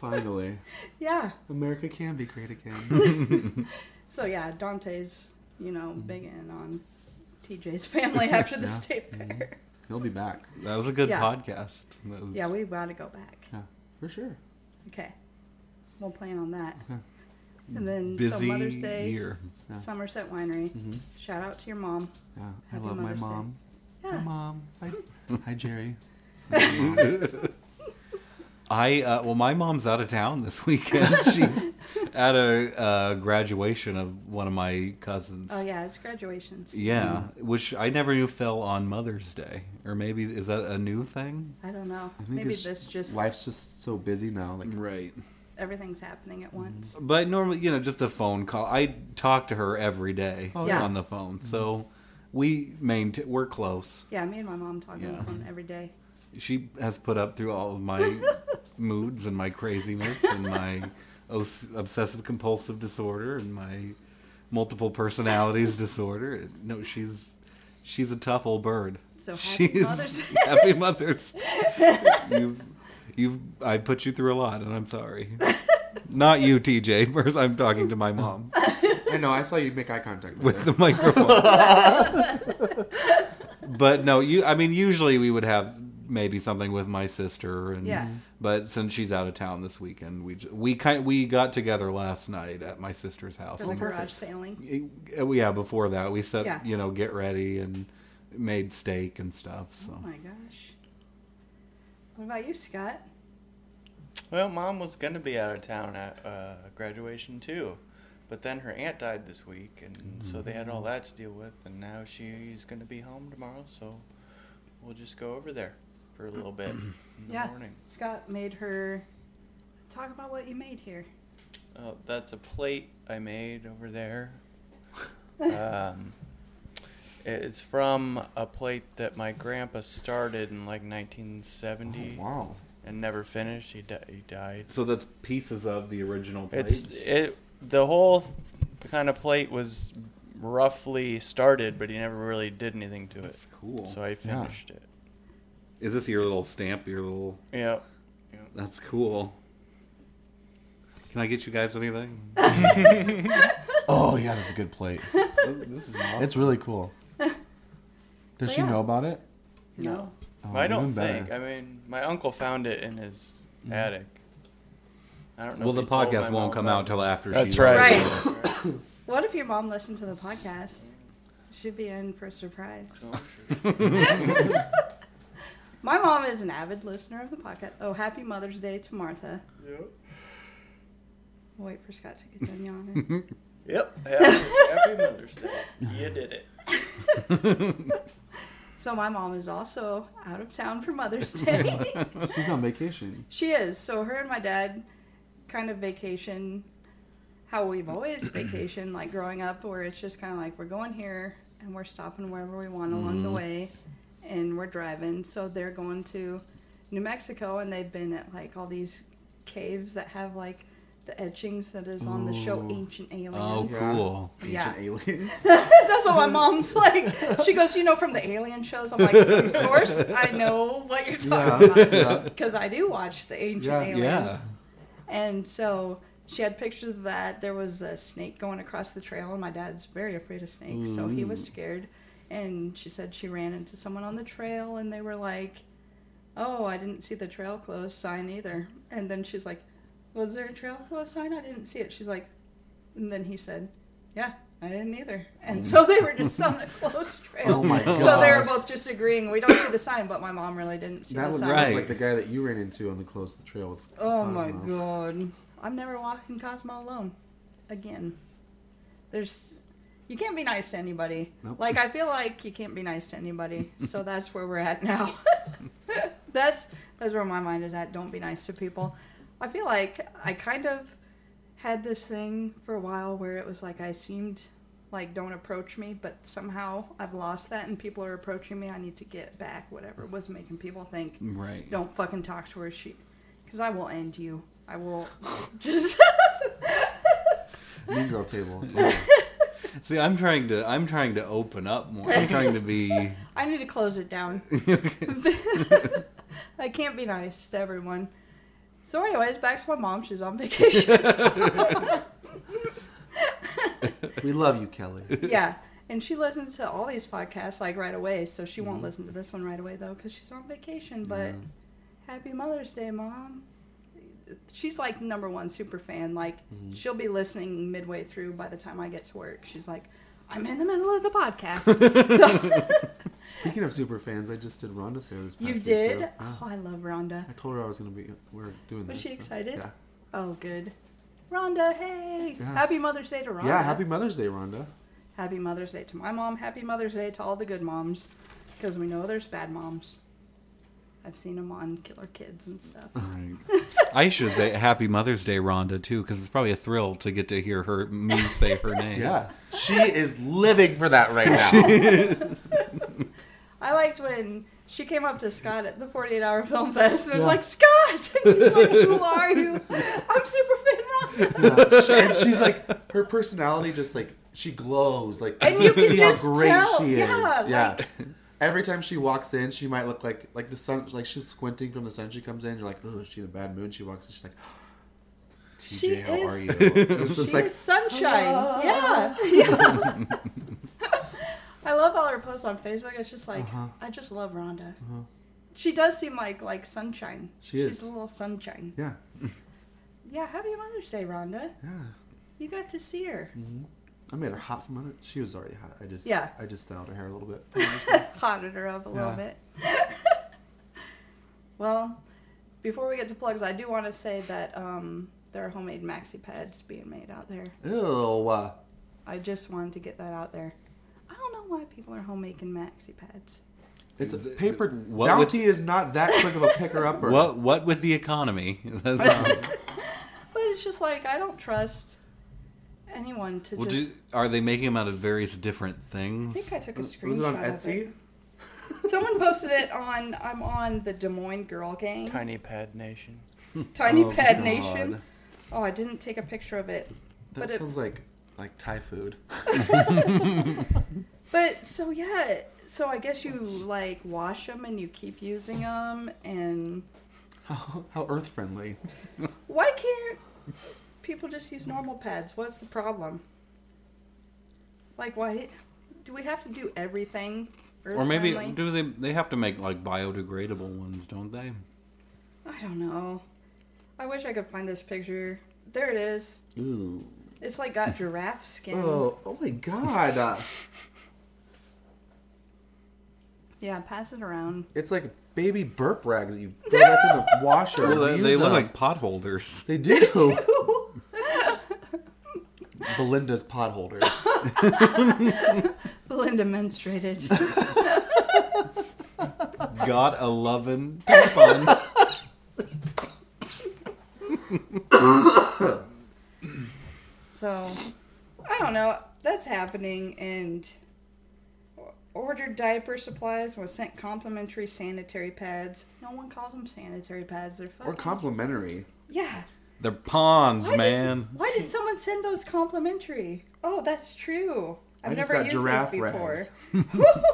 [SPEAKER 5] Finally,
[SPEAKER 2] yeah.
[SPEAKER 5] America can be great
[SPEAKER 2] [LAUGHS]
[SPEAKER 5] again.
[SPEAKER 2] So yeah, Dante's you know big in on TJ's family after the state fair.
[SPEAKER 5] He'll be back.
[SPEAKER 4] That was a good
[SPEAKER 2] Yeah.
[SPEAKER 4] podcast. That was-
[SPEAKER 2] Yeah, we gotta go back.
[SPEAKER 5] Yeah, for sure.
[SPEAKER 2] Okay, we'll plan on that. And then so
[SPEAKER 4] Busy
[SPEAKER 2] Mother's Day,
[SPEAKER 4] year.
[SPEAKER 5] Yeah.
[SPEAKER 2] Somerset Winery. Shout out to your mom.
[SPEAKER 5] Yeah, I
[SPEAKER 2] Happy
[SPEAKER 5] love my
[SPEAKER 2] Mother's Day.
[SPEAKER 5] mom.
[SPEAKER 2] Yeah.
[SPEAKER 5] Hi, mom. Hi, hi Jerry.
[SPEAKER 4] I uh, well, my mom's out of town this [LAUGHS] weekend.
[SPEAKER 2] [LAUGHS]
[SPEAKER 4] She's at a uh, graduation of one of my cousins.
[SPEAKER 2] Oh yeah, it's graduations.
[SPEAKER 4] Yeah, which I never knew fell on Mother's Day, or maybe is that a new thing?
[SPEAKER 2] I don't know.
[SPEAKER 5] I think
[SPEAKER 2] Maybe
[SPEAKER 5] it's-
[SPEAKER 2] this just
[SPEAKER 5] Life's just so busy now.
[SPEAKER 4] [LAUGHS]
[SPEAKER 5] Like
[SPEAKER 4] Right.
[SPEAKER 2] everything's happening at once.
[SPEAKER 4] But normally, you know, just a phone call. I talk to her every day
[SPEAKER 2] yeah.
[SPEAKER 4] on the phone, so we maintain we're close.
[SPEAKER 2] Yeah, me and my mom talk on the
[SPEAKER 4] Yeah.
[SPEAKER 2] phone every day.
[SPEAKER 4] She has put up through all
[SPEAKER 2] [LAUGHS]
[SPEAKER 4] of my moods and my craziness and my os- obsessive compulsive disorder and my multiple
[SPEAKER 2] [LAUGHS]
[SPEAKER 4] personalities disorder. No, she's she's a tough old bird.
[SPEAKER 2] So happy
[SPEAKER 4] She's- [LAUGHS]
[SPEAKER 2] Mother's Day.
[SPEAKER 4] Happy Mother's. you've you've I put you through a lot, and I'm
[SPEAKER 2] [LAUGHS]
[SPEAKER 4] sorry. Not you, TJ. First, [LAUGHS] I'm talking to my mom
[SPEAKER 5] I know. I saw you make eye contact with,
[SPEAKER 4] with
[SPEAKER 5] her.
[SPEAKER 4] the microphone.
[SPEAKER 2] [LAUGHS]
[SPEAKER 4] but no, you. I mean, usually we would have maybe something with my sister, and
[SPEAKER 2] Yeah.
[SPEAKER 4] but since she's out of town this weekend, we j- we kind we got together last night at my sister's house.
[SPEAKER 2] For
[SPEAKER 4] and-
[SPEAKER 2] garage sailing.
[SPEAKER 4] it- yeah, before that we said
[SPEAKER 2] Yeah.
[SPEAKER 4] you know get ready and made steak and stuff. So
[SPEAKER 2] Oh my gosh. What about you, Scott?
[SPEAKER 3] Well, mom was gonna be out of town at uh, graduation too, but then her aunt died this week, and so they had all that to deal with. And now she's gonna be home tomorrow, so we'll just go over there for a little bit in the
[SPEAKER 2] Yeah.
[SPEAKER 3] morning.
[SPEAKER 2] Scott made her talk about what you made here.
[SPEAKER 3] Uh, that's a plate I made over there. um, it's from a plate that my grandpa started in like 1970
[SPEAKER 1] Oh, Wow.
[SPEAKER 3] and never finished. He, di- he died.
[SPEAKER 4] So that's pieces of the original plate.
[SPEAKER 3] It's it. The whole kind of plate was roughly started, but he never really did anything to it.
[SPEAKER 4] That's cool.
[SPEAKER 3] So I finished
[SPEAKER 4] Is this your little stamp? Your little.
[SPEAKER 3] it. Yep.
[SPEAKER 4] That's cool. Can I get you guys
[SPEAKER 2] [LAUGHS]
[SPEAKER 4] anything?
[SPEAKER 1] Oh yeah, that's a good plate.
[SPEAKER 4] this is awesome.
[SPEAKER 1] It's really cool. Does
[SPEAKER 2] So,
[SPEAKER 1] she
[SPEAKER 2] yeah.
[SPEAKER 1] know about it?
[SPEAKER 2] No.
[SPEAKER 1] Oh,
[SPEAKER 3] But I don't
[SPEAKER 1] even better.
[SPEAKER 3] think. I mean, my uncle found it in his attic. I don't
[SPEAKER 4] Mm-hmm.
[SPEAKER 3] know.
[SPEAKER 4] Well,
[SPEAKER 3] if
[SPEAKER 4] the
[SPEAKER 3] he told my
[SPEAKER 4] podcast
[SPEAKER 3] mom
[SPEAKER 4] won't come
[SPEAKER 3] about
[SPEAKER 4] out
[SPEAKER 3] it.
[SPEAKER 4] till after
[SPEAKER 3] That's
[SPEAKER 4] she's
[SPEAKER 3] right.
[SPEAKER 2] Right.
[SPEAKER 3] [LAUGHS]
[SPEAKER 2] What if your mom listened to the podcast? She'd be in for a surprise. [LAUGHS] My mom is an avid listener of the podcast. Oh, happy Mother's Day to Martha. We'll wait for Scott to get done yawning.
[SPEAKER 3] Yep. Happy, happy Mother's Day.
[SPEAKER 4] [LAUGHS]
[SPEAKER 3] You did it.
[SPEAKER 2] so my mom is also out of town for Mother's Day.
[SPEAKER 1] She's on vacation.
[SPEAKER 2] She is. So her and my dad kind of vacation how we've always vacationed, like growing up, where it's just kind of like we're going here and we're stopping wherever we want along the way and we're driving. So they're going to New Mexico and they've been at like all these caves that have like the etchings that is on the show Ancient Aliens.
[SPEAKER 4] Oh, cool.
[SPEAKER 2] [LAUGHS] Yeah,
[SPEAKER 1] Aliens.
[SPEAKER 2] [LAUGHS] that's what my mom's like. She goes, you know, from the alien shows. I'm like, of course I know what you're talking about because I do watch the ancient
[SPEAKER 1] Yeah.
[SPEAKER 2] aliens.
[SPEAKER 4] Yeah.
[SPEAKER 2] And so she had pictures of that. There was a snake going across the trail, and my dad's very afraid of snakes, so he was scared. And she said she ran into someone on the trail, and they were like, "Oh, I didn't see the trail closed sign either." And then she's like, "Was there a trail closed sign? I didn't see it." She's like, and then he said, "Yeah." I didn't either, and so they were just on a closed trail.
[SPEAKER 1] [LAUGHS] Oh my
[SPEAKER 2] So they were
[SPEAKER 1] gosh.
[SPEAKER 2] both just agreeing. We don't see the sign, but my mom really didn't see
[SPEAKER 1] That
[SPEAKER 2] the
[SPEAKER 1] would
[SPEAKER 2] sign.
[SPEAKER 1] sound
[SPEAKER 4] Right.
[SPEAKER 1] like the guy that you ran into on the close the trail with.
[SPEAKER 2] Oh my
[SPEAKER 1] Cosmos.
[SPEAKER 2] god. I'm never walking Cosmo alone again. There's you can't be nice to anybody.
[SPEAKER 1] Nope.
[SPEAKER 2] Like I feel like you can't be nice to
[SPEAKER 1] [LAUGHS]
[SPEAKER 2] anybody. so that's where we're at now. [LAUGHS] that's that's where my mind is at. Don't be nice to people. I feel like I kind of had this thing for a while where it was like I seemed like don't approach me, but somehow I've lost that and people are approaching me. I need to get back whatever was making people think
[SPEAKER 4] Right.
[SPEAKER 2] don't fucking talk to her. She, because I will end you. I will just. [LAUGHS]
[SPEAKER 1] Mean girl table. [LAUGHS]
[SPEAKER 4] See, I'm trying to I'm trying to open up more. I'm trying
[SPEAKER 2] [LAUGHS]
[SPEAKER 4] to be
[SPEAKER 2] I need to close it down. [LAUGHS] I can't be nice to everyone. So, anyways, back to my mom. She's on vacation.
[SPEAKER 1] we love you, Kelly.
[SPEAKER 2] yeah, [LAUGHS] and she listens to all these podcasts like right away. So she
[SPEAKER 1] Mm-hmm.
[SPEAKER 2] won't listen to this one right away though, because she's on vacation. But happy Mother's Day, mom. She's like number one super fan. Like
[SPEAKER 1] Mm-hmm.
[SPEAKER 2] she'll be listening midway through. By the time I get to work, she's like, "I'm in the middle of the
[SPEAKER 1] [LAUGHS]
[SPEAKER 2] podcast."
[SPEAKER 1] Speaking of super fans, I just did Rhonda's hair this
[SPEAKER 2] [LAUGHS]
[SPEAKER 1] past
[SPEAKER 2] You
[SPEAKER 1] week,
[SPEAKER 2] did?
[SPEAKER 1] too. Ah,
[SPEAKER 2] Oh, I love Rhonda.
[SPEAKER 1] I told her I was gonna be. We're doing
[SPEAKER 2] Was
[SPEAKER 1] this.
[SPEAKER 2] she
[SPEAKER 1] so-
[SPEAKER 2] excited?
[SPEAKER 1] Yeah.
[SPEAKER 2] Oh, good. Rhonda, hey!
[SPEAKER 1] Yeah.
[SPEAKER 2] Happy Mother's Day to Rhonda.
[SPEAKER 1] Yeah. Happy Mother's Day, Rhonda.
[SPEAKER 2] Happy Mother's Day to my mom. Happy Mother's Day to all the good moms. Because we know there's bad moms. I've seen them on Killer Kids and
[SPEAKER 1] [LAUGHS]
[SPEAKER 2] stuff.
[SPEAKER 4] I should say Happy Mother's Day, Rhonda, too, because it's probably a thrill to get to hear her me say
[SPEAKER 2] [LAUGHS]
[SPEAKER 4] her name.
[SPEAKER 1] Yeah. She is living for
[SPEAKER 4] [LAUGHS]
[SPEAKER 1] that right now.
[SPEAKER 2] I liked when she came up to Scott at the 48 Hour Film Fest and was like, Scott! [LAUGHS] And he's like, Who are you? I'm super fan Rhonda.
[SPEAKER 1] and she's like, her personality just like she glows. Like
[SPEAKER 2] And you can
[SPEAKER 1] [LAUGHS] see how
[SPEAKER 2] just
[SPEAKER 1] great
[SPEAKER 2] tell,
[SPEAKER 1] she is.
[SPEAKER 2] yeah,
[SPEAKER 1] yeah. [LAUGHS] Every time she walks in, she might look like like the sun, like she's squinting from the sun. She comes in, you're like, oh, is she in a bad mood. She walks in, she's like, TJ,
[SPEAKER 2] She
[SPEAKER 1] how
[SPEAKER 2] is-
[SPEAKER 1] are
[SPEAKER 2] [LAUGHS]
[SPEAKER 1] you? It's
[SPEAKER 2] She
[SPEAKER 1] just like
[SPEAKER 2] is sunshine. Yeah. yeah.
[SPEAKER 1] [LAUGHS]
[SPEAKER 2] I love all her posts on Facebook. It's just like
[SPEAKER 1] Uh-huh.
[SPEAKER 2] I just love Rhonda. She does seem like like sunshine.
[SPEAKER 1] She
[SPEAKER 2] She's
[SPEAKER 1] is.
[SPEAKER 2] a little sunshine.
[SPEAKER 1] yeah,
[SPEAKER 2] Yeah, happy Mother's Day, Rhonda.
[SPEAKER 1] yeah.
[SPEAKER 2] You got to see her.
[SPEAKER 1] I made her hot from under. She was already hot. I just
[SPEAKER 2] Yeah.
[SPEAKER 1] I just styled her hair a little bit. [LAUGHS]
[SPEAKER 2] [LAUGHS] Hotted her up a little
[SPEAKER 1] Yeah.
[SPEAKER 2] bit. [LAUGHS] well, before we get to plugs, I do want to say that um, there are homemade maxi pads being made out there.
[SPEAKER 1] Ew. uh,
[SPEAKER 2] I just wanted to get that out there. I don't know why people are home making maxi pads.
[SPEAKER 1] It's a paper.
[SPEAKER 4] what
[SPEAKER 1] Bounty is not that quick of a picker
[SPEAKER 4] [LAUGHS]
[SPEAKER 1] upper.
[SPEAKER 4] What what with the economy? [LAUGHS] That's- um,
[SPEAKER 2] But it's just like I don't trust anyone to
[SPEAKER 4] well,
[SPEAKER 2] just.
[SPEAKER 4] do, are they making them out of various different
[SPEAKER 2] I
[SPEAKER 4] things?
[SPEAKER 2] think I took a screenshot
[SPEAKER 1] Was it on
[SPEAKER 2] of it. [LAUGHS]
[SPEAKER 1] Etsy?
[SPEAKER 2] Someone posted it on. I'm on the Des Moines Girl Gang.
[SPEAKER 3] Tiny Pad Nation.
[SPEAKER 2] Tiny
[SPEAKER 1] Oh,
[SPEAKER 2] Pad
[SPEAKER 1] God.
[SPEAKER 2] Nation. Oh, I didn't take a picture of it.
[SPEAKER 1] That
[SPEAKER 2] But it-
[SPEAKER 1] sounds like like Thai food. [LAUGHS]
[SPEAKER 2] But so yeah, so I guess you like wash them and you keep using them, and
[SPEAKER 1] How, how earth friendly.
[SPEAKER 2] why can't people just use normal pads? What's the problem? Like, why do we have to do everything?
[SPEAKER 4] Or maybe
[SPEAKER 2] earth-friendly?
[SPEAKER 4] do they they have to make like biodegradable ones, don't they?
[SPEAKER 2] I don't know. I wish I could find this picture. There it is.
[SPEAKER 1] Ooh.
[SPEAKER 2] It's like
[SPEAKER 4] [LAUGHS]
[SPEAKER 2] got giraffe skin.
[SPEAKER 1] Oh, oh my god.
[SPEAKER 2] [LAUGHS]
[SPEAKER 1] Uh,
[SPEAKER 2] Yeah, pass it around.
[SPEAKER 1] it's like baby burp rags
[SPEAKER 2] [LAUGHS]
[SPEAKER 1] that you throw back in the washer.
[SPEAKER 4] Well, they,
[SPEAKER 1] and
[SPEAKER 4] they
[SPEAKER 1] use
[SPEAKER 4] look
[SPEAKER 1] them.
[SPEAKER 2] uh,
[SPEAKER 4] like potholders.
[SPEAKER 1] They do. [LAUGHS] Belinda's
[SPEAKER 2] [LAUGHS]
[SPEAKER 1] potholders.
[SPEAKER 2] Belinda menstruated. [LAUGHS]
[SPEAKER 4] God a lovin' fun.
[SPEAKER 2] So, I don't know. That's happening, and ordered diaper supplies was sent complimentary sanitary pads. No one calls them sanitary pads. They're fucking.
[SPEAKER 1] [LAUGHS] Or complimentary.
[SPEAKER 2] yeah.
[SPEAKER 4] They're pawns,
[SPEAKER 2] Why
[SPEAKER 4] man.
[SPEAKER 2] Did, why did someone send those complimentary? Oh, that's true. I've
[SPEAKER 1] I just
[SPEAKER 2] never
[SPEAKER 1] got
[SPEAKER 2] used
[SPEAKER 1] giraffe
[SPEAKER 2] these before.
[SPEAKER 1] rags.
[SPEAKER 2] [LAUGHS]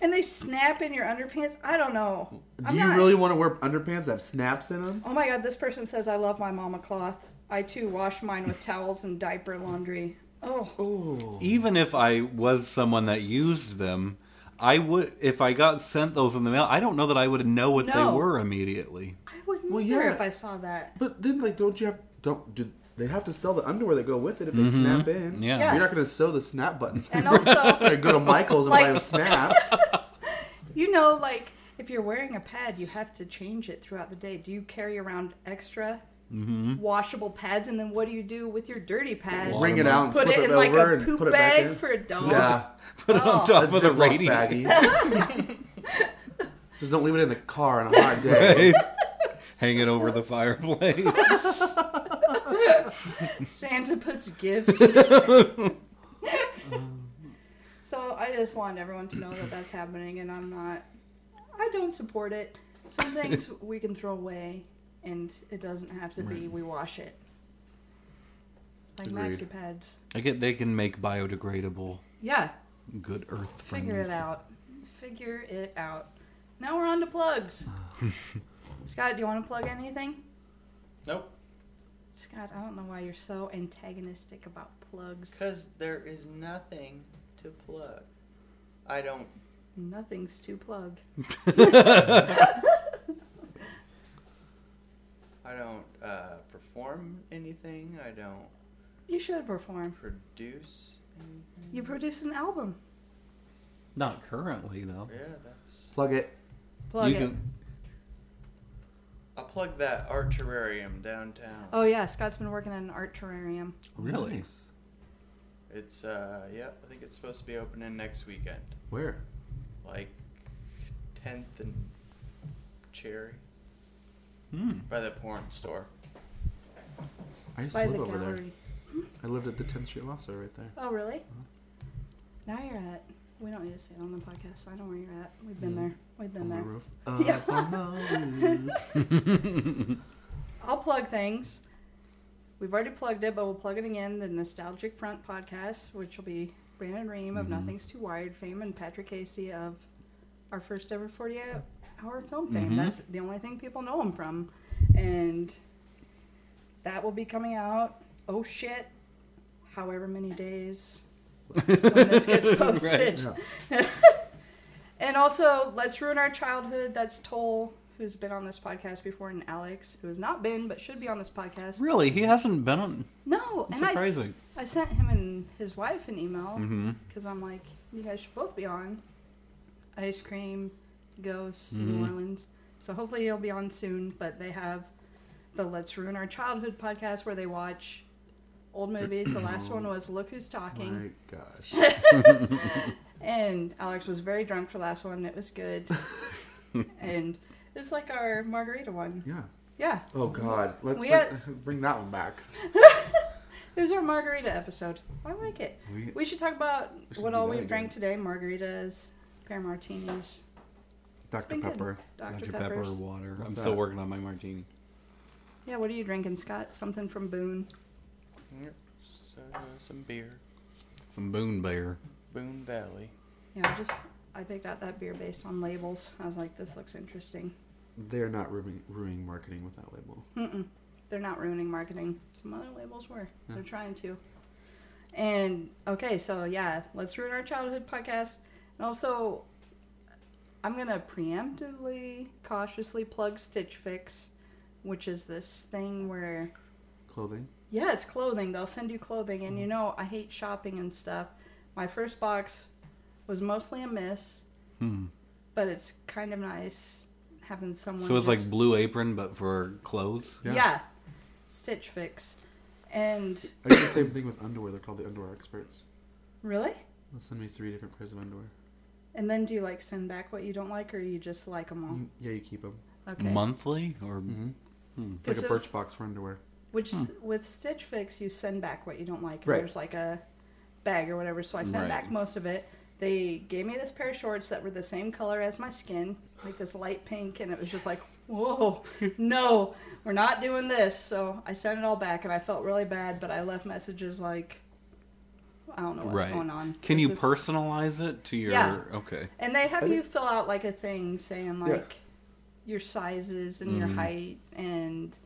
[SPEAKER 2] and they snap in your underpants. I don't know.
[SPEAKER 1] Do
[SPEAKER 2] I'm
[SPEAKER 1] you
[SPEAKER 2] not-
[SPEAKER 1] really want to wear underpants that have snaps in them?
[SPEAKER 2] Oh my god, this person says I love my mama cloth. I too wash mine with towels and diaper laundry. Oh,
[SPEAKER 4] Even if I was someone that used them, I would if I got sent those in the mail. I don't know that I would know what
[SPEAKER 2] No.
[SPEAKER 4] they were immediately.
[SPEAKER 2] I wouldn't
[SPEAKER 1] Well,
[SPEAKER 2] either
[SPEAKER 1] yeah.
[SPEAKER 2] if I saw that.
[SPEAKER 1] But then, like, don't you have don't do they have to sell the underwear that go with it if they snap in?
[SPEAKER 4] Mm-hmm. Yeah.
[SPEAKER 2] Yeah.
[SPEAKER 1] You're not gonna sew the snap
[SPEAKER 2] [LAUGHS]
[SPEAKER 1] buttons. [LAUGHS]
[SPEAKER 2] And
[SPEAKER 1] Or
[SPEAKER 2] also,
[SPEAKER 1] go to Michael's and buy
[SPEAKER 2] Like-
[SPEAKER 1] the snaps. [LAUGHS]
[SPEAKER 2] you know, like if you're wearing a pad, you have to change it throughout the day. Do you carry around extra
[SPEAKER 1] Mm-hmm.
[SPEAKER 2] washable pads, and then what do you do with your dirty pad?
[SPEAKER 1] Wring it out and
[SPEAKER 2] Put
[SPEAKER 1] flip
[SPEAKER 2] it
[SPEAKER 1] it,
[SPEAKER 2] in like
[SPEAKER 1] over
[SPEAKER 2] a
[SPEAKER 1] and put
[SPEAKER 2] poop
[SPEAKER 1] it back
[SPEAKER 2] bag
[SPEAKER 1] in.
[SPEAKER 2] for a dog.
[SPEAKER 1] yeah. [LAUGHS]
[SPEAKER 4] Put it on
[SPEAKER 2] Oh.
[SPEAKER 4] top
[SPEAKER 1] a
[SPEAKER 4] of the
[SPEAKER 1] Ziploc
[SPEAKER 4] radiator.
[SPEAKER 1] baggie.
[SPEAKER 2] [LAUGHS]
[SPEAKER 1] Just don't leave it in the car on a hot day.
[SPEAKER 4] Hang it over
[SPEAKER 2] [LAUGHS]
[SPEAKER 4] the fireplace.
[SPEAKER 2] Santa puts
[SPEAKER 1] [LAUGHS]
[SPEAKER 2] gifts. so I just want everyone to know that that's happening, and I'm not. I don't support it. Some
[SPEAKER 1] [LAUGHS]
[SPEAKER 2] things we can throw away, and it doesn't have to be we wash it. Like
[SPEAKER 1] Agreed.
[SPEAKER 2] maxi pads.
[SPEAKER 4] I get they can make biodegradable,
[SPEAKER 2] Yeah,
[SPEAKER 4] good earth friends.
[SPEAKER 2] figure it out. Figure it out. Now we're on to plugs.
[SPEAKER 1] Ah.
[SPEAKER 2] [LAUGHS] Scott, do you want to plug anything?
[SPEAKER 3] Nope.
[SPEAKER 2] Scott, I don't know why you're so antagonistic about plugs.
[SPEAKER 3] Because there is nothing to plug. I don't.
[SPEAKER 2] Nothing's to plug.
[SPEAKER 3] I don't uh, perform anything. I don't
[SPEAKER 2] You should perform.
[SPEAKER 3] produce. Anything.
[SPEAKER 2] You produce an album.
[SPEAKER 4] [LAUGHS] Not
[SPEAKER 2] [LAUGHS]
[SPEAKER 4] currently though.
[SPEAKER 3] Yeah, that's.
[SPEAKER 1] Plug it.
[SPEAKER 2] Plug
[SPEAKER 4] you
[SPEAKER 2] it.
[SPEAKER 4] can
[SPEAKER 3] I plug that art terrarium downtown.
[SPEAKER 2] Oh yeah, Scott's been working on an art terrarium.
[SPEAKER 4] really.
[SPEAKER 1] Nice.
[SPEAKER 3] It's uh, yeah. I think it's supposed to be opening next weekend,
[SPEAKER 1] Where?
[SPEAKER 3] like 10th and Cherry
[SPEAKER 4] Hmm.
[SPEAKER 3] by the porn store.
[SPEAKER 1] I used to
[SPEAKER 2] By
[SPEAKER 1] live
[SPEAKER 2] the
[SPEAKER 1] over
[SPEAKER 2] gallery.
[SPEAKER 1] there. I lived at the 10th Street Law Store right there.
[SPEAKER 2] Oh really? Now you're at we don't need to say it on the podcast. I know where you're at. We've been there. We've been
[SPEAKER 1] On the
[SPEAKER 2] there.
[SPEAKER 1] roof.
[SPEAKER 2] [LAUGHS] Yeah.
[SPEAKER 1] Up on the roof.
[SPEAKER 2] I'll plug things. We've already plugged it, but we'll plug it again. The Nostalgic Front podcast, which will be Brandon Ream of Nothing's Too Wired fame and Patrick Casey of our first ever 48 hour film fame. That's the only thing people know him from. And that will be coming out, oh shit, however many days when this gets posted. And also, Let's Ruin Our Childhood. That's Toll, who's been on this podcast before, and Alex, who has not been but should be on this podcast.
[SPEAKER 4] Really, he hasn't been on.
[SPEAKER 2] No, and I, s-
[SPEAKER 4] Surprising.
[SPEAKER 2] I sent him and his wife an email because I'm like, you guys should both be on. Ice cream, Ghosts, New Orleans. So hopefully it'll be on soon. But they have the Let's Ruin Our Childhood podcast where they watch old movies. The last one was Look Who's Talking.
[SPEAKER 1] My gosh.
[SPEAKER 2] And Alex was very drunk for the last one. It was good. and it's like our margarita one.
[SPEAKER 1] Yeah.
[SPEAKER 2] Yeah,
[SPEAKER 1] Oh God. Let's
[SPEAKER 2] We
[SPEAKER 1] bring, [LAUGHS] bring that one back.
[SPEAKER 2] it was our margarita episode. I like it.
[SPEAKER 1] We-
[SPEAKER 2] We, should talk about
[SPEAKER 1] should
[SPEAKER 2] what
[SPEAKER 1] do
[SPEAKER 2] all
[SPEAKER 1] that
[SPEAKER 2] we've
[SPEAKER 1] again.
[SPEAKER 2] drank today margaritas, pear martinis.
[SPEAKER 1] Dr
[SPEAKER 2] been good.
[SPEAKER 1] Pepper.
[SPEAKER 2] Dr.
[SPEAKER 4] Dr. Pepper
[SPEAKER 2] Peppers.
[SPEAKER 4] water. I'm
[SPEAKER 1] What's
[SPEAKER 4] still
[SPEAKER 1] that?
[SPEAKER 4] working on my martini.
[SPEAKER 2] Yeah, what are you drinking, Scott? Something from Boone.
[SPEAKER 3] So, some beer.
[SPEAKER 4] Some Boone Bear.
[SPEAKER 3] Boone Valley.
[SPEAKER 2] Yeah, I just I picked out that beer based on labels. I was like, this looks interesting.
[SPEAKER 1] They're not ruining, ruining marketing with that label.
[SPEAKER 2] Mm-mm. They're not ruining marketing. Some other labels were. They're trying to. And okay, so yeah, let's ruin our childhood podcast. And also, I'm gonna preemptively, cautiously plug Stitch Fix, which is this thing where
[SPEAKER 1] Clothing.
[SPEAKER 2] yeah, it's clothing. They'll send you clothing,
[SPEAKER 4] Mm-hmm.
[SPEAKER 2] and you know I hate shopping and stuff. My first box was mostly a miss,
[SPEAKER 4] Hmm.
[SPEAKER 2] but it's kind of nice having someone.
[SPEAKER 4] So it's
[SPEAKER 2] just-
[SPEAKER 4] like Blue Apron, but for clothes.
[SPEAKER 2] yeah. Stitch Fix, and
[SPEAKER 1] I do the same thing with underwear. They're called the underwear experts.
[SPEAKER 2] really,
[SPEAKER 1] They'll send me three different pairs of underwear.
[SPEAKER 2] and then do you like send back what you don't like, or you just like them all?
[SPEAKER 1] Mm, Yeah, you keep them.
[SPEAKER 2] Okay. Mm-hmm.
[SPEAKER 4] Monthly or
[SPEAKER 1] It's like
[SPEAKER 2] This
[SPEAKER 1] a
[SPEAKER 2] is-
[SPEAKER 1] birch box for underwear.
[SPEAKER 2] Which
[SPEAKER 4] Hmm.
[SPEAKER 2] s with Stitch Fix, you send back what you don't like. and
[SPEAKER 1] Right.
[SPEAKER 2] There's like a bag or whatever, so I sent
[SPEAKER 4] Right.
[SPEAKER 2] back most of it. They gave me this pair of shorts that were the same color as my skin, like this light pink, and it was just like, whoa, [LAUGHS] no, we're not doing this. So I sent it all back, and I felt really bad, but I left messages like, I don't know what's
[SPEAKER 4] right.
[SPEAKER 2] going on.
[SPEAKER 4] Can
[SPEAKER 2] This
[SPEAKER 4] you
[SPEAKER 2] is-
[SPEAKER 4] personalize it to your?
[SPEAKER 2] Yeah.
[SPEAKER 4] Okay.
[SPEAKER 2] And they have
[SPEAKER 1] I
[SPEAKER 2] you fill out like a thing saying like
[SPEAKER 1] Yeah. Mm-hmm.
[SPEAKER 2] your sizes and your height, and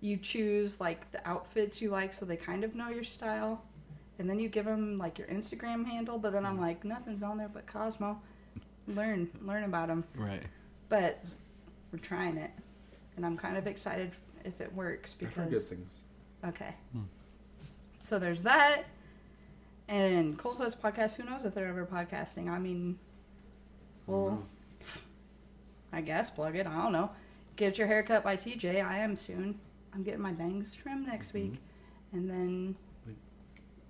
[SPEAKER 2] you choose like the outfits you like, so they kind of know your style. And then you give them like your Instagram handle, but then
[SPEAKER 1] Mm-hmm.
[SPEAKER 2] I'm like, nothing's on there but Cosmo. Learn, learn about them.
[SPEAKER 4] Right.
[SPEAKER 2] But we're trying it, and I'm kind of excited if it works
[SPEAKER 1] I've heard good
[SPEAKER 2] because
[SPEAKER 1] things.
[SPEAKER 2] okay. So there's that, and Cold Sweats podcast. Who knows if they're ever podcasting? I mean, well, I guess plug it. I don't know. Get your hair cut by TJ. I am soon. I'm getting my bangs trimmed next week, and then,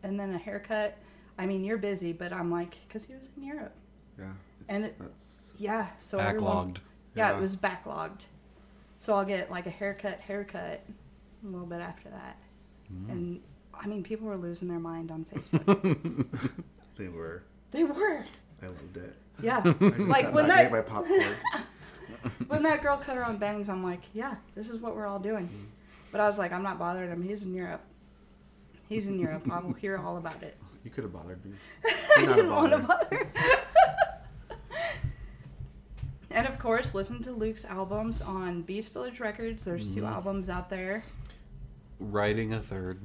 [SPEAKER 2] and then a haircut. I mean, you're busy, but I'm like, because he was in Europe.
[SPEAKER 1] Yeah. It's,
[SPEAKER 2] And it-
[SPEAKER 1] that's
[SPEAKER 2] Yeah, so everyone,
[SPEAKER 4] Backlogged.
[SPEAKER 2] yeah,
[SPEAKER 1] Yeah.
[SPEAKER 2] it was backlogged. So I'll get like a haircut, haircut a little bit after that. And I mean, people were losing their mind on Facebook.
[SPEAKER 1] they were.
[SPEAKER 2] they were.
[SPEAKER 1] I loved it.
[SPEAKER 2] Yeah.
[SPEAKER 1] I
[SPEAKER 2] [LAUGHS]
[SPEAKER 1] just
[SPEAKER 2] Like,
[SPEAKER 1] sat
[SPEAKER 2] when
[SPEAKER 1] back and
[SPEAKER 2] that-
[SPEAKER 1] ate
[SPEAKER 2] [LAUGHS]
[SPEAKER 1] my popcorn.
[SPEAKER 2] when that girl cut her own bangs, I'm like, yeah, this is what we're all doing. But I was like, I'm not bothering him. He's in Europe. He's in Europe. I will hear all about it.
[SPEAKER 1] you could have
[SPEAKER 2] [LAUGHS]
[SPEAKER 1] bothered me.
[SPEAKER 2] I
[SPEAKER 1] Not a
[SPEAKER 2] didn't want to
[SPEAKER 1] bother.
[SPEAKER 2] bother. [LAUGHS] and of course, listen to Luke's albums on Beast Village Records. There's two albums out there.
[SPEAKER 4] Writing a third.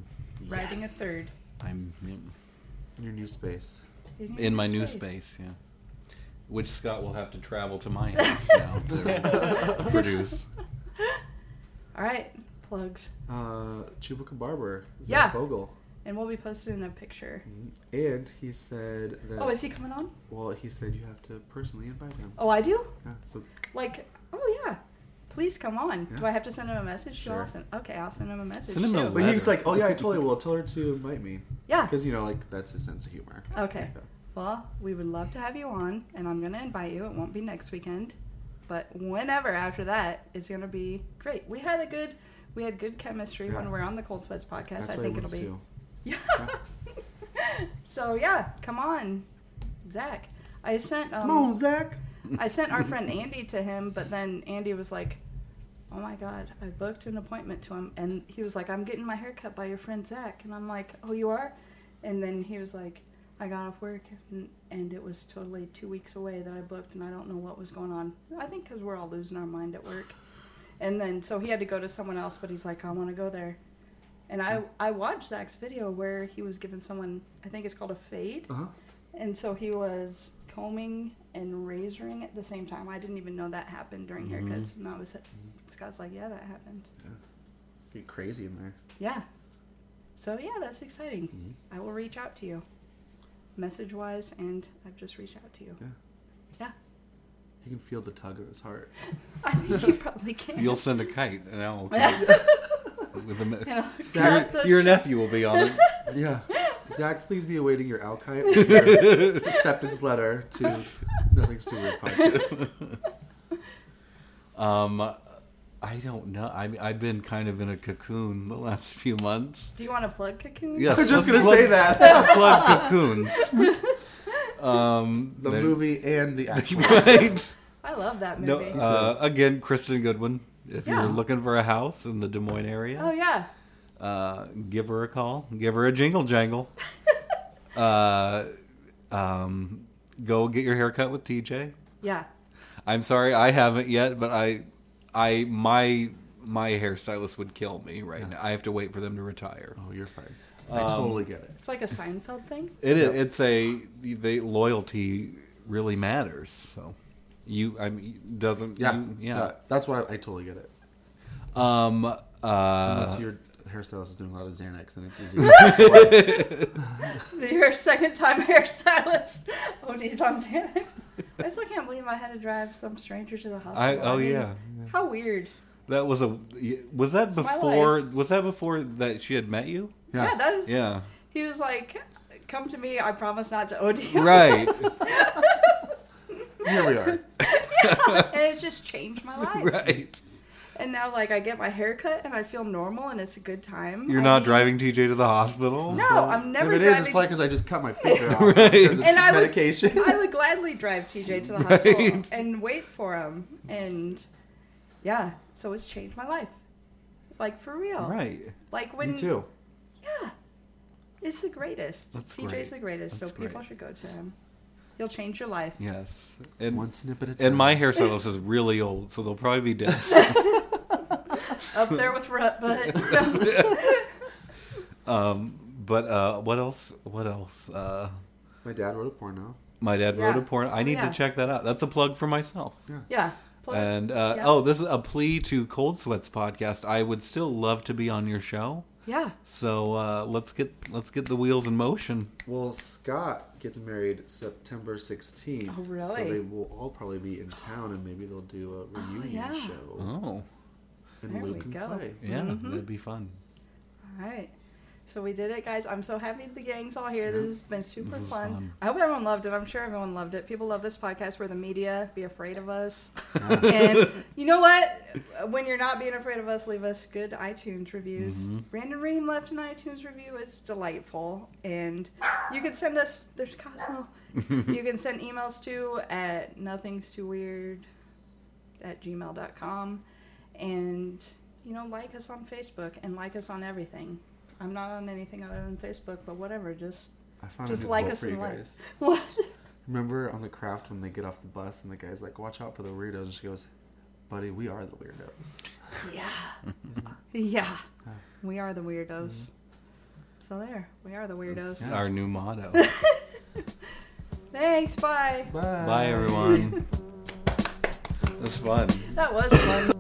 [SPEAKER 2] Writing a third.
[SPEAKER 4] I'm in,
[SPEAKER 1] In your new space.
[SPEAKER 4] in my new space. Yeah. Which Scott will have to travel to my house now
[SPEAKER 2] [LAUGHS]
[SPEAKER 4] to produce.
[SPEAKER 2] All right, plugs.
[SPEAKER 1] Uh, Chewbacca Barber. Zach
[SPEAKER 2] Yeah.
[SPEAKER 1] Bogle. Mm-hmm.
[SPEAKER 2] And we'll be posting a picture.
[SPEAKER 1] And he said that.
[SPEAKER 2] Oh, is he coming on?
[SPEAKER 1] Well, he said you have to personally invite him.
[SPEAKER 2] Oh, I do?
[SPEAKER 1] Yeah, so
[SPEAKER 2] Like, oh, yeah. Please come on. Do
[SPEAKER 1] Yeah.
[SPEAKER 2] I have to send him a message? Sure.
[SPEAKER 1] Sure.
[SPEAKER 2] I'll send, okay, I'll send him a message.
[SPEAKER 4] Send him a
[SPEAKER 2] Shoot.
[SPEAKER 1] But he was
[SPEAKER 4] Letter.
[SPEAKER 1] like, "Oh yeah, I [LAUGHS] totally will. Tell her to invite me."
[SPEAKER 2] Yeah.
[SPEAKER 1] Because you know, like that's his sense of humor.
[SPEAKER 2] Okay.
[SPEAKER 1] Yeah.
[SPEAKER 2] Well, we would love to have you on, and I'm going to invite you. It won't be next weekend, but whenever after that, it's going to be great. We had a good, we had good chemistry when
[SPEAKER 1] Yeah.
[SPEAKER 2] we we're on the Cold Sweats podcast.
[SPEAKER 1] That's
[SPEAKER 2] I
[SPEAKER 1] what
[SPEAKER 2] think
[SPEAKER 1] he
[SPEAKER 2] it'll
[SPEAKER 1] wants
[SPEAKER 2] be.
[SPEAKER 1] to.
[SPEAKER 2] Yeah. [LAUGHS] so yeah, come on, Zach. I sent um,
[SPEAKER 1] Come on, Zach.
[SPEAKER 2] I sent our friend Andy to him, but then Andy was like, "Oh my God, I booked an appointment to him," and he was like, "I'm getting my hair cut by your friend Zach," and I'm like, "Oh, you are?" And then he was like, "I got off work, and, and it was totally two weeks away that I booked, and I don't know what was going on. I think because we're all losing our mind at work." And then so he had to go to someone else, but he's like, "I want to go there." And I, I watched Zach's video where he was giving someone, I think it's called a fade.
[SPEAKER 1] Uh-huh.
[SPEAKER 2] And so he was combing and razoring at the same time. I didn't even know that happened during
[SPEAKER 4] Mm-hmm.
[SPEAKER 2] haircuts. And I was, Scott's like, yeah, that happened.
[SPEAKER 1] Be crazy in there.
[SPEAKER 2] Yeah. So, yeah, that's exciting.
[SPEAKER 4] Mm-hmm.
[SPEAKER 2] I will reach out to you
[SPEAKER 4] [LAUGHS]
[SPEAKER 2] message wise, and I've just reached out to you.
[SPEAKER 1] Yeah.
[SPEAKER 2] Yeah.
[SPEAKER 1] You can feel the tug of his heart.
[SPEAKER 2] I think you probably can. [LAUGHS]
[SPEAKER 4] You'll send a kite, an owl kite.
[SPEAKER 2] Yeah.
[SPEAKER 4] with a, me-
[SPEAKER 2] You
[SPEAKER 4] [LAUGHS]
[SPEAKER 2] know,
[SPEAKER 1] Zach,
[SPEAKER 2] cut the-
[SPEAKER 4] your nephew will be on it. [LAUGHS]
[SPEAKER 1] Yeah. Zach, please be awaiting your alkite with your acceptance letter to Nothing's Too Weird podcast.
[SPEAKER 4] Um, I don't know. I, I've been kind of in a cocoon the last few months.
[SPEAKER 2] [LAUGHS] Do you want to plug Cocoon?
[SPEAKER 4] Yes,
[SPEAKER 1] I'm
[SPEAKER 4] let's
[SPEAKER 1] just going to
[SPEAKER 4] plug-
[SPEAKER 1] say that.
[SPEAKER 4] plug cocoons.
[SPEAKER 2] [LAUGHS]
[SPEAKER 4] Um,
[SPEAKER 1] The
[SPEAKER 4] there-
[SPEAKER 1] movie and the actual.
[SPEAKER 4] right?
[SPEAKER 2] I love that
[SPEAKER 4] No,
[SPEAKER 2] movie.
[SPEAKER 4] uh, again, Kristen Goodwin. If
[SPEAKER 2] Yeah.
[SPEAKER 4] you're looking for a house in the Des Moines
[SPEAKER 2] oh
[SPEAKER 4] area,
[SPEAKER 2] yeah.
[SPEAKER 4] uh, give her a call. Give her a jingle
[SPEAKER 1] [LAUGHS]
[SPEAKER 4] jangle. uh, um, go get your hair cut with TJ.
[SPEAKER 2] Yeah.
[SPEAKER 4] I'm sorry, I haven't yet, but I, I my my hairstylist would kill me right now. I have to wait for them to retire.
[SPEAKER 1] Oh, you're fine. I totally get it.
[SPEAKER 2] It's like a Seinfeld thing.
[SPEAKER 4] It is. It's a the loyalty really matters. So you, I mean, doesn't
[SPEAKER 1] Yeah,
[SPEAKER 4] you-
[SPEAKER 1] yeah. That's why I totally get it.
[SPEAKER 4] yeah. Um. Uh.
[SPEAKER 1] Unless your hairstylist is doing a lot of Xanax, and it's easy.
[SPEAKER 2] Your second time [LAUGHS] hairstylist. Oh, OD's on Xanax. I still can't believe I had to drive some stranger to the hospital.
[SPEAKER 4] I. Oh
[SPEAKER 2] mean,
[SPEAKER 4] yeah.
[SPEAKER 2] How weird.
[SPEAKER 4] That was a. Was that
[SPEAKER 2] my
[SPEAKER 4] before? Was that before that she had met you?
[SPEAKER 2] Yeah, that is.
[SPEAKER 4] Yeah.
[SPEAKER 2] He was like, "Come to me. I promise not to OD." I was
[SPEAKER 4] [LAUGHS] Right.
[SPEAKER 1] Here we are.
[SPEAKER 2] like, and it's just changed my [LAUGHS] life.
[SPEAKER 4] right.
[SPEAKER 2] And now, like, I get my hair cut and I feel normal and it's a good time.
[SPEAKER 4] You're
[SPEAKER 2] I
[SPEAKER 4] not
[SPEAKER 2] mean-
[SPEAKER 4] driving TJ to the hospital.
[SPEAKER 2] No, I'm never
[SPEAKER 1] if it is,
[SPEAKER 2] driving.
[SPEAKER 1] it's probably because I just cut my finger off.
[SPEAKER 4] Right.
[SPEAKER 1] Because
[SPEAKER 2] [LAUGHS]
[SPEAKER 1] it's
[SPEAKER 2] And I would-
[SPEAKER 1] [LAUGHS] medication.
[SPEAKER 2] I would gladly drive TJ to the hospital
[SPEAKER 4] [LAUGHS] Right.
[SPEAKER 2] and wait for him. And yeah, so it's changed my life. Like for real.
[SPEAKER 4] Right.
[SPEAKER 2] Like when
[SPEAKER 1] Me too.
[SPEAKER 2] Yeah. It's the greatest.
[SPEAKER 4] That's
[SPEAKER 2] TJ's
[SPEAKER 4] great.
[SPEAKER 2] the greatest, so
[SPEAKER 4] That's
[SPEAKER 2] people
[SPEAKER 4] great.
[SPEAKER 2] should go to him. He'll change your
[SPEAKER 4] [LAUGHS]
[SPEAKER 2] life.
[SPEAKER 4] Yes. And
[SPEAKER 1] One snippet at a time.
[SPEAKER 4] and my hairstylist is really old, so they'll
[SPEAKER 2] [LAUGHS]
[SPEAKER 4] probably be dead. soon.
[SPEAKER 2] Up there with Rut, but
[SPEAKER 4] [LAUGHS]
[SPEAKER 2] [LAUGHS]
[SPEAKER 4] um. But uh, what else? What else? Uh.
[SPEAKER 1] My dad wrote a porno.
[SPEAKER 4] My dad
[SPEAKER 2] Yeah.
[SPEAKER 4] wrote a porn. I need
[SPEAKER 2] Yeah.
[SPEAKER 4] to check that out. That's a plug for myself.
[SPEAKER 2] yeah. Plug-
[SPEAKER 4] And uh,
[SPEAKER 2] Yeah.
[SPEAKER 4] oh, this is a plea to Cold Sweats podcast. I would still love to be on your show.
[SPEAKER 2] yeah.
[SPEAKER 4] So uh, let's get let's get the wheels in motion.
[SPEAKER 1] Well, Scott gets married September 16th.
[SPEAKER 2] Oh, really?
[SPEAKER 1] So they will all probably be in town, and maybe they'll do a reunion
[SPEAKER 2] yeah.
[SPEAKER 1] show.
[SPEAKER 4] Oh,
[SPEAKER 1] And
[SPEAKER 2] There
[SPEAKER 1] Luke
[SPEAKER 2] we
[SPEAKER 1] can
[SPEAKER 2] go.
[SPEAKER 1] play.
[SPEAKER 4] yeah,
[SPEAKER 2] Mm-hmm.
[SPEAKER 4] that'd be fun.
[SPEAKER 2] All right. So we did it, guys. I'm so happy the gang's all here. This has been super
[SPEAKER 4] was
[SPEAKER 2] fun.
[SPEAKER 4] fun.
[SPEAKER 2] I hope everyone loved it. I'm sure everyone loved it. People love this podcast. We're the media. Be afraid of [LAUGHS] us. and you know what? When you're not being afraid of us, leave us good iTunes reviews. Brandon Ream left an iTunes review. It's delightful. And you can send us, there's [LAUGHS] Cosmo. you can send emails to at nothing's too weird at gmail.com and you know like us on facebook and like us on everything i'm not on anything other than facebook but whatever just
[SPEAKER 1] I found
[SPEAKER 2] Just
[SPEAKER 1] a new
[SPEAKER 2] like
[SPEAKER 1] quote
[SPEAKER 2] us
[SPEAKER 1] for
[SPEAKER 2] and
[SPEAKER 1] you
[SPEAKER 2] like-
[SPEAKER 1] guys.
[SPEAKER 2] [LAUGHS] what
[SPEAKER 1] Remember on the craft when they get off the bus and the guy's like, "Watch out for the weirdos," and she goes, "Buddy, we are the weirdos." [LAUGHS]
[SPEAKER 2] yeah yeah we are the weirdos
[SPEAKER 1] Mm-hmm.
[SPEAKER 2] so there we are the weirdos
[SPEAKER 4] It's our new motto.
[SPEAKER 2] [LAUGHS] thanks bye
[SPEAKER 4] Bye, everyone. [LAUGHS] That's fun.
[SPEAKER 2] that was fun